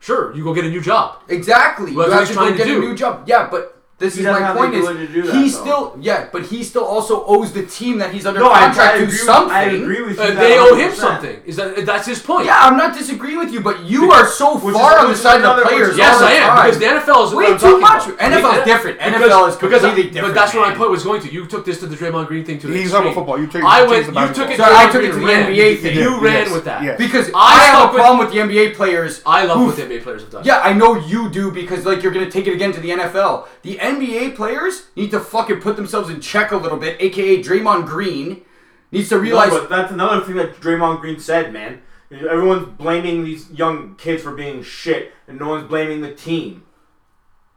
Speaker 5: Sure, you go get a new job.
Speaker 4: Exactly.
Speaker 5: Well,
Speaker 4: you
Speaker 5: that's
Speaker 4: have
Speaker 5: what
Speaker 4: to go
Speaker 5: he's trying
Speaker 4: get
Speaker 5: to
Speaker 4: a
Speaker 5: do.
Speaker 4: new job. Yeah, but This
Speaker 2: He
Speaker 4: is
Speaker 2: doesn't
Speaker 4: my
Speaker 2: have the
Speaker 4: point. Is
Speaker 2: ability to do that,
Speaker 4: he
Speaker 2: though.
Speaker 4: still yeah, but he still also owes the team that he's under
Speaker 2: No, I, I
Speaker 4: contract
Speaker 2: agree.
Speaker 4: to
Speaker 2: with-
Speaker 4: something.
Speaker 2: I agree with you.
Speaker 5: Uh,
Speaker 2: that
Speaker 5: they owe him
Speaker 2: 100%.
Speaker 5: something. Is that that's his point?
Speaker 4: Yeah, I'm not disagreeing with you, but you are so
Speaker 2: which
Speaker 4: far
Speaker 2: is-
Speaker 4: on the
Speaker 2: which is
Speaker 4: side of the
Speaker 2: another- which
Speaker 4: players.
Speaker 2: is
Speaker 5: Yes,
Speaker 4: all the
Speaker 5: I am
Speaker 4: time.
Speaker 5: because the NFL is what
Speaker 4: Way
Speaker 5: I'm
Speaker 4: too
Speaker 5: talking
Speaker 4: much.
Speaker 5: about.
Speaker 4: NFL is
Speaker 5: Because-
Speaker 4: different.
Speaker 5: because-
Speaker 4: NFL is
Speaker 5: because I-
Speaker 4: completely different,
Speaker 5: But that's what my
Speaker 4: man.
Speaker 5: point was going to. You took this to the Draymond Green thing to the
Speaker 3: He's
Speaker 5: extreme.
Speaker 3: talking about football. You take-
Speaker 5: I
Speaker 3: you
Speaker 5: went.
Speaker 3: take the
Speaker 5: You took it.
Speaker 3: basketball.
Speaker 4: So I took it to the
Speaker 5: Draymond Green.
Speaker 4: NBA thing.
Speaker 5: You
Speaker 3: Yes,
Speaker 5: ran with that.
Speaker 3: yes.
Speaker 4: because
Speaker 5: I
Speaker 4: I, have
Speaker 5: fuck
Speaker 4: a
Speaker 5: with-
Speaker 4: problem with the NBA players.
Speaker 5: I love
Speaker 4: who
Speaker 5: what the NBA players have done.
Speaker 4: Yeah, I know you do because like you're gonna take it again to the NFL. The NBA players need to fucking put themselves in check a little bit, aka Draymond Green needs to
Speaker 2: No,
Speaker 4: realize
Speaker 2: but that's another thing that Draymond Green said, man. Everyone's blaming these young kids for being shit, and no one's blaming the team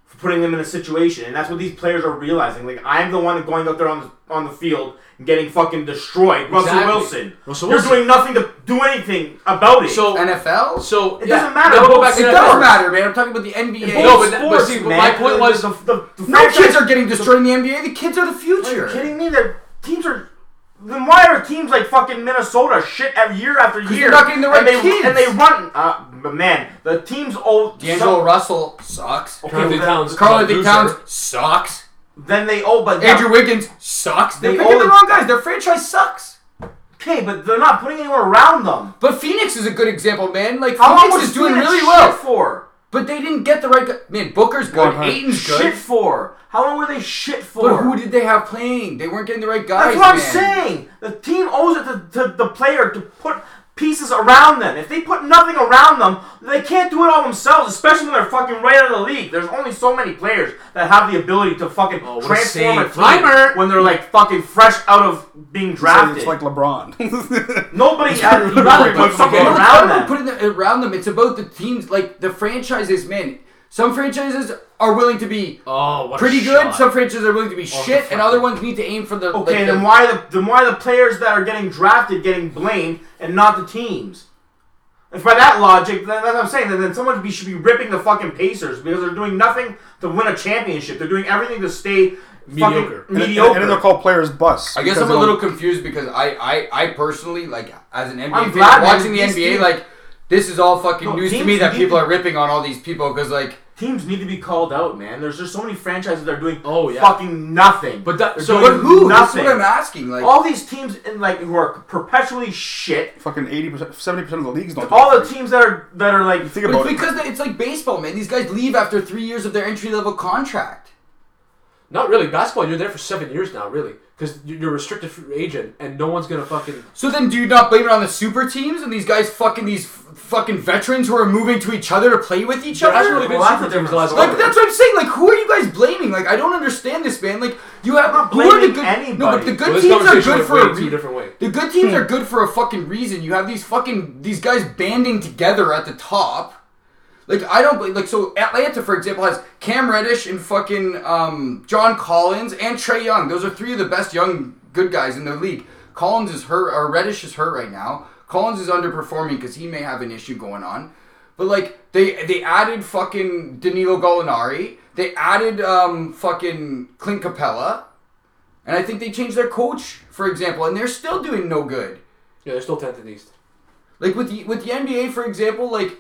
Speaker 2: for putting them in a situation. And that's what these players are realizing. Like I'm the one going out there on the, on the field and getting fucking destroyed. Russell
Speaker 5: Exactly.
Speaker 2: Wilson.
Speaker 5: Russell
Speaker 2: You're
Speaker 5: Wilson.
Speaker 2: doing nothing to do anything about it.
Speaker 5: So
Speaker 4: NFL.
Speaker 5: so
Speaker 2: It
Speaker 5: yeah,
Speaker 2: doesn't matter.
Speaker 5: now we'll go back
Speaker 2: It
Speaker 5: to
Speaker 4: it
Speaker 5: that.
Speaker 4: does matter, man. I'm talking about the NBA.
Speaker 2: Both
Speaker 5: No, but that- but
Speaker 2: sports,
Speaker 5: see, but
Speaker 2: man.
Speaker 5: my point
Speaker 2: The-
Speaker 5: was-
Speaker 2: the, the, the
Speaker 4: no
Speaker 2: franchise-
Speaker 4: kids are getting destroyed in the NBA. The kids are the
Speaker 2: Are you
Speaker 4: future.
Speaker 2: kidding me? The teams are. Then why are teams like fucking Minnesota shit every year after year?
Speaker 4: they're not getting the right
Speaker 2: and they,
Speaker 4: kids.
Speaker 2: And they run. Uh, but man, the teams owe.
Speaker 4: D'Angelo
Speaker 2: some-
Speaker 4: Russell sucks.
Speaker 2: Okay,
Speaker 5: Anthony
Speaker 2: well,
Speaker 5: Towns.
Speaker 4: Carl
Speaker 5: is
Speaker 4: Anthony
Speaker 5: a loser.
Speaker 4: Towns sucks.
Speaker 2: Then they owe, but
Speaker 4: Andrew Wiggins sucks. They're
Speaker 2: They
Speaker 4: picking
Speaker 2: all-
Speaker 4: the wrong guys. Their franchise sucks.
Speaker 2: okay, but they're not putting anyone around them.
Speaker 4: But Phoenix is a good example, man. Like
Speaker 2: How long
Speaker 4: Phoenix
Speaker 2: was
Speaker 4: is doing
Speaker 2: Phoenix
Speaker 4: really
Speaker 2: shit
Speaker 4: well,
Speaker 2: for?
Speaker 4: but they didn't get the right guy. Man, Booker's good. Aiton's good.
Speaker 2: Shit for? How long were they shit for?
Speaker 4: But who did they have playing? They weren't getting the right guys.
Speaker 2: That's what I'm
Speaker 4: man.
Speaker 2: saying. The team owes it to, to the player to put pieces around them. If they put nothing around them, they can't do it all themselves, especially when they're fucking right out of the league. There's only so many players that have the ability to fucking
Speaker 5: Oh, what a
Speaker 2: transform a
Speaker 5: save.
Speaker 2: team
Speaker 5: Timer.
Speaker 2: when they're like fucking fresh out of being drafted.
Speaker 3: It's like LeBron.
Speaker 2: Nobody has you gotta
Speaker 5: but-
Speaker 2: put something
Speaker 4: Well,
Speaker 2: around
Speaker 4: I don't
Speaker 2: them.
Speaker 4: put it around them. It's about the teams, like the franchises. Man, some franchises are willing to be
Speaker 5: Oh, what a
Speaker 4: pretty
Speaker 5: shot.
Speaker 4: good. Some franchises are willing to be shit, and other ones need to aim for the.
Speaker 2: Okay,
Speaker 4: like,
Speaker 2: then
Speaker 4: the-
Speaker 2: why the then why the players that are getting drafted getting blamed and not the teams? If by that logic, then that's what I'm saying. Then, then someone be, should be ripping the fucking Pacers because they're doing nothing to win a championship. They're doing everything to stay
Speaker 5: Mediocre.
Speaker 2: Fucking
Speaker 3: And, then-
Speaker 2: mediocre.
Speaker 3: and then they'll call players bus.
Speaker 4: I guess
Speaker 3: because
Speaker 4: I'm a
Speaker 3: they
Speaker 4: little
Speaker 3: don't-
Speaker 4: confused because I, I, I personally like as an NBA
Speaker 2: I'm
Speaker 4: fan
Speaker 2: glad, man,
Speaker 4: watching the
Speaker 2: these
Speaker 4: NBA
Speaker 2: teams-
Speaker 4: like this is all fucking
Speaker 2: No,
Speaker 4: news to
Speaker 2: teams
Speaker 4: me that
Speaker 2: need
Speaker 4: people
Speaker 2: to-
Speaker 4: are ripping on all these people because like
Speaker 2: Teams need to be called out, man. There's just so many franchises that are doing
Speaker 5: Oh, yeah.
Speaker 2: fucking nothing.
Speaker 5: But that-
Speaker 2: They're
Speaker 5: so-
Speaker 2: doing
Speaker 4: but who? That's
Speaker 2: Nothing.
Speaker 4: what I'm asking. Like
Speaker 2: All these teams in like who are perpetually shit.
Speaker 3: fucking eighty percent, seventy percent of the leagues don't. do
Speaker 2: All the
Speaker 3: that.
Speaker 2: teams that are that are like
Speaker 3: think
Speaker 4: it's
Speaker 3: about it.
Speaker 4: because they- it's like baseball, man. These guys leave after three years of their entry level contract.
Speaker 5: Not really. Basketball, you're there for seven years now, really, because you're a restricted free agent, and no one's gonna fucking.
Speaker 4: So then, do you not blame it on the super teams and these guys fucking these f- fucking veterans who are moving to each other to play with each
Speaker 5: There
Speaker 4: other?
Speaker 5: hasn't really been
Speaker 2: Well, that's
Speaker 5: super
Speaker 2: a
Speaker 5: teams the
Speaker 2: different
Speaker 5: last.
Speaker 2: story.
Speaker 4: Like that's what I'm saying. Like who are you guys blaming? Like I don't understand this, man. Like you have
Speaker 2: not
Speaker 4: who are the
Speaker 2: blaming
Speaker 4: good
Speaker 2: anybody. Hmm.
Speaker 4: no, but the good
Speaker 5: Well, this
Speaker 4: teams are
Speaker 5: conversation
Speaker 4: good
Speaker 5: went
Speaker 4: for a
Speaker 5: way too
Speaker 4: re-
Speaker 5: different way.
Speaker 4: The good teams are good for a fucking reason. You have these fucking these guys banding together at the top. Like I don't believe- like so Atlanta for example has Cam Reddish and fucking um, John Collins and Trey Young. Those are three of the best young good guys in the league. Collins is hurt or Reddish is hurt right now. Collins is underperforming because he may have an issue going on. But like they they added fucking Danilo Gallinari. They added um, fucking Clint Capella. And I think they changed their coach, for example, and they're still doing no good.
Speaker 5: Yeah, they're still tenth in the East.
Speaker 4: Like with the with the NBA, for example, like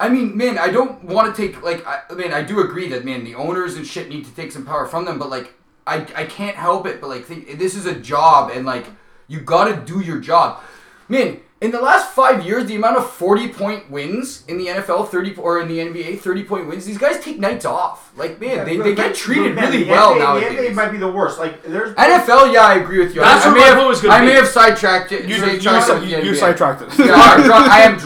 Speaker 4: I mean, man, I don't want to take like I I mean, I do agree that man, the owners and shit need to take some power from them, but like I I can't help it, but like think, this is a job, and like you gotta do your job, man. In the last five years, the amount of forty point wins in the NFL, thirty or in the NBA, thirty point wins, these guys take nights off. Like man, they, they get treated
Speaker 2: Man,
Speaker 4: really
Speaker 2: the
Speaker 4: well
Speaker 2: NBA,
Speaker 4: nowadays.
Speaker 2: The NBA might be the worst. Like there's
Speaker 4: NFL, yeah, I agree with you.
Speaker 5: That's
Speaker 4: I, I
Speaker 5: what
Speaker 4: may
Speaker 5: my
Speaker 4: have,
Speaker 5: vote was gonna
Speaker 4: I may
Speaker 5: be.
Speaker 4: have sidetracked it.
Speaker 3: You,
Speaker 4: sidetracked
Speaker 3: you,
Speaker 4: it
Speaker 3: you,
Speaker 4: with
Speaker 3: you
Speaker 4: the NBA.
Speaker 3: sidetracked it.
Speaker 4: Yeah, I'm drunk. I am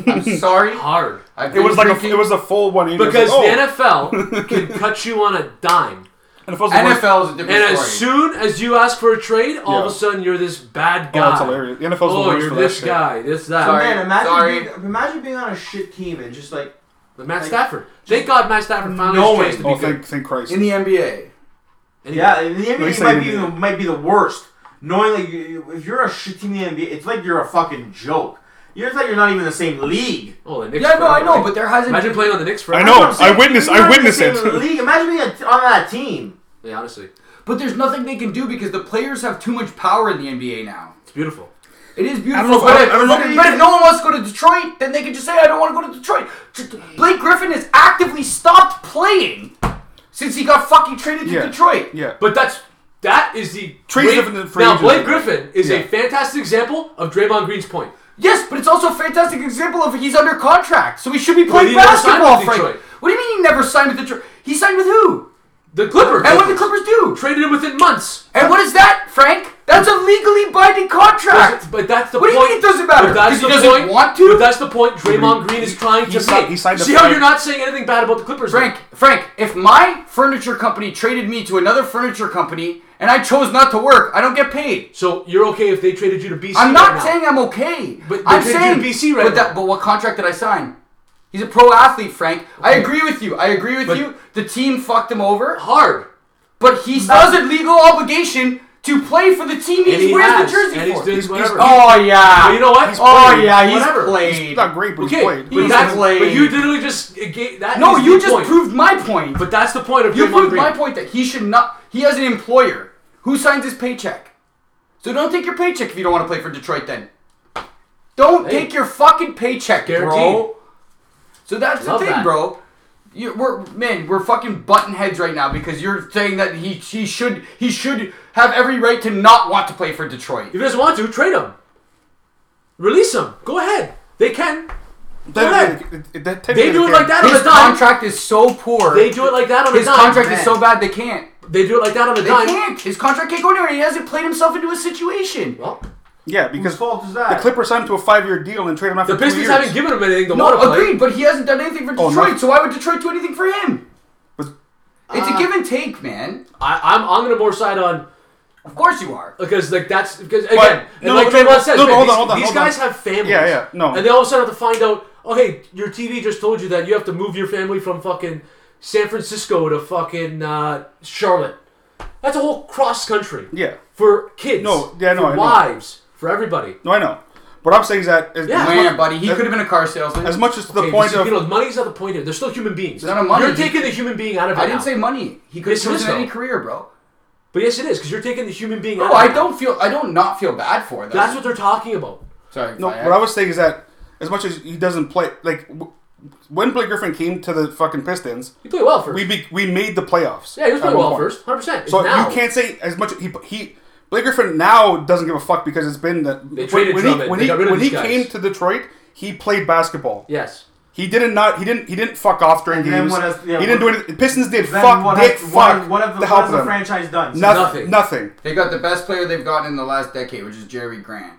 Speaker 3: (laughs)
Speaker 4: drunk. I'm sorry.
Speaker 5: Hard.
Speaker 4: I've
Speaker 3: it
Speaker 4: been
Speaker 3: was like a,
Speaker 4: drinking.
Speaker 3: it was a full one eighty.
Speaker 5: Because
Speaker 3: oh, (laughs)
Speaker 5: the NFL can cut you on a dime.
Speaker 3: NFL's the worst-
Speaker 4: NFL is a
Speaker 5: And
Speaker 4: different
Speaker 5: as
Speaker 4: story.
Speaker 5: soon as you ask for a trade, all of
Speaker 3: Yeah. Oh,
Speaker 5: a sudden you're this bad guy.
Speaker 3: that's hilarious. The NFL's the
Speaker 5: oh,
Speaker 3: worst
Speaker 5: you're
Speaker 3: for that
Speaker 5: this
Speaker 3: shit.
Speaker 5: guy, this that.
Speaker 4: Sorry.
Speaker 2: man, imagine
Speaker 4: sorry.
Speaker 2: Being, imagine being on a shit team and just like
Speaker 5: But Matt
Speaker 2: Like,
Speaker 5: Stafford. Thank God Matt Stafford finally
Speaker 2: knowing-
Speaker 5: has a chance to be
Speaker 3: Oh,
Speaker 5: good.
Speaker 3: thank, thank Christ.
Speaker 4: in the NBA.
Speaker 5: Anyway.
Speaker 2: Yeah, and the
Speaker 3: least
Speaker 2: NBA
Speaker 3: I
Speaker 2: might be,
Speaker 3: didn't
Speaker 2: the, might be the worst. Knowing that you, if you're a shit team in the NBA, it's like you're a fucking joke. You're it's like you're not even in the same league.
Speaker 5: Oh, the Knicks.
Speaker 4: Yeah, no,
Speaker 5: forever,
Speaker 4: I know,
Speaker 5: right?
Speaker 4: but there hasn't.
Speaker 5: imagine
Speaker 4: been...
Speaker 5: playing on the Knicks for.
Speaker 3: I
Speaker 2: That's
Speaker 3: know.
Speaker 2: what I'm saying.
Speaker 3: I witnessed-
Speaker 2: You're
Speaker 3: I
Speaker 2: not even in the
Speaker 3: witnessed
Speaker 2: same
Speaker 3: it. (laughs)
Speaker 2: League. Imagine being a, on that team.
Speaker 5: Yeah, honestly,
Speaker 4: But there's nothing they can do because the players have too much power in the NBA now.
Speaker 5: it's beautiful.
Speaker 4: It is beautiful.
Speaker 6: know if-
Speaker 4: but,
Speaker 6: I don't- I
Speaker 4: if,
Speaker 6: don't know if
Speaker 4: but
Speaker 6: you
Speaker 4: if
Speaker 6: can-
Speaker 4: no one wants to go to Detroit, then they can just say, I don't want to go to Detroit. T- Blake Griffin has actively stopped playing since he got fucking traded to
Speaker 3: Yeah.
Speaker 4: Detroit.
Speaker 3: Yeah.
Speaker 5: But that's that is the
Speaker 3: Trade's
Speaker 5: Blake-
Speaker 3: different than free
Speaker 5: now
Speaker 3: agency.
Speaker 5: Blake Griffin is
Speaker 3: Yeah.
Speaker 5: a fantastic example of Draymond Green's point.
Speaker 4: Yes, but it's also a fantastic example of he's under contract, so he should be
Speaker 5: he
Speaker 4: playing
Speaker 5: never signed
Speaker 4: basketball,
Speaker 5: with
Speaker 4: Frank.
Speaker 5: Detroit.
Speaker 4: What do you mean he never signed with Detroit? He signed with who?
Speaker 5: The Clippers
Speaker 4: And what did the Clippers do?
Speaker 5: (laughs) traded him within months.
Speaker 4: And what is that, Frank? That's a legally binding contract.
Speaker 5: But that's the
Speaker 4: What do you
Speaker 5: point.
Speaker 4: mean it doesn't matter?
Speaker 5: But that's
Speaker 4: Because he
Speaker 5: the
Speaker 4: doesn't
Speaker 5: point.
Speaker 4: want to?
Speaker 5: But that's the point Draymond Green is trying
Speaker 3: he
Speaker 5: to
Speaker 3: signed-
Speaker 5: make.
Speaker 3: he signed a
Speaker 5: See how
Speaker 3: five-
Speaker 5: you're not saying anything bad about the Clippers, though?
Speaker 4: Frank, Frank, if my furniture company traded me to another furniture company and I chose not to work, I don't get paid.
Speaker 5: So you're okay if they traded you to BC?
Speaker 4: I'm
Speaker 5: right
Speaker 4: not
Speaker 5: now.
Speaker 4: saying I'm okay.
Speaker 5: But
Speaker 4: I'm
Speaker 5: they did
Speaker 4: saying
Speaker 5: do BC right
Speaker 4: But,
Speaker 5: now.
Speaker 4: that, but what contract did I sign? He's a pro athlete, Frank. I agree with you. I agree with you. The team fucked him over,
Speaker 5: hard.
Speaker 4: but he still has a legal obligation to play for the team he's
Speaker 5: And he
Speaker 4: wearing
Speaker 5: has,
Speaker 4: the jersey
Speaker 5: and he's
Speaker 4: for.
Speaker 5: doing whatever.
Speaker 4: oh yeah.
Speaker 5: But you know what? He's
Speaker 4: oh
Speaker 5: played.
Speaker 4: yeah, he's
Speaker 5: Whatever.
Speaker 4: played.
Speaker 3: He's not great, but
Speaker 5: Okay,
Speaker 3: he's played.
Speaker 5: but
Speaker 4: He's
Speaker 5: that's
Speaker 4: played.
Speaker 5: but you literally just uh, gave that.
Speaker 4: no,
Speaker 5: is
Speaker 4: you
Speaker 5: the
Speaker 4: just
Speaker 5: point.
Speaker 4: proved my point.
Speaker 5: But that's the point of
Speaker 4: You
Speaker 5: Draymond
Speaker 4: proved
Speaker 5: Green.
Speaker 4: my point that he should not. He has an employer who signs his paycheck. So don't take your paycheck if you don't want to play for Detroit. Then don't
Speaker 5: Hey.
Speaker 4: take your fucking paycheck,
Speaker 5: Guaranteed.
Speaker 4: bro. So that's
Speaker 5: Love
Speaker 4: the thing,
Speaker 5: that.
Speaker 4: bro. You, we're man, we're fucking button heads right now because you're saying that he he should he should have every right to not want to play for Detroit.
Speaker 5: If he doesn't want to, trade him. Release him. Go ahead. They can.
Speaker 3: That- that- that-
Speaker 5: They do it like that on
Speaker 4: His
Speaker 5: a dime.
Speaker 4: contract is so poor.
Speaker 5: They do it like that on a
Speaker 4: His
Speaker 5: dime.
Speaker 4: contract is so bad they can't.
Speaker 5: They do it like that on a
Speaker 4: They
Speaker 5: dime.
Speaker 4: can't. His contract can't go anywhere. He hasn't played himself into a situation.
Speaker 5: Well,
Speaker 3: Yeah, because
Speaker 2: Whose fault is
Speaker 3: the
Speaker 2: that?
Speaker 3: Clippers signed him to a five-year deal and traded him after
Speaker 5: the
Speaker 3: two
Speaker 5: Pistons
Speaker 3: years.
Speaker 5: haven't given him anything to
Speaker 4: No,
Speaker 5: want to play.
Speaker 4: agreed, but he hasn't done anything for
Speaker 3: Oh,
Speaker 4: Detroit,
Speaker 3: no.
Speaker 4: so why would Detroit do anything for him?
Speaker 3: But-
Speaker 4: It's
Speaker 3: Ah.
Speaker 4: a give and take, man.
Speaker 5: I, I'm I'm gonna more side on
Speaker 4: Of course you are.
Speaker 5: because like that's because again, and
Speaker 3: no,
Speaker 5: like
Speaker 3: no, no,
Speaker 5: Draymond says,
Speaker 3: no, no,
Speaker 5: man,
Speaker 3: hold on,
Speaker 5: these,
Speaker 3: hold on,
Speaker 5: these
Speaker 3: hold
Speaker 5: guys
Speaker 3: on.
Speaker 5: have families.
Speaker 3: Yeah, yeah, no.
Speaker 5: And they all of a sudden have to find out, oh hey, your TV just told you that you have to move your family from fucking San Francisco to fucking uh, Charlotte. That's a whole cross country.
Speaker 3: Yeah.
Speaker 5: For kids.
Speaker 3: No, yeah, no,
Speaker 5: for
Speaker 3: I know.
Speaker 5: wives, for everybody.
Speaker 3: No, I know. What I'm saying is that as,
Speaker 5: Yeah.
Speaker 3: as,
Speaker 4: Man,
Speaker 3: much,
Speaker 4: buddy, he
Speaker 3: that-
Speaker 4: could have been a car salesman.
Speaker 3: as much as to the
Speaker 5: Okay,
Speaker 3: point
Speaker 5: you
Speaker 3: of
Speaker 5: know, money's not the point here. They're still human beings.
Speaker 4: not a money.
Speaker 5: You're taking the human being out of it.
Speaker 4: I didn't
Speaker 5: now.
Speaker 4: say money. He could have
Speaker 5: Yes, it is,
Speaker 4: chosen any
Speaker 5: though.
Speaker 4: career, bro.
Speaker 5: But yes, it is because you're taking the human being.
Speaker 4: No,
Speaker 5: out of
Speaker 4: I
Speaker 5: it now.
Speaker 4: don't feel. I don't not feel bad for them.
Speaker 5: That's what they're talking about.
Speaker 4: Sorry.
Speaker 3: No, what I was saying is that as much as he doesn't play, like w- when Blake Griffin came to the fucking Pistons,
Speaker 5: You play well first.
Speaker 3: we be, we made the playoffs.
Speaker 5: yeah, he was
Speaker 3: at one
Speaker 5: playing well
Speaker 3: point.
Speaker 5: first, hundred percent.
Speaker 3: So
Speaker 5: now.
Speaker 3: you can't say as much. He he Blake Griffin now doesn't give a fuck because it's been that
Speaker 5: They traded
Speaker 3: when
Speaker 5: Drummond.
Speaker 3: he when
Speaker 5: They
Speaker 3: he,
Speaker 5: got rid of
Speaker 3: when he
Speaker 5: these guys.
Speaker 3: came to Detroit, he played basketball.
Speaker 5: Yes.
Speaker 3: He didn't not he didn't he didn't fuck off during
Speaker 2: And then
Speaker 3: games.
Speaker 2: what has- yeah,
Speaker 3: he didn't do
Speaker 2: what-
Speaker 3: anything. Pistons did
Speaker 2: Then
Speaker 3: fuck
Speaker 2: what
Speaker 3: dick
Speaker 2: has-
Speaker 3: fuck
Speaker 2: what has- what have the-
Speaker 3: to
Speaker 2: what
Speaker 3: help
Speaker 2: has the
Speaker 3: them.
Speaker 2: franchise done?
Speaker 3: nothing.
Speaker 5: Nothing.
Speaker 3: Nothing.
Speaker 4: They got the best player they've gotten in the last decade, which is Jerry Grant.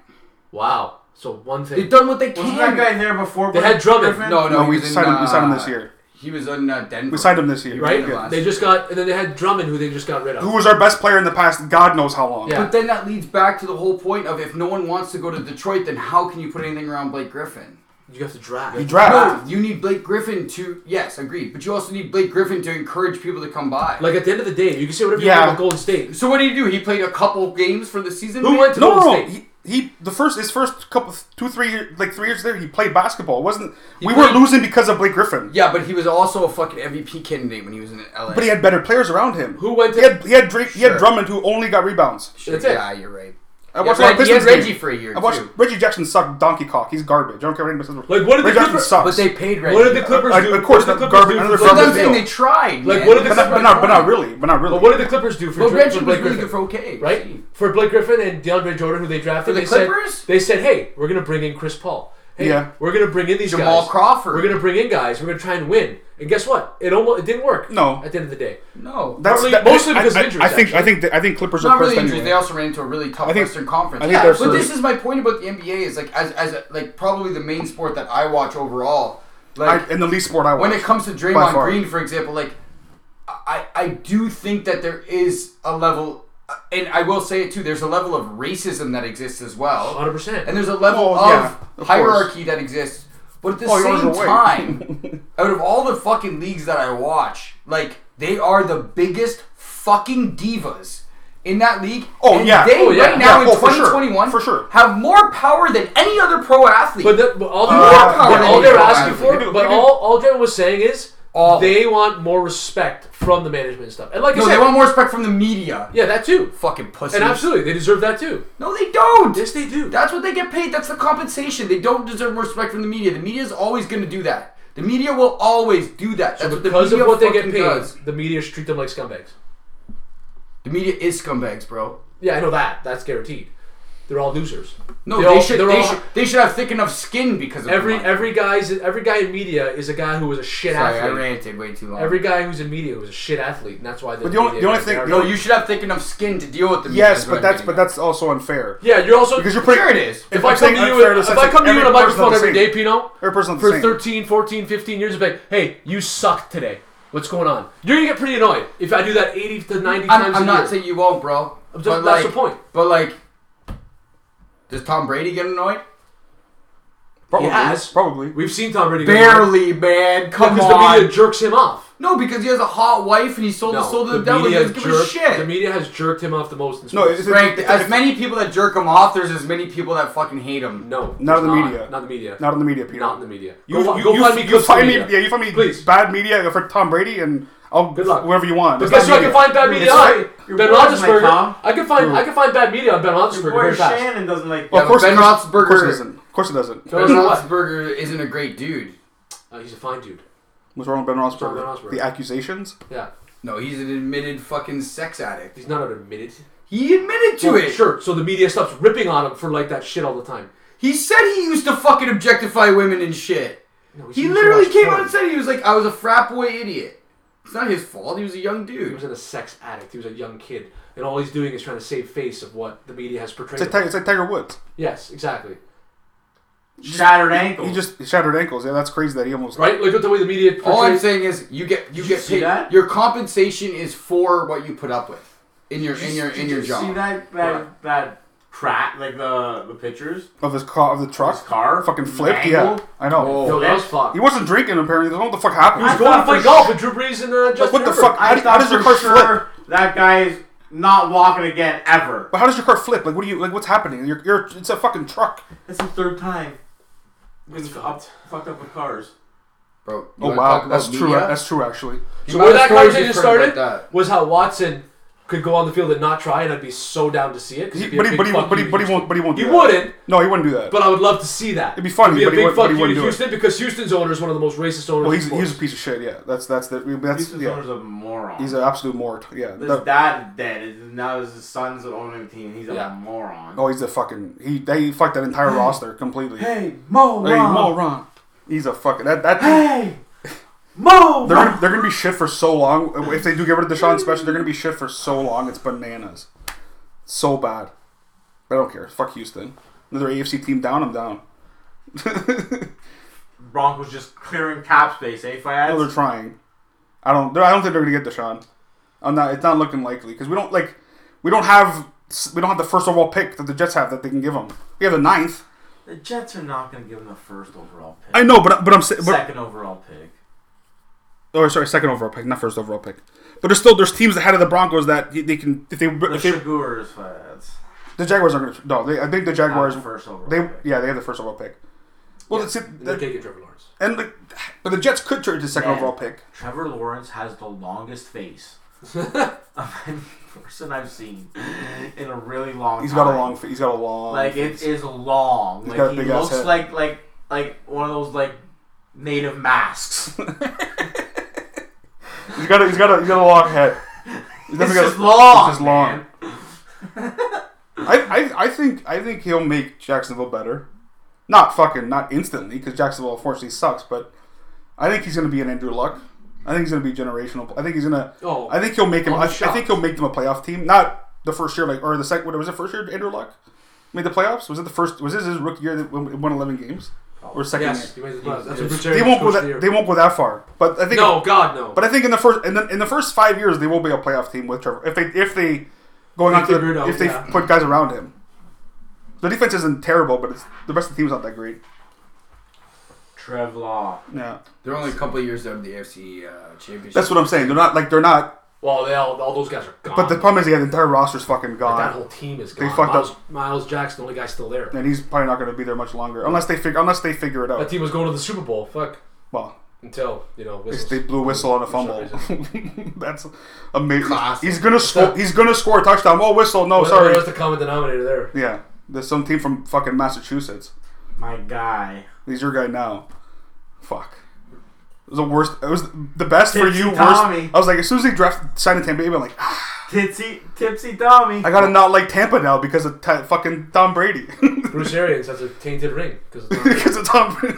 Speaker 5: Wow. So one
Speaker 4: They've
Speaker 5: thing.
Speaker 4: done what they can.
Speaker 2: Wasn't that guy there before?
Speaker 5: They had Drummond.
Speaker 4: No, no,
Speaker 3: No,
Speaker 4: he
Speaker 3: we
Speaker 4: was in,
Speaker 3: signed him- we signed him
Speaker 4: uh,
Speaker 3: this year.
Speaker 4: He was in uh, Denver.
Speaker 3: We signed him this year.
Speaker 5: Right?
Speaker 3: Yeah.
Speaker 5: They just got, and then they had Drummond, who they just got rid of.
Speaker 3: Who was our best player in the past? God knows how long.
Speaker 5: Yeah.
Speaker 4: But then that leads back to the whole point of if no one wants to go to Detroit, then how can you put anything around Blake Griffin?
Speaker 5: You have to draft.
Speaker 3: He draft.
Speaker 4: No, (laughs) you need Blake Griffin to yes, agreed. But you also need Blake Griffin to encourage people to come by.
Speaker 5: Like at the end of the day, you can say whatever
Speaker 3: Yeah.
Speaker 5: you want about Golden State.
Speaker 4: so what did he do? He played a couple games for the season.
Speaker 5: Who
Speaker 4: man?
Speaker 5: went to
Speaker 3: No,
Speaker 5: Golden
Speaker 3: no, no.
Speaker 5: State?
Speaker 3: He, he the first his first couple two three years like three years there he played basketball. It wasn't we
Speaker 4: played-
Speaker 3: were losing because of Blake Griffin.
Speaker 4: Yeah, but he was also a fucking MVP candidate when he was in LA.
Speaker 3: But he had better players around him.
Speaker 5: Who went
Speaker 3: He
Speaker 5: to-
Speaker 3: had he had, Drake, he
Speaker 4: Sure.
Speaker 3: had Drummond who only got rebounds.
Speaker 4: Sure,
Speaker 5: That's it.
Speaker 4: Yeah, you're right.
Speaker 3: I watched
Speaker 4: Yeah,
Speaker 3: a lot of
Speaker 4: Reggie- he had
Speaker 3: Pistons
Speaker 4: Reggie
Speaker 3: game.
Speaker 4: for a year,
Speaker 3: I watched
Speaker 4: too.
Speaker 3: Reggie Jackson suck donkey cock. He's garbage. I don't care what anybody says.
Speaker 5: Like, what
Speaker 3: Reggie
Speaker 5: did the
Speaker 3: Jackson
Speaker 5: Clippers-
Speaker 3: sucks.
Speaker 4: But they paid Reggie.
Speaker 5: What did the Clippers
Speaker 3: Uh,
Speaker 5: do?
Speaker 3: of course,
Speaker 5: what did the
Speaker 3: that
Speaker 5: Clippers
Speaker 3: garbage-
Speaker 5: do
Speaker 3: another
Speaker 5: for
Speaker 4: But
Speaker 3: garbage
Speaker 4: I'm
Speaker 5: Blake
Speaker 3: deal.
Speaker 4: saying they tried.
Speaker 5: Like,
Speaker 4: man.
Speaker 5: what did
Speaker 3: but,
Speaker 5: the-
Speaker 3: not, but not but not really. But not really.
Speaker 5: But what did the Clippers do for,
Speaker 4: But
Speaker 5: for
Speaker 4: Reggie was
Speaker 5: Blake
Speaker 4: really
Speaker 5: Griffin?
Speaker 4: good for okay.
Speaker 5: right? For Blake Griffin and DeAndre Jordan, who they drafted,
Speaker 4: For the
Speaker 5: they said-
Speaker 4: Clippers?
Speaker 5: they said, "Hey, we're gonna bring in Chris Paul. Hey,
Speaker 3: Yeah.
Speaker 5: we're gonna bring in these
Speaker 4: Jamal
Speaker 5: guys.
Speaker 4: Crawford.
Speaker 5: We're gonna bring in guys. We're gonna try and win." And guess what? It almost it didn't work.
Speaker 3: No.
Speaker 5: At the end of the day,
Speaker 4: No.
Speaker 3: That's
Speaker 5: Partly-
Speaker 3: that-
Speaker 5: mostly
Speaker 3: I-
Speaker 5: because of
Speaker 3: I-
Speaker 5: injuries,
Speaker 3: I think I
Speaker 5: actually.
Speaker 3: think I think Clippers
Speaker 4: not
Speaker 3: are cursed
Speaker 4: really injuries. They
Speaker 3: anyway.
Speaker 4: also ran into a really tough
Speaker 3: I think-
Speaker 4: Western Conference.
Speaker 3: I think
Speaker 4: yeah,
Speaker 3: they're
Speaker 4: but
Speaker 3: sort
Speaker 4: this
Speaker 3: of-
Speaker 4: is my point about the NBA is like as as like probably the main sport that I watch overall.
Speaker 3: I,
Speaker 4: Like
Speaker 3: in the least sport I watch.
Speaker 4: when it comes to
Speaker 3: by
Speaker 4: Draymond
Speaker 3: far.
Speaker 4: Green, for example, like I I do think that there is a level, and I will say it too. There's a level of racism that exists as well,
Speaker 5: hundred percent.
Speaker 4: and there's a level
Speaker 3: Oh,
Speaker 4: of,
Speaker 3: yeah, of course.
Speaker 4: hierarchy that exists. But at the
Speaker 3: Oh, you're on
Speaker 4: same
Speaker 3: your way.
Speaker 4: time,
Speaker 3: (laughs)
Speaker 4: out of all the fucking leagues that I watch, like they are the biggest fucking divas. In that league,
Speaker 3: Oh,
Speaker 4: and
Speaker 3: yeah.
Speaker 4: they
Speaker 3: Oh,
Speaker 5: yeah.
Speaker 4: right now
Speaker 3: Yeah,
Speaker 4: in
Speaker 3: oh, for sure.
Speaker 4: 2021
Speaker 3: For sure.
Speaker 4: have more power than any other pro athlete.
Speaker 5: But, the, but all, they're,
Speaker 4: Uh,
Speaker 5: but all they're
Speaker 4: yeah.
Speaker 5: asking for,
Speaker 3: They do,
Speaker 5: but
Speaker 3: they do.
Speaker 5: all all Draymond was saying is
Speaker 4: All
Speaker 5: They want more respect from the management and stuff. And like
Speaker 4: no,
Speaker 5: I
Speaker 4: they
Speaker 5: said,
Speaker 4: want more respect from the media.
Speaker 5: yeah, that too.
Speaker 4: Fucking pussies.
Speaker 5: And absolutely, they deserve that too.
Speaker 4: No, they don't.
Speaker 5: Yes, they do.
Speaker 4: That's what they get paid. That's the compensation. They don't deserve respect from the media. The media is always going to do that. The media will always do that. That's what the
Speaker 5: because
Speaker 4: media
Speaker 5: of what they get
Speaker 4: fucking
Speaker 5: paid,
Speaker 4: does.
Speaker 5: the media should treat them like scumbags.
Speaker 4: The media is scumbags, bro.
Speaker 5: Yeah, I know that. That's guaranteed. They're all losers.
Speaker 4: No,
Speaker 5: They
Speaker 4: they,
Speaker 5: all-
Speaker 4: should,
Speaker 5: they're
Speaker 4: they,
Speaker 5: all-
Speaker 4: should. They should have thick enough skin because of
Speaker 5: Every
Speaker 4: the money.
Speaker 5: every guy's every guy in media is a guy who was a shit
Speaker 4: Sorry, I
Speaker 5: athlete.
Speaker 4: ranted way too long.
Speaker 5: Every guy who's in media was a shit athlete, and that's why.
Speaker 3: But the only-
Speaker 5: media
Speaker 3: the only
Speaker 5: guys
Speaker 3: thing-
Speaker 5: are-
Speaker 4: no, you should have thick enough skin to deal with the media.
Speaker 3: Yes,
Speaker 4: is what
Speaker 3: but
Speaker 4: I'm
Speaker 3: that's
Speaker 4: getting
Speaker 3: but
Speaker 4: at.
Speaker 3: that's also unfair.
Speaker 5: Yeah, you're also
Speaker 3: Because you're putting
Speaker 4: Sure it is.
Speaker 5: If
Speaker 3: I'm
Speaker 5: I come
Speaker 3: saying
Speaker 5: to you,
Speaker 3: unfair
Speaker 5: in-
Speaker 3: the
Speaker 5: if
Speaker 3: sense
Speaker 5: I
Speaker 3: that
Speaker 5: come to you
Speaker 3: every
Speaker 5: on a
Speaker 3: person's not
Speaker 5: microphone
Speaker 3: the
Speaker 5: every
Speaker 3: same.
Speaker 5: day, Pino,
Speaker 3: Every person's the
Speaker 5: for
Speaker 3: same.
Speaker 5: 13, 14, 15 years, it's like, hey, you suck today. What's going on? You're gonna get pretty annoyed if I do that 80 to 90
Speaker 4: I'm,
Speaker 5: times
Speaker 4: I'm
Speaker 5: a
Speaker 4: not
Speaker 5: year.
Speaker 4: saying you won't, bro.
Speaker 5: I'm
Speaker 4: But
Speaker 5: just- that's the
Speaker 4: like-
Speaker 5: point.
Speaker 4: But like, does Tom Brady get annoyed?
Speaker 3: Probably.
Speaker 5: has.
Speaker 3: Probably.
Speaker 5: We've seen Tom Brady get annoyed.
Speaker 4: Barely, man. Come
Speaker 5: because
Speaker 4: on.
Speaker 5: the media jerks him off.
Speaker 4: no, because he has a hot wife and he sold his soul to the, devil. He
Speaker 5: media
Speaker 4: doesn't give a
Speaker 5: jerked- The
Speaker 4: shit.
Speaker 5: media has jerked him off the most. In
Speaker 3: No,
Speaker 5: sports.
Speaker 3: it's,
Speaker 4: Frank,
Speaker 3: it's-
Speaker 4: as
Speaker 3: it's-
Speaker 4: many people that jerk him off, there's as many people that fucking hate him.
Speaker 5: no,
Speaker 3: Not in the
Speaker 5: it's
Speaker 3: media.
Speaker 5: Not in the media.
Speaker 3: not in the media, Peter.
Speaker 5: Not in the media.
Speaker 3: You,
Speaker 5: go,
Speaker 3: you,
Speaker 5: go
Speaker 3: you,
Speaker 5: find me.
Speaker 3: you
Speaker 5: clips
Speaker 3: find
Speaker 5: in
Speaker 3: me,
Speaker 5: media.
Speaker 3: yeah, you find me
Speaker 5: Please.
Speaker 3: bad media for Tom Brady, and I'll
Speaker 5: Good luck.
Speaker 3: whoever you want.
Speaker 5: But
Speaker 3: It's
Speaker 5: guess who
Speaker 3: not
Speaker 5: I can
Speaker 3: media.
Speaker 5: find bad media
Speaker 2: It's
Speaker 5: on?
Speaker 2: right. Your
Speaker 5: Ben
Speaker 2: boy doesn't like
Speaker 5: Roethlisberger.
Speaker 2: Tom.
Speaker 5: I can find I can find bad media on Ben Roethlisberger
Speaker 2: Boy,
Speaker 5: very fast.
Speaker 2: Shannon doesn't like
Speaker 3: Well,
Speaker 4: Yeah,
Speaker 3: of
Speaker 4: but
Speaker 3: course,
Speaker 4: Ben
Speaker 3: of course-
Speaker 4: Roethlisberger-
Speaker 3: Of course it doesn't. Of course it doesn't.
Speaker 5: Ben
Speaker 4: Ben
Speaker 5: Roethlisberger-
Speaker 4: Roethlisberger isn't a great dude.
Speaker 5: Oh, he's a fine dude.
Speaker 3: What's wrong with Ben
Speaker 5: wrong
Speaker 3: Roethlisberger?
Speaker 5: with Ben Roethlisberger?
Speaker 3: The accusations.
Speaker 5: Yeah,
Speaker 4: No, he's an admitted fucking sex addict.
Speaker 5: he's not an admitted.
Speaker 4: He admitted to
Speaker 5: Well,
Speaker 4: it.
Speaker 5: Sure. So the media stops ripping on him for like that shit all the time.
Speaker 4: He said he used to fucking objectify women and shit.
Speaker 5: No,
Speaker 4: He
Speaker 5: used to
Speaker 4: literally
Speaker 5: watch
Speaker 4: came
Speaker 5: porn.
Speaker 4: out and said he was like, I was a frat boy idiot. It's not his fault. He was a young
Speaker 5: he
Speaker 4: dude.
Speaker 5: was in a sex addict. He was a young kid, and all he's doing is trying to save face of what the media has portrayed.
Speaker 3: It's like,
Speaker 5: him.
Speaker 3: Ti- it's like Tiger Woods.
Speaker 5: yes, exactly.
Speaker 2: shattered ankle.
Speaker 3: He just shattered ankles. Yeah, that's crazy that he almost.
Speaker 5: Right. Look at the way the media.
Speaker 4: All I'm
Speaker 5: portrays-
Speaker 4: saying is you get
Speaker 2: Did
Speaker 4: you
Speaker 2: you
Speaker 4: get
Speaker 2: see
Speaker 4: paid.
Speaker 2: that?
Speaker 4: Your compensation is for what you put up with in your in your
Speaker 2: Did
Speaker 4: in your
Speaker 2: you See
Speaker 4: job.
Speaker 2: that that that crack like the the pictures.
Speaker 3: Of his car, of the truck.
Speaker 2: His car
Speaker 3: Fucking flipped. Yeah,
Speaker 2: mangled?
Speaker 3: I know.
Speaker 5: No, that was fucked.
Speaker 3: He wasn't drinking apparently. I don't know what the fuck happened.
Speaker 2: He was
Speaker 5: Oh. Going to
Speaker 2: thought
Speaker 5: play
Speaker 2: for
Speaker 5: golf
Speaker 2: sure-
Speaker 5: with Drew Brees and uh, Justin
Speaker 3: what the
Speaker 5: Herbert.
Speaker 3: fuck? How,
Speaker 2: I
Speaker 3: do- how
Speaker 2: thought
Speaker 3: does your
Speaker 2: for
Speaker 3: car flip?
Speaker 2: sure that guy is not walking again ever.
Speaker 3: But how does your car flip? Like, what do you like? What's happening? You're, you're it's a fucking truck.
Speaker 2: That's the third time. He's up, fucked up with cars.
Speaker 4: Bro, you
Speaker 3: Oh
Speaker 4: wanna
Speaker 3: wow,
Speaker 4: talk
Speaker 3: that's
Speaker 4: about
Speaker 3: true.
Speaker 4: media?
Speaker 3: That's true, actually.
Speaker 5: So
Speaker 4: amount
Speaker 5: where
Speaker 4: of
Speaker 5: that
Speaker 4: stories
Speaker 5: conversation
Speaker 4: you've heard
Speaker 5: started
Speaker 4: about that.
Speaker 5: was how Watson could go on the field and not try, and I'd be so down to see it. 'cause
Speaker 3: He,
Speaker 5: it'd be
Speaker 3: but
Speaker 5: a
Speaker 3: he,
Speaker 5: big
Speaker 3: but he,
Speaker 5: fuck
Speaker 3: but he,
Speaker 5: you to
Speaker 3: but he
Speaker 5: Houston.
Speaker 3: won't. But he won't.
Speaker 5: He
Speaker 3: do that.
Speaker 5: wouldn't,
Speaker 3: No, he wouldn't do that.
Speaker 5: but I would love to see that. It'd
Speaker 3: be funny,
Speaker 5: It'd be a
Speaker 3: but he
Speaker 5: big
Speaker 3: wouldn't-
Speaker 5: fuck
Speaker 3: but he
Speaker 5: you to
Speaker 3: wouldn't do it.
Speaker 5: Houston because Houston's owner is one of the most racist owners.
Speaker 3: well,
Speaker 5: in
Speaker 3: he's,
Speaker 5: sports.
Speaker 3: he's a piece of shit. Yeah, that's that's that. That's
Speaker 2: Houston's
Speaker 3: yeah.
Speaker 2: owner's a moron.
Speaker 3: He's an absolute mort. Yeah.
Speaker 2: His
Speaker 3: That-
Speaker 2: dad is dead. His- Now his son's owning the team. He's
Speaker 5: Yeah.
Speaker 2: a moron.
Speaker 3: oh, he's a fucking. He they fucked that entire roster completely.
Speaker 2: Hey, moron.
Speaker 3: Hey, moron. He's a fucking that that. (laughs)
Speaker 2: Hey, moron.
Speaker 3: They're gonna, they're gonna be shit for so long. If they do get rid of Deshaun Special, they're gonna be shit for so long. It's bananas. So bad. I don't care. Fuck Houston. Another AFC team down. I'm down.
Speaker 2: Broncos just clearing cap space, eh,
Speaker 3: Well, they're
Speaker 2: Fayad?
Speaker 3: trying. I don't. they're- I don't think they're gonna get Deshaun. I'm not. It's not looking likely because we don't like. We don't have. We don't have the first overall pick that the Jets have that they can give them. We have the ninth.
Speaker 2: The Jets are not going to give him the first overall pick.
Speaker 3: I know, but but I'm sa- but,
Speaker 2: Second overall pick.
Speaker 3: oh sorry, second overall pick, not first overall pick. But there's still there's teams ahead of the Broncos that they can if they
Speaker 2: The
Speaker 3: if they
Speaker 2: Shagurs, Fayads.
Speaker 3: the Jaguars aren't gonna no they, I think the
Speaker 2: Not
Speaker 3: Jaguars
Speaker 2: the first overall
Speaker 3: they
Speaker 2: pick.
Speaker 3: yeah they have the first overall pick. Well, that's it.
Speaker 5: They're taking Trevor Lawrence.
Speaker 3: and the, but the Jets could trade the second
Speaker 2: Man.
Speaker 3: overall pick.
Speaker 2: Trevor Lawrence has the
Speaker 3: (laughs)
Speaker 2: longest face of any person I've seen in a really long
Speaker 3: He's
Speaker 2: time.
Speaker 3: got a long. He's got a long.
Speaker 2: Like it is long. like
Speaker 3: got a
Speaker 2: he
Speaker 3: big ass
Speaker 2: looks
Speaker 3: head.
Speaker 2: like like like one of those like
Speaker 3: (laughs)
Speaker 2: native masks.
Speaker 3: He's got a, he's got a, he's got a long head. He's
Speaker 2: it's
Speaker 3: definitely got
Speaker 2: just
Speaker 3: a-
Speaker 2: long.
Speaker 3: It's just long.
Speaker 2: man.
Speaker 3: I, I, I think I think he'll make Jacksonville better. Not fucking not instantly because Jacksonville unfortunately sucks, but I think he's going to be an Andrew Luck. I think he's going to be generational. I think he's going to.
Speaker 5: Oh,
Speaker 3: I think he'll make him.
Speaker 5: I'm
Speaker 3: I, I
Speaker 5: shocked.
Speaker 3: think he'll make them a playoff team. Not the first year, like or the second. What was it? First year Andrew Luck made the playoffs. Was it the first? Was this his rookie year that won won eleven games or second?
Speaker 5: Oh, yes,
Speaker 3: year?
Speaker 5: he was- he was- that's
Speaker 4: They
Speaker 5: what
Speaker 3: They won't
Speaker 5: Bruce
Speaker 3: go
Speaker 5: Arians coached the
Speaker 3: that.
Speaker 5: year.
Speaker 3: They won't go that far. But I think.
Speaker 5: No, God, no.
Speaker 3: But I think in the first in the, in the first five years they will be a playoff team with Trevor if they if they going
Speaker 5: They
Speaker 3: on to
Speaker 5: figure it
Speaker 3: the,
Speaker 5: out,
Speaker 3: if they
Speaker 5: yeah.
Speaker 3: put guys around him. The defense isn't terrible, but it's the rest of the team's not that great.
Speaker 2: Trev Law.
Speaker 3: Yeah,
Speaker 4: They're only a couple of years out of the AFC uh, championship.
Speaker 3: that's what I'm saying. They're not like they're not.
Speaker 5: well, they all, all those guys are gone.
Speaker 3: But the problem is, yeah, the entire roster's fucking
Speaker 5: that
Speaker 3: gone,
Speaker 5: whole team is gone.
Speaker 3: fucked up.
Speaker 5: Miles, Miles Jackson, the only guy still there.
Speaker 3: and he's probably not going to be there much longer unless they figure unless they figure it
Speaker 5: That
Speaker 3: out.
Speaker 5: team was going to the Super Bowl. Fuck.
Speaker 3: Well,
Speaker 5: until you know
Speaker 3: It's
Speaker 5: whistles.
Speaker 3: They blew a whistle on a fumble. (laughs) That's amazing.
Speaker 4: Classic.
Speaker 3: He's gonna score. He's gonna score a touchdown. Oh, whistle! No,
Speaker 5: What-
Speaker 3: sorry.
Speaker 5: What's the common denominator there?
Speaker 3: Yeah, there's some team from fucking Massachusetts.
Speaker 2: My guy.
Speaker 3: He's your guy now. Fuck. It was the worst. It was the best for
Speaker 2: Tipsy
Speaker 3: you. Worst.
Speaker 2: Tommy.
Speaker 3: I was like, as soon as they draft signed a Tampa, Bay, I'm like, ah,
Speaker 2: Tipsy, tipsy Tommy.
Speaker 3: I gotta not like Tampa now because of ta fucking Tom Brady. (laughs)
Speaker 5: Bruce Arians has a tainted ring because
Speaker 3: because of Tom Brady.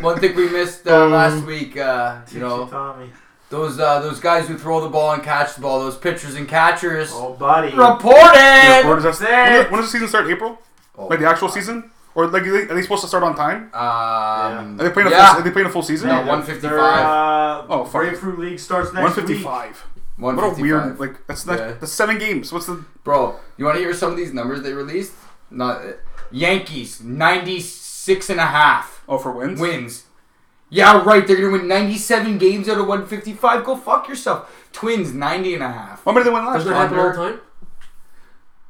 Speaker 4: One thing we missed uh,
Speaker 3: Um,
Speaker 4: last week, uh, you know,
Speaker 2: Tommy.
Speaker 4: Those uh, those guys who throw the ball and catch the ball, those pitchers and catchers.
Speaker 2: Oh, buddy.
Speaker 3: Or
Speaker 4: Reported.
Speaker 3: does that- when, does, when does the season start? April? Like the actual season? Or like are they, are they supposed to start on time?
Speaker 4: Um,
Speaker 3: Are they playing? A
Speaker 4: yeah.
Speaker 3: full, are they playing a full season?
Speaker 4: No, one-
Speaker 2: Their,
Speaker 4: 155.
Speaker 2: uh,
Speaker 3: Oh, fuck.
Speaker 2: Grapefruit League starts next
Speaker 3: One
Speaker 2: week.
Speaker 3: fifty-five. What
Speaker 4: 155.
Speaker 3: a weird like that's not,
Speaker 4: Yeah.
Speaker 3: that's seven games. What's the
Speaker 4: bro. You want to hear some of these numbers they released? Not uh, Yankees 96 and a half
Speaker 3: oh for wins?
Speaker 4: wins. Yeah, right. They're gonna win 97 games out of 155. Go fuck yourself. Twins 90 and a half.
Speaker 3: How many did they win last?
Speaker 5: doesn't
Speaker 3: year?
Speaker 5: that happen all the time?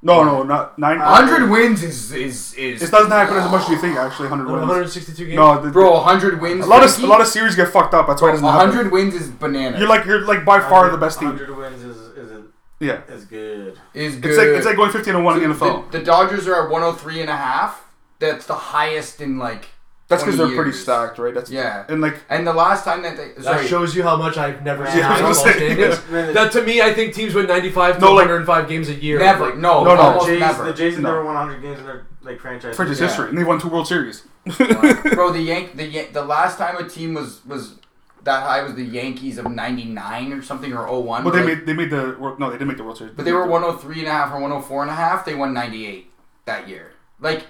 Speaker 3: No, no, not nine.
Speaker 4: 100 wins is is is
Speaker 3: This doesn't happen as much as you think. Actually, hundred wins.
Speaker 5: 162 games.
Speaker 3: No, the,
Speaker 4: bro. 100 wins.
Speaker 3: a lot of a lot of series get fucked up. That's why it doesn't happen.
Speaker 4: 100 wins is banana.
Speaker 3: You're like you're like by far the best team.
Speaker 2: 100 wins is, is,
Speaker 3: Yeah,
Speaker 2: is good.
Speaker 4: is good.
Speaker 3: it's like it's like going fifteen and one in the NFL.
Speaker 4: The, the Dodgers are at 103 and a half. That's the highest in like.
Speaker 3: That's because
Speaker 4: 20
Speaker 3: they're pretty
Speaker 4: years.
Speaker 3: stacked, right? That's
Speaker 4: Yeah.
Speaker 3: and like
Speaker 4: And the last time that they
Speaker 5: That
Speaker 4: sorry,
Speaker 5: shows you how much I've never seen
Speaker 3: I was
Speaker 5: football
Speaker 3: gonna say,
Speaker 5: standings.
Speaker 2: yeah.
Speaker 5: That to me, I think teams win 95 to
Speaker 3: No, like-
Speaker 5: 105 games a year.
Speaker 4: never,
Speaker 5: Like,
Speaker 4: no,
Speaker 3: No, no.
Speaker 4: almost
Speaker 2: Jays,
Speaker 4: never.
Speaker 2: The Jays have
Speaker 3: No.
Speaker 2: never won 100 games in their like franchise.
Speaker 3: French is
Speaker 4: Yeah.
Speaker 3: history, and they won two World
Speaker 4: (laughs)
Speaker 3: Series. (laughs)
Speaker 4: Bro, the Yank, the Yan- the last time a team was was that high was the Yankees of 99 or something or 01.
Speaker 3: But they
Speaker 4: like-
Speaker 3: made they made the World- no, they didn't make the World Series.
Speaker 4: but they were 103 and a half or 104 and a half. They won 98 that year. Like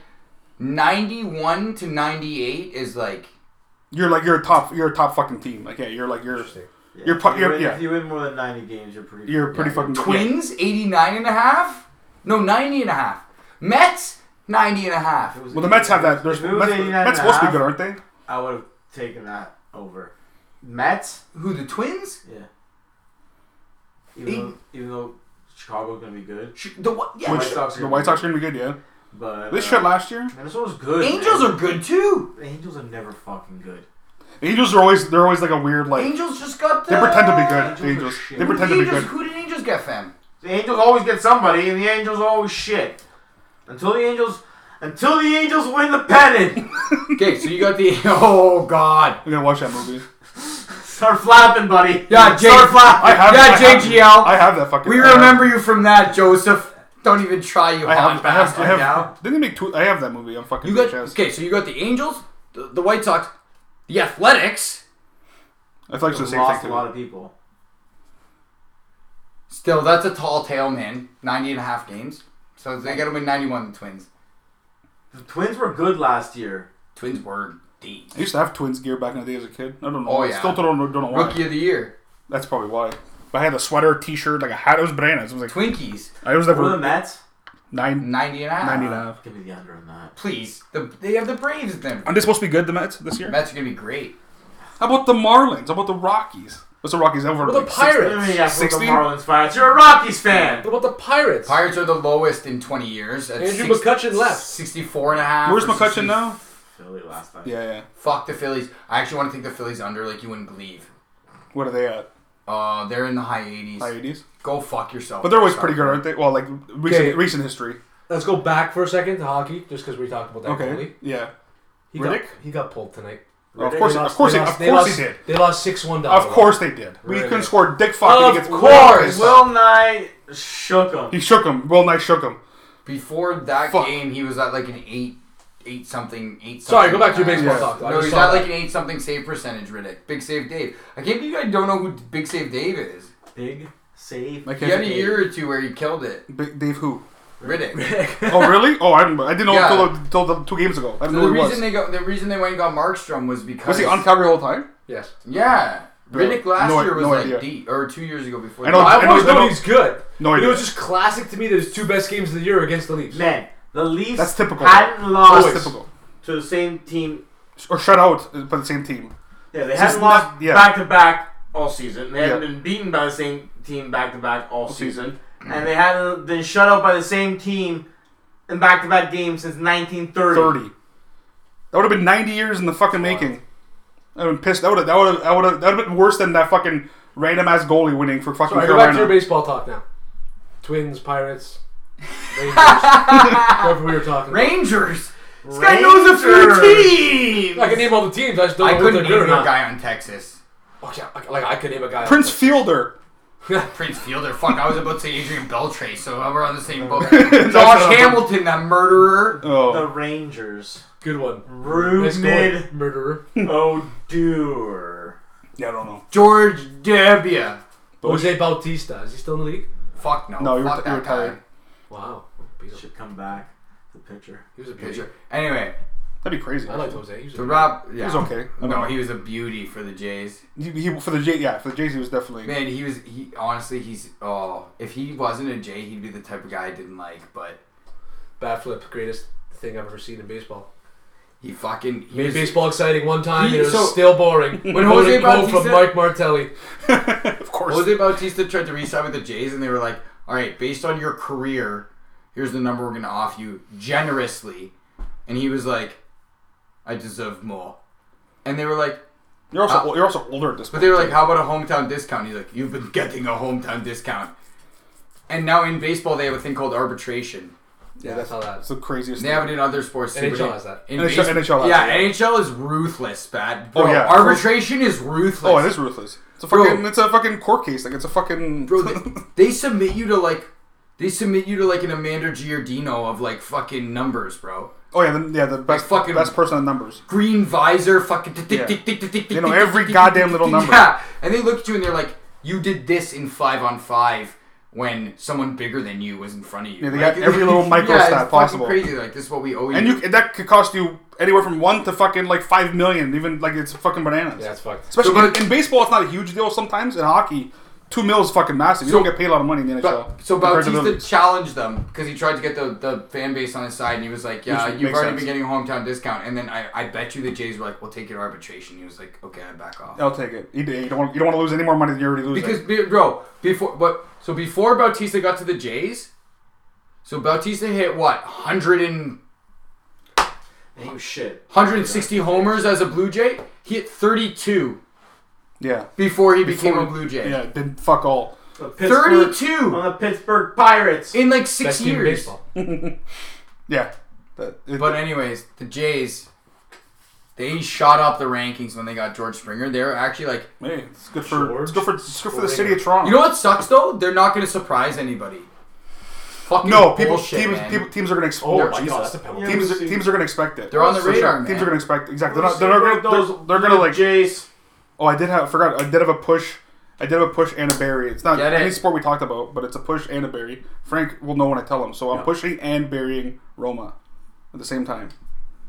Speaker 4: 91 to 98 is like
Speaker 3: You're like you're a top you're a top fucking team. Like yeah, you're like you're
Speaker 2: Yeah.
Speaker 3: You're pu-
Speaker 2: if you
Speaker 3: you're-
Speaker 2: win,
Speaker 3: yeah.
Speaker 2: If you win more than 90 games, you're pretty.
Speaker 3: you're pretty fucking good.
Speaker 4: Twins 89 and a half? No, 90 and a half. Mets 90 and a half.
Speaker 2: If it was
Speaker 3: Well, the Mets have that. There's,
Speaker 2: If it was
Speaker 3: Mets,
Speaker 2: 89
Speaker 3: Mets
Speaker 2: and a
Speaker 3: supposed to be good,
Speaker 2: half,
Speaker 3: aren't they?
Speaker 2: I would have taken that over. Mets?
Speaker 4: Who the Twins?
Speaker 2: Yeah. Even,
Speaker 4: Eight-
Speaker 2: though, even though Chicago's going to be good.
Speaker 4: Ch- The what? Yeah.
Speaker 2: White
Speaker 3: Which-
Speaker 2: Sox are
Speaker 3: The
Speaker 2: good.
Speaker 3: White Sox are gonna be good, yeah.
Speaker 2: But
Speaker 3: They
Speaker 2: uh,
Speaker 3: shit last year.
Speaker 2: Minnesota's good.
Speaker 4: Angels
Speaker 2: man.
Speaker 4: are good too.
Speaker 2: The Angels are never fucking good.
Speaker 3: The Angels are always they're always like a weird like
Speaker 4: Angels just got.
Speaker 3: they
Speaker 4: uh,
Speaker 3: pretend to be good. The
Speaker 2: Angels are
Speaker 3: Angels
Speaker 2: shit.
Speaker 3: they
Speaker 4: who
Speaker 3: pretend
Speaker 4: did
Speaker 3: to be
Speaker 4: Angels-
Speaker 3: good.
Speaker 4: Who did Angels get, fam?
Speaker 2: The Angels always get somebody, and the Angels always shit. Until the Angels, until the Angels win the (laughs) pennant,
Speaker 4: Okay, so you got the. (laughs) Oh God.
Speaker 3: We're gonna watch that movie.
Speaker 2: start flapping, buddy.
Speaker 4: Yeah,
Speaker 2: start
Speaker 4: James-
Speaker 2: flapping.
Speaker 3: I have
Speaker 4: Yeah,
Speaker 3: I have-
Speaker 4: JGL.
Speaker 3: I have that fucking.
Speaker 4: We
Speaker 3: I have-
Speaker 4: remember you from that, Joseph. Don't even try, you
Speaker 3: Um, I
Speaker 4: hot
Speaker 3: have. I have.
Speaker 4: bastard.
Speaker 3: I have,
Speaker 4: now.
Speaker 3: Didn't they make two? I have that movie. I'm fucking.
Speaker 4: You got
Speaker 3: bitch ass.
Speaker 4: okay. So you got the Angels, the, the White Sox, the Athletics.
Speaker 3: I feel like it's the
Speaker 2: Lost
Speaker 3: same thing.
Speaker 2: a
Speaker 3: to
Speaker 2: lot
Speaker 3: me.
Speaker 2: of people.
Speaker 4: Still, that's a tall tale, man. 90 and a half games. So they got to win 91. The Twins.
Speaker 2: The Twins were good last year.
Speaker 4: Twins were deep.
Speaker 3: I used to have twins gear back in the day as a kid. I don't know.
Speaker 4: Oh,
Speaker 3: I
Speaker 4: yeah.
Speaker 3: Still don't know, don't know why.
Speaker 4: Rookie of the Year.
Speaker 3: That's probably why. But I had a sweater, t-shirt, like a hat. It was bananas. It was like
Speaker 4: Twinkies.
Speaker 3: I was
Speaker 2: Were the
Speaker 3: never
Speaker 2: Mets?
Speaker 3: nine,
Speaker 4: 90 and a half.
Speaker 3: ninety and a half.
Speaker 2: Give me the under on that.
Speaker 4: Please. The, they have the Braves then.
Speaker 3: Aren't they supposed to be good, the Mets, this year?
Speaker 4: Mets are going to be great.
Speaker 3: How about the Marlins? How about the Rockies? What's the Rockies? Over
Speaker 5: What about the Pirates?
Speaker 2: Yeah, for the
Speaker 3: 16?
Speaker 2: Marlins fans. You're a Rockies fan.
Speaker 5: What about the Pirates?
Speaker 4: Pirates are the lowest in 20 years. At
Speaker 5: Andrew McCutcheon left.
Speaker 4: 64 and a half.
Speaker 3: Where's
Speaker 4: or
Speaker 3: McCutcheon
Speaker 4: 60
Speaker 3: now?
Speaker 2: Philly last time.
Speaker 3: Yeah, yeah.
Speaker 4: Fuck the Phillies. I actually want to take the Phillies under like you wouldn't believe.
Speaker 3: What are they at?
Speaker 4: Uh, they're in the high 80s.
Speaker 3: High 80s?
Speaker 4: Go fuck yourself.
Speaker 3: But they're always
Speaker 4: Sorry.
Speaker 3: pretty good, aren't they? Well, like recent,
Speaker 5: Okay.
Speaker 3: recent history.
Speaker 5: Let's go back for a second to hockey, just because we talked about that
Speaker 3: Okay.
Speaker 5: goalie.
Speaker 3: Yeah.
Speaker 5: He
Speaker 3: Riddick?
Speaker 5: Got, he got pulled tonight.
Speaker 3: Well, of course, of course,
Speaker 5: they
Speaker 3: they, of course
Speaker 5: lost, they
Speaker 3: they
Speaker 5: lost,
Speaker 3: did.
Speaker 5: They lost six one.
Speaker 3: Of course they did. We
Speaker 2: Really?
Speaker 3: couldn't score dick fucking
Speaker 5: Of
Speaker 3: against
Speaker 5: course.
Speaker 3: Will.
Speaker 2: Will Nye shook him.
Speaker 3: He shook him. Will Knight shook him.
Speaker 4: Before that
Speaker 3: Fuck.
Speaker 4: game, he was at like an 8 8 something 8
Speaker 5: Sorry,
Speaker 4: something
Speaker 5: go back to your baseball
Speaker 3: Yeah.
Speaker 5: talk. though. I
Speaker 4: No,
Speaker 5: just
Speaker 4: he's
Speaker 5: saw
Speaker 4: got
Speaker 5: that.
Speaker 4: like an 8 something save percentage, Riddick. Big Save Dave. I can't believe you guys don't know who Big Save Dave is.
Speaker 2: Big save.
Speaker 3: Like
Speaker 4: He had a year or two where he killed it.
Speaker 3: Big Dave who?
Speaker 4: Riddick.
Speaker 3: oh really? Oh, I didn't. I didn't know
Speaker 4: Yeah.
Speaker 3: until, until the two games ago. I didn't
Speaker 4: So
Speaker 3: know
Speaker 4: the
Speaker 3: who he
Speaker 4: reason
Speaker 3: was.
Speaker 4: they got the reason they went and got Markstrom was because
Speaker 3: was he on Calgary the whole time?
Speaker 5: Yes.
Speaker 4: Yeah. Riddick last
Speaker 3: No-
Speaker 4: year was
Speaker 3: no
Speaker 4: like
Speaker 3: idea.
Speaker 4: deep, or two years ago before.
Speaker 3: I know-
Speaker 4: that.
Speaker 3: I
Speaker 5: I always
Speaker 3: know-
Speaker 5: know he's good.
Speaker 3: No
Speaker 5: but
Speaker 3: idea.
Speaker 5: It was just classic to me that his two best games of the year were against the Leafs.
Speaker 2: Man, the Leafs
Speaker 3: That's typical.
Speaker 2: hadn't
Speaker 3: That's
Speaker 2: lost
Speaker 3: typical.
Speaker 2: to the same team.
Speaker 3: Or shut out by the same team.
Speaker 2: Yeah, they
Speaker 3: This is
Speaker 2: hadn't lost
Speaker 3: not- yeah.
Speaker 2: back to back all season. They hadn't
Speaker 3: Yeah.
Speaker 2: been beaten by the same team back to back all season, and they hadn't been shut out by the same team in back to back games since 1930.
Speaker 3: Thirty. That would have been ninety years in the fucking making. I've been pissed. That would have that would have that would have that would have been worse than that fucking random ass goalie winning for fucking
Speaker 5: All right, go back to your
Speaker 3: Carolina.
Speaker 5: baseball talk now. Twins, Pirates,
Speaker 4: (laughs)
Speaker 5: Rangers. whatever we were talking about.
Speaker 4: Rangers. This guy knows a few teams.
Speaker 5: I can name all the teams. I just don't
Speaker 4: I
Speaker 5: know if they're
Speaker 4: couldn't
Speaker 5: good
Speaker 4: name
Speaker 5: or
Speaker 4: no
Speaker 5: not.
Speaker 4: guy on Texas.
Speaker 5: Oh, yeah, like- like I could name a guy.
Speaker 3: Prince Fielder.
Speaker 4: Prince Fielder. Fuck, I was about to say Adrian Beltre, so we're on the same boat.
Speaker 3: (laughs) That's
Speaker 4: Josh
Speaker 3: not-
Speaker 4: Hamilton, that murderer.
Speaker 3: Oh,
Speaker 2: The Rangers.
Speaker 5: Good one. Nice
Speaker 2: Ruben
Speaker 5: going. Murderer.
Speaker 2: Odor.
Speaker 3: yeah, I don't know.
Speaker 4: George Debbia.
Speaker 5: Jose Bautista. Is he still in the league?
Speaker 4: Fuck no.
Speaker 3: No, you were-
Speaker 4: Fuck
Speaker 3: you were
Speaker 4: that guy.
Speaker 3: tired.
Speaker 5: Wow.
Speaker 2: Should come back. The pitcher.
Speaker 5: He was a beauty.
Speaker 4: Pitcher. Anyway,
Speaker 3: That'd be crazy.
Speaker 5: I liked Jose. He was
Speaker 4: so
Speaker 5: a
Speaker 4: Rob. Yeah.
Speaker 3: It was okay. I
Speaker 4: No,
Speaker 3: mean,
Speaker 4: he was a beauty for the Jays.
Speaker 3: he, he, for the J, yeah, for the Jays, he was definitely.
Speaker 4: Man, he was. He honestly, he's. Oh, if he wasn't a Jay, he'd be the type of guy I didn't like. But
Speaker 5: bat flip. Greatest thing I've ever seen in baseball.
Speaker 4: he fucking. He
Speaker 5: Made
Speaker 4: was-
Speaker 5: baseball exciting one time.
Speaker 4: He-
Speaker 5: and it was
Speaker 4: so-
Speaker 5: still boring.
Speaker 4: (laughs) When Jose
Speaker 5: Voted no from
Speaker 4: Bautista-
Speaker 5: Mike Martelli.
Speaker 3: of course.
Speaker 4: Jose Bautista tried to resign with the Jays, and they were like, "All right, based on your career, here's the number we're gonna off you generously," and he was like, "I deserve more," and they were like,
Speaker 3: You're also you're also older at this
Speaker 4: Uh, "But
Speaker 3: point.
Speaker 4: they were like, how about a hometown discount?" He's like, "You've been getting a hometown discount," and now in baseball they have a thing called arbitration.
Speaker 5: Yeah, that's how that.
Speaker 3: It's the craziest.
Speaker 4: They
Speaker 3: thing.
Speaker 4: have it in other sports. too, but
Speaker 5: NHL
Speaker 4: in-
Speaker 5: has that.
Speaker 4: In
Speaker 3: NHL
Speaker 4: base-
Speaker 3: has
Speaker 4: yeah,
Speaker 3: that.
Speaker 4: NHL is ruthless, Bat.
Speaker 3: Oh,
Speaker 4: Bro,
Speaker 3: yeah.
Speaker 4: arbitration is ruthless.
Speaker 3: Oh, it is ruthless. It's a
Speaker 4: Bro.
Speaker 3: fucking. It's a fucking court case. Like it's a fucking. (laughs)
Speaker 4: Bro, they, they submit you to like, they submit you to like an Amanda Giardino of like fucking numbers, bro.
Speaker 3: oh yeah, the, yeah. The best
Speaker 4: fucking-
Speaker 3: best person on numbers.
Speaker 4: Green visor, fucking. tick,
Speaker 3: Yeah.
Speaker 4: tick, tick, tick, tick, tick,
Speaker 3: They know
Speaker 4: tick, tick,
Speaker 3: every
Speaker 4: tick, tick,
Speaker 3: goddamn
Speaker 4: tick,
Speaker 3: little
Speaker 4: tick,
Speaker 3: number.
Speaker 4: Yeah, and they look at you and they're like, "You did this in five on five when someone bigger than you was in front of you."
Speaker 3: Yeah, they
Speaker 4: Like,
Speaker 3: got every
Speaker 4: (laughs)
Speaker 3: little micro
Speaker 4: yeah,
Speaker 3: stat
Speaker 4: it's
Speaker 3: possible.
Speaker 4: Fucking crazy, like this is what we owe you.
Speaker 3: And you and that could cost you anywhere from one to fucking like five million. Even like it's fucking bananas.
Speaker 5: Yeah, it's fucked.
Speaker 3: Especially
Speaker 4: So,
Speaker 3: in,
Speaker 4: but-
Speaker 3: in baseball, it's not a huge deal. Sometimes in hockey, two mil is fucking massive. You
Speaker 4: So-
Speaker 3: don't get paid a lot of money in the
Speaker 4: Ba-
Speaker 3: NHL.
Speaker 4: so
Speaker 3: compared to the
Speaker 4: Bautista
Speaker 3: leagues.
Speaker 4: challenged them because he tried to get the, the fan base on his side, and he was like, "Yeah,
Speaker 3: Which
Speaker 4: you've
Speaker 3: makes
Speaker 4: already
Speaker 3: sense.
Speaker 4: been getting a hometown discount." And then I, I bet you the Jays were like, "We'll take it to arbitration." He was like, "Okay, I back off."
Speaker 3: I'll take it. You, you don't want you don't want to lose any more money than you're already losing.
Speaker 4: Because be- bro, before but so before Bautista got to the Jays, so Bautista hit what 100 and
Speaker 2: Oh shit.
Speaker 4: 160 homers as a Blue Jay. He hit 32
Speaker 3: yeah,
Speaker 4: before he became
Speaker 3: Before-
Speaker 4: a Blue Jay.
Speaker 3: yeah, then fuck all.
Speaker 2: The Pittsburgh-
Speaker 4: 32
Speaker 2: On the Pittsburgh Pirates.
Speaker 4: in like six
Speaker 5: Best team in
Speaker 4: years.
Speaker 5: baseball.
Speaker 3: Yeah, That- it-
Speaker 4: But anyways, the Jays, they shot up the rankings when they got George Springer. They're actually like,
Speaker 3: Hey, it's good for
Speaker 5: George
Speaker 3: it's good for it's good for the city of Toronto.
Speaker 4: you know what sucks though? They're not going to surprise anybody. Fucking
Speaker 3: no, people,
Speaker 4: bullshit,
Speaker 3: teams,
Speaker 4: man.
Speaker 3: people, teams are gonna expect.
Speaker 5: Oh,
Speaker 3: Oh,
Speaker 5: my
Speaker 3: Jesus.
Speaker 5: god, that's a penalty.
Speaker 2: Yeah.
Speaker 3: Teams,
Speaker 2: We've seen-
Speaker 3: teams are gonna expect it.
Speaker 4: They're on the
Speaker 3: For
Speaker 4: radar,
Speaker 3: Teams
Speaker 4: man.
Speaker 3: are gonna expect exactly. They're not. They're not gonna. They're, they're gonna like.
Speaker 2: Jays.
Speaker 3: Oh, I did have. I forgot. I did have a push. I did have a push and a berry. It's not
Speaker 4: Get
Speaker 3: any
Speaker 4: it.
Speaker 3: sport we talked about, but it's a push and a berry. Frank will know when I tell him. So I'm pushing and burying Roma at the same time.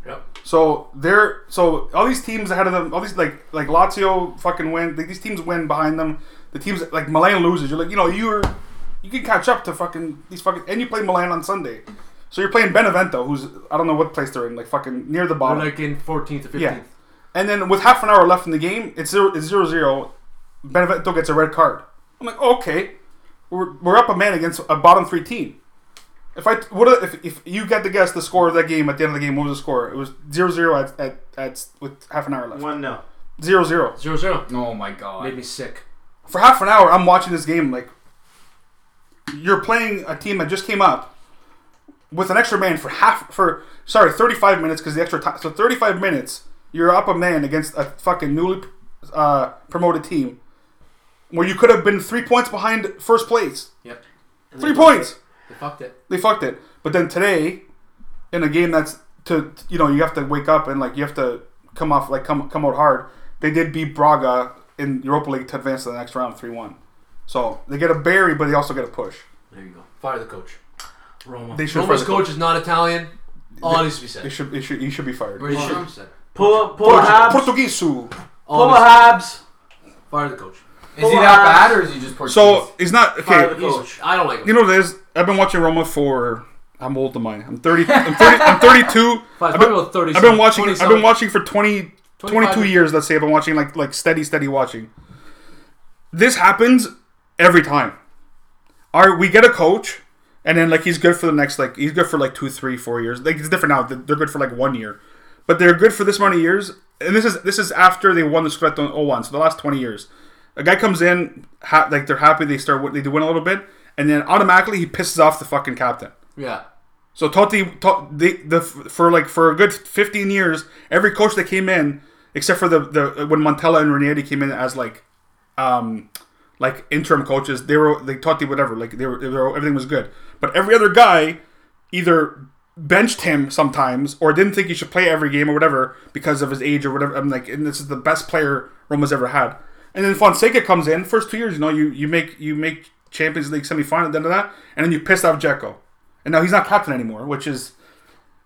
Speaker 5: Yep.
Speaker 3: So they're so all these teams ahead of them, all these like like Lazio fucking win. Like, these teams win behind them. The teams like Milan loses. You're like you know you're you can catch up to fucking these fucking and you play Milan on Sunday, so you're playing Benevento, who's I don't know what place they're in, like fucking near the
Speaker 5: They're
Speaker 3: bottom.
Speaker 5: like in 14th or 15th.
Speaker 3: yeah, and then with half an hour left in the game, it's zero it's zero zero. Benevento gets a red card. I'm like okay, we're, we're up a man against a bottom three team. If I what if, if you got to guess the score of that game at the end of the game, what was the score? It was 0-0 at, at, at with half an hour left.
Speaker 2: One no.
Speaker 3: 0-0.
Speaker 5: Zero zero.
Speaker 4: Oh my god.
Speaker 5: Made me sick.
Speaker 3: For half an hour, I'm watching this game like you're playing a team that just came up with an extra man for half for sorry 35 minutes because the extra time so 35 minutes you're up a man against a fucking newly uh, promoted team where you could have been three points behind first place
Speaker 5: Yep.
Speaker 3: three points
Speaker 5: They fucked it.
Speaker 3: they fucked it. But then today, in a game that's to you know you have to wake up and like you have to come off like come come out hard. They did beat Braga in Europa League to advance to the next round, three one. So they get a bury, but they also get a push.
Speaker 2: There you go.
Speaker 5: Fire the coach.
Speaker 2: Roma.
Speaker 3: They should.
Speaker 5: Roma's
Speaker 3: fire the
Speaker 5: coach is not Italian. All needs to be
Speaker 3: They
Speaker 5: said.
Speaker 3: should. They should. He should be fired.
Speaker 4: Where you
Speaker 5: All
Speaker 4: should-
Speaker 5: needs to be said.
Speaker 2: Pull, pull,
Speaker 3: Portu-
Speaker 2: Habs.
Speaker 3: Portuguesu.
Speaker 5: All
Speaker 2: Pull
Speaker 5: needs to be said.
Speaker 2: Habs.
Speaker 5: Fire the coach.
Speaker 4: Is he that bad or is he just Portuguese?
Speaker 3: So he's not
Speaker 2: Fire the
Speaker 3: okay.
Speaker 2: coach.
Speaker 5: Coach. I don't like him.
Speaker 3: You know this. I've been watching Roma for. I'm old to mine. I'm thirty. I'm thirty. I'm thirty-two.
Speaker 5: Five,
Speaker 3: I've been,
Speaker 5: probably about 30
Speaker 3: I've been
Speaker 5: some-
Speaker 3: watching.
Speaker 5: 20
Speaker 3: I've been
Speaker 5: some.
Speaker 3: watching for 20, 22
Speaker 5: 25.
Speaker 3: years. Let's say I've been watching like like steady, steady watching. This happens every time. Our we get a coach, and then like he's good for the next like he's good for like two, three, four years. Like it's different now. They're good for like one year, but they're good for this amount of years, and this is this is after they won the Scudetto in 01, so the last 20 years. A guy comes in, ha- like they're happy they start win- they do win a little bit, and then automatically he pisses off the fucking captain.
Speaker 4: Yeah.
Speaker 3: So Totti, Tot- the, the for like for a good 15 years, every coach that came in, except for the, the when Montella and Ranieri came in as like, um, like interim coaches, they were like Totti whatever, like they were, they were everything was good. But every other guy either benched him sometimes or didn't think he should play every game or whatever because of his age or whatever. I'm like, and this is the best player Roma's ever had. And then Fonseca comes in first two years, you know, you, you make you make Champions League semifinal, then that, and then you pissed off Jacko, and now he's not captain anymore, which is.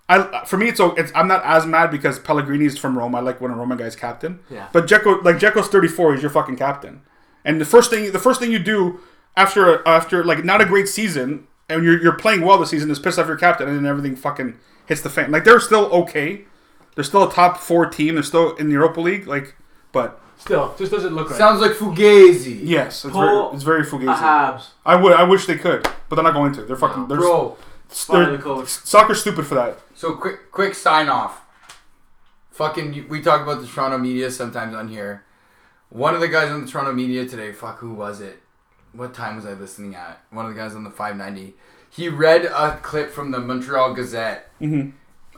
Speaker 3: I, for me, it's, o- it's I'm not as mad because Pellegrini's from Rome. I like when a Roman guy's captain.
Speaker 4: Yeah.
Speaker 3: But Jekko, like Jekko's 34, he's your fucking captain. And the first thing, the first thing you do after after like not a great season, and you're, you're playing well this season, is piss off your captain, and then everything fucking hits the fan. Like they're still okay, they're still a top four team. They're still in the Europa League. Like, but
Speaker 5: Still, just doesn't look right.
Speaker 4: Sounds like Fugazi.
Speaker 3: yes, it's
Speaker 5: Pull
Speaker 3: very, it's very fugazi.
Speaker 5: Habs.
Speaker 3: I would, I wish they could, but they're not going to. They're fucking. they're,
Speaker 4: Bro,
Speaker 3: they're,
Speaker 5: the coach.
Speaker 3: soccer's stupid for that.
Speaker 4: so quick quick sign off. Fucking we talk about the Toronto media sometimes on here. One of the guys on the Toronto media today, fuck who was it? What time was I listening at? One of the guys on the 590. He read a clip from the Montreal Gazette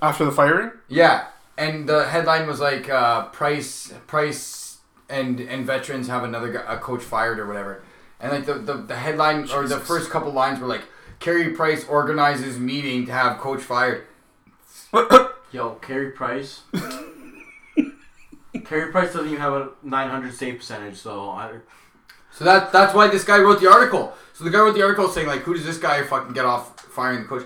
Speaker 3: After the firing,
Speaker 4: Yeah, and the headline was like uh, Price, Price, and and veterans have another gu- a coach fired or whatever. And like the the, the headline or the first couple lines were like Carey Price organizes meeting to have coach fired.
Speaker 2: Yo, Carey
Speaker 3: (laughs)
Speaker 2: Price. Carey Price doesn't even have a 900 save percentage, so I.
Speaker 4: So that that's why this guy wrote the article. So the guy wrote the article saying like, who does this guy fucking get off firing the coach?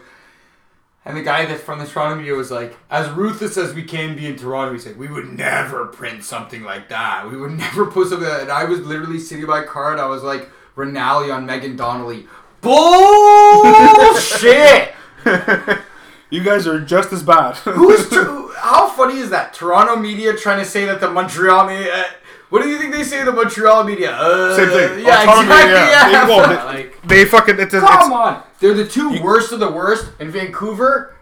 Speaker 4: And the guy that from the Toronto media was like, as ruthless as we can be in Toronto, he said, we would never print something like that. We would (laughs) never put something like that. And I was literally sitting by my car and I was like, Renali on Megan Donnelly.
Speaker 3: (laughs)
Speaker 4: Bullshit!
Speaker 3: you guys are just as bad. (laughs)
Speaker 4: Who's tr- how funny is that? Toronto media trying to say that the Montreal media. Uh, what do you think they say to the Montreal media? Uh,
Speaker 3: Same thing.
Speaker 4: Yeah,
Speaker 3: Autonomy,
Speaker 4: exactly.
Speaker 3: yeah.
Speaker 4: yeah.
Speaker 3: They- well,
Speaker 4: (laughs)
Speaker 3: they- They fucking it's, it's
Speaker 4: Come on. They're the two worst of the worst. And Vancouver,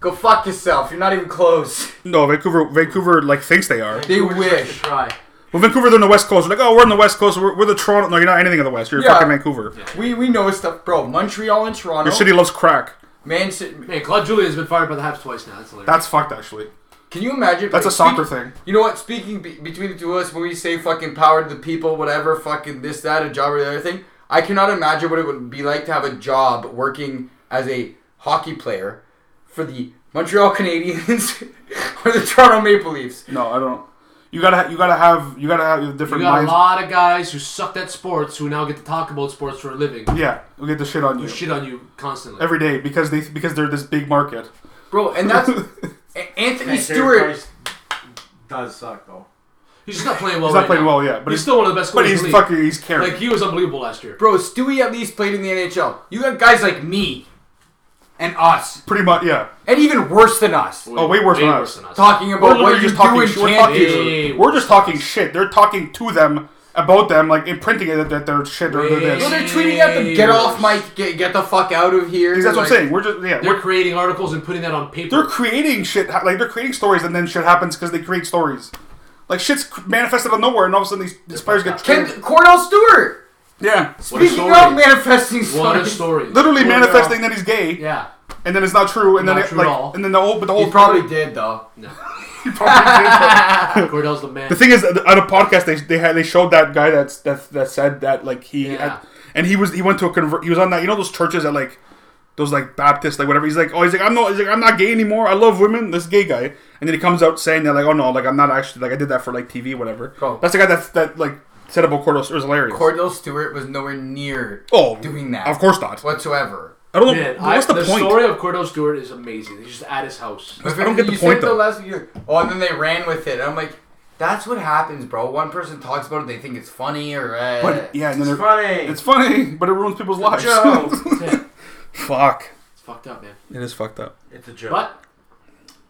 Speaker 4: go fuck yourself. You're not even
Speaker 3: (laughs)
Speaker 4: close.
Speaker 3: no Vancouver. Vancouver like thinks they are.
Speaker 4: They wish.
Speaker 2: Try.
Speaker 3: Well, Vancouver they're on the west coast. They're like, oh, we're on the west coast. We're, we're the Toronto. No, you're not anything on the west. You're
Speaker 4: Yeah.
Speaker 3: fucking Vancouver.
Speaker 4: We we know stuff, bro. Montreal and Toronto.
Speaker 3: Your city loves crack.
Speaker 4: Man, City-
Speaker 5: Hey, Claude Julien has been fired by the Habs twice now. That's hilarious.
Speaker 3: That's fucked actually.
Speaker 4: can you imagine?
Speaker 3: That's a
Speaker 4: like,
Speaker 3: soccer
Speaker 4: speak-
Speaker 3: thing.
Speaker 4: You know what? Speaking be- between the two of us, when we say fucking power to the people, whatever, fucking this, that, a job or the other thing, I cannot imagine what it would be like to have a job working as a hockey player for the Montreal (laughs) Canadiens or the Toronto Maple Leafs.
Speaker 3: No, I don't. You gotta ha- you gotta have you gotta have
Speaker 5: you
Speaker 3: different
Speaker 5: got a
Speaker 3: minds.
Speaker 5: lot of guys who sucked at sports who now get to talk about sports for a living.
Speaker 3: Yeah, we get the shit on you
Speaker 5: Shit on you constantly.
Speaker 3: every day because they because they're this big market.
Speaker 4: Bro, and
Speaker 3: (laughs)
Speaker 4: that's A-
Speaker 2: Carey
Speaker 4: Anthony Stewart.
Speaker 2: Price does suck, though.
Speaker 5: he's just not playing well.
Speaker 3: He's
Speaker 5: right
Speaker 3: not playing
Speaker 5: now.
Speaker 3: well yet, but
Speaker 5: He's
Speaker 3: he's
Speaker 5: still one of the best.
Speaker 3: but
Speaker 5: goalies in
Speaker 3: he's
Speaker 5: the league.
Speaker 3: fucking he's carrying.
Speaker 5: Like he was unbelievable last year.
Speaker 4: Bro, Stewie at least played in the NHL. You got guys like me and us,
Speaker 3: Pretty much, yeah.
Speaker 4: and even worse than us,
Speaker 3: Oh, way worse than us.
Speaker 4: talking
Speaker 3: We're
Speaker 4: about
Speaker 3: literally
Speaker 4: what you
Speaker 3: just
Speaker 4: do
Speaker 3: talking.
Speaker 4: and
Speaker 3: shit. We're
Speaker 4: can't
Speaker 3: talking.
Speaker 4: do.
Speaker 5: do.
Speaker 3: We're just talking shit. They're talking to them about them, like imprinting it that- that they're shit or they're this.
Speaker 4: Well, they're tweeting at them, "Get off my, get, get the fuck out of here."
Speaker 3: That's what I'm
Speaker 4: Like,
Speaker 3: saying. We're just yeah.
Speaker 5: They're
Speaker 3: We're,
Speaker 5: creating articles and putting that on paper.
Speaker 3: they're creating shit. ha- Like they're creating stories, and then shit happens because they create stories. Like shit's cr- manifested out of nowhere, and all of a sudden these, these players get
Speaker 4: Ken,
Speaker 3: traded.
Speaker 4: Cornell Stewart.
Speaker 3: Yeah,
Speaker 5: What a
Speaker 4: Speaking
Speaker 5: story.
Speaker 4: of manifesting
Speaker 5: What a
Speaker 4: stories,
Speaker 5: story.
Speaker 3: literally
Speaker 5: What a-
Speaker 3: manifesting that he's gay,
Speaker 5: Yeah.
Speaker 3: and then it's not true, and
Speaker 5: Not
Speaker 3: then it,
Speaker 5: true at
Speaker 3: like,
Speaker 5: all.
Speaker 3: and then the whole, but the whole
Speaker 4: he probably did though.
Speaker 3: he probably did.
Speaker 5: Cordell's the man.
Speaker 3: The thing is, on a podcast, they they had they showed that guy that's that that said that like he
Speaker 5: Yeah.
Speaker 3: and he was he went to a convert. He was on that you know those churches that like those like Baptist like whatever. He's like oh he's like I'm not he's like I'm not gay anymore. I love women. This gay guy, and then he comes out saying that like oh no like I'm not actually like I did that for like TV whatever.
Speaker 4: Bro.
Speaker 3: That's the guy that that like said about Cordell Stewart. It was hilarious.
Speaker 4: Cordell Stewart was nowhere near
Speaker 3: oh,
Speaker 4: doing that.
Speaker 3: Of course not.
Speaker 4: whatsoever.
Speaker 3: I don't know
Speaker 5: Man,
Speaker 3: what's
Speaker 5: I,
Speaker 3: the,
Speaker 5: the
Speaker 3: point.
Speaker 5: story of Cordell Stewart is amazing. He's just at his house.
Speaker 3: I don't get the
Speaker 4: You
Speaker 3: point,
Speaker 4: said it
Speaker 3: though.
Speaker 4: Last year. Oh, and then they ran with it. And I'm like, that's what happens, bro. One person talks about it, they think it's funny or. Uh,
Speaker 3: But yeah, and then
Speaker 2: It's
Speaker 3: they're-
Speaker 2: funny.
Speaker 3: it's funny, but it ruins people's lives.
Speaker 2: joke.
Speaker 3: (laughs) Fuck,
Speaker 5: It's fucked up, man.
Speaker 3: it is fucked up.
Speaker 2: It's a joke.
Speaker 5: But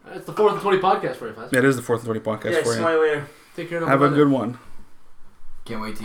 Speaker 5: uh, it's the fourth and twenty podcast for you, fans.
Speaker 3: It is the fourth and twenty podcast
Speaker 2: yeah,
Speaker 3: for you.
Speaker 2: smile later.
Speaker 5: Take care. and
Speaker 3: Have a
Speaker 5: brother.
Speaker 3: good one.
Speaker 4: Can't wait to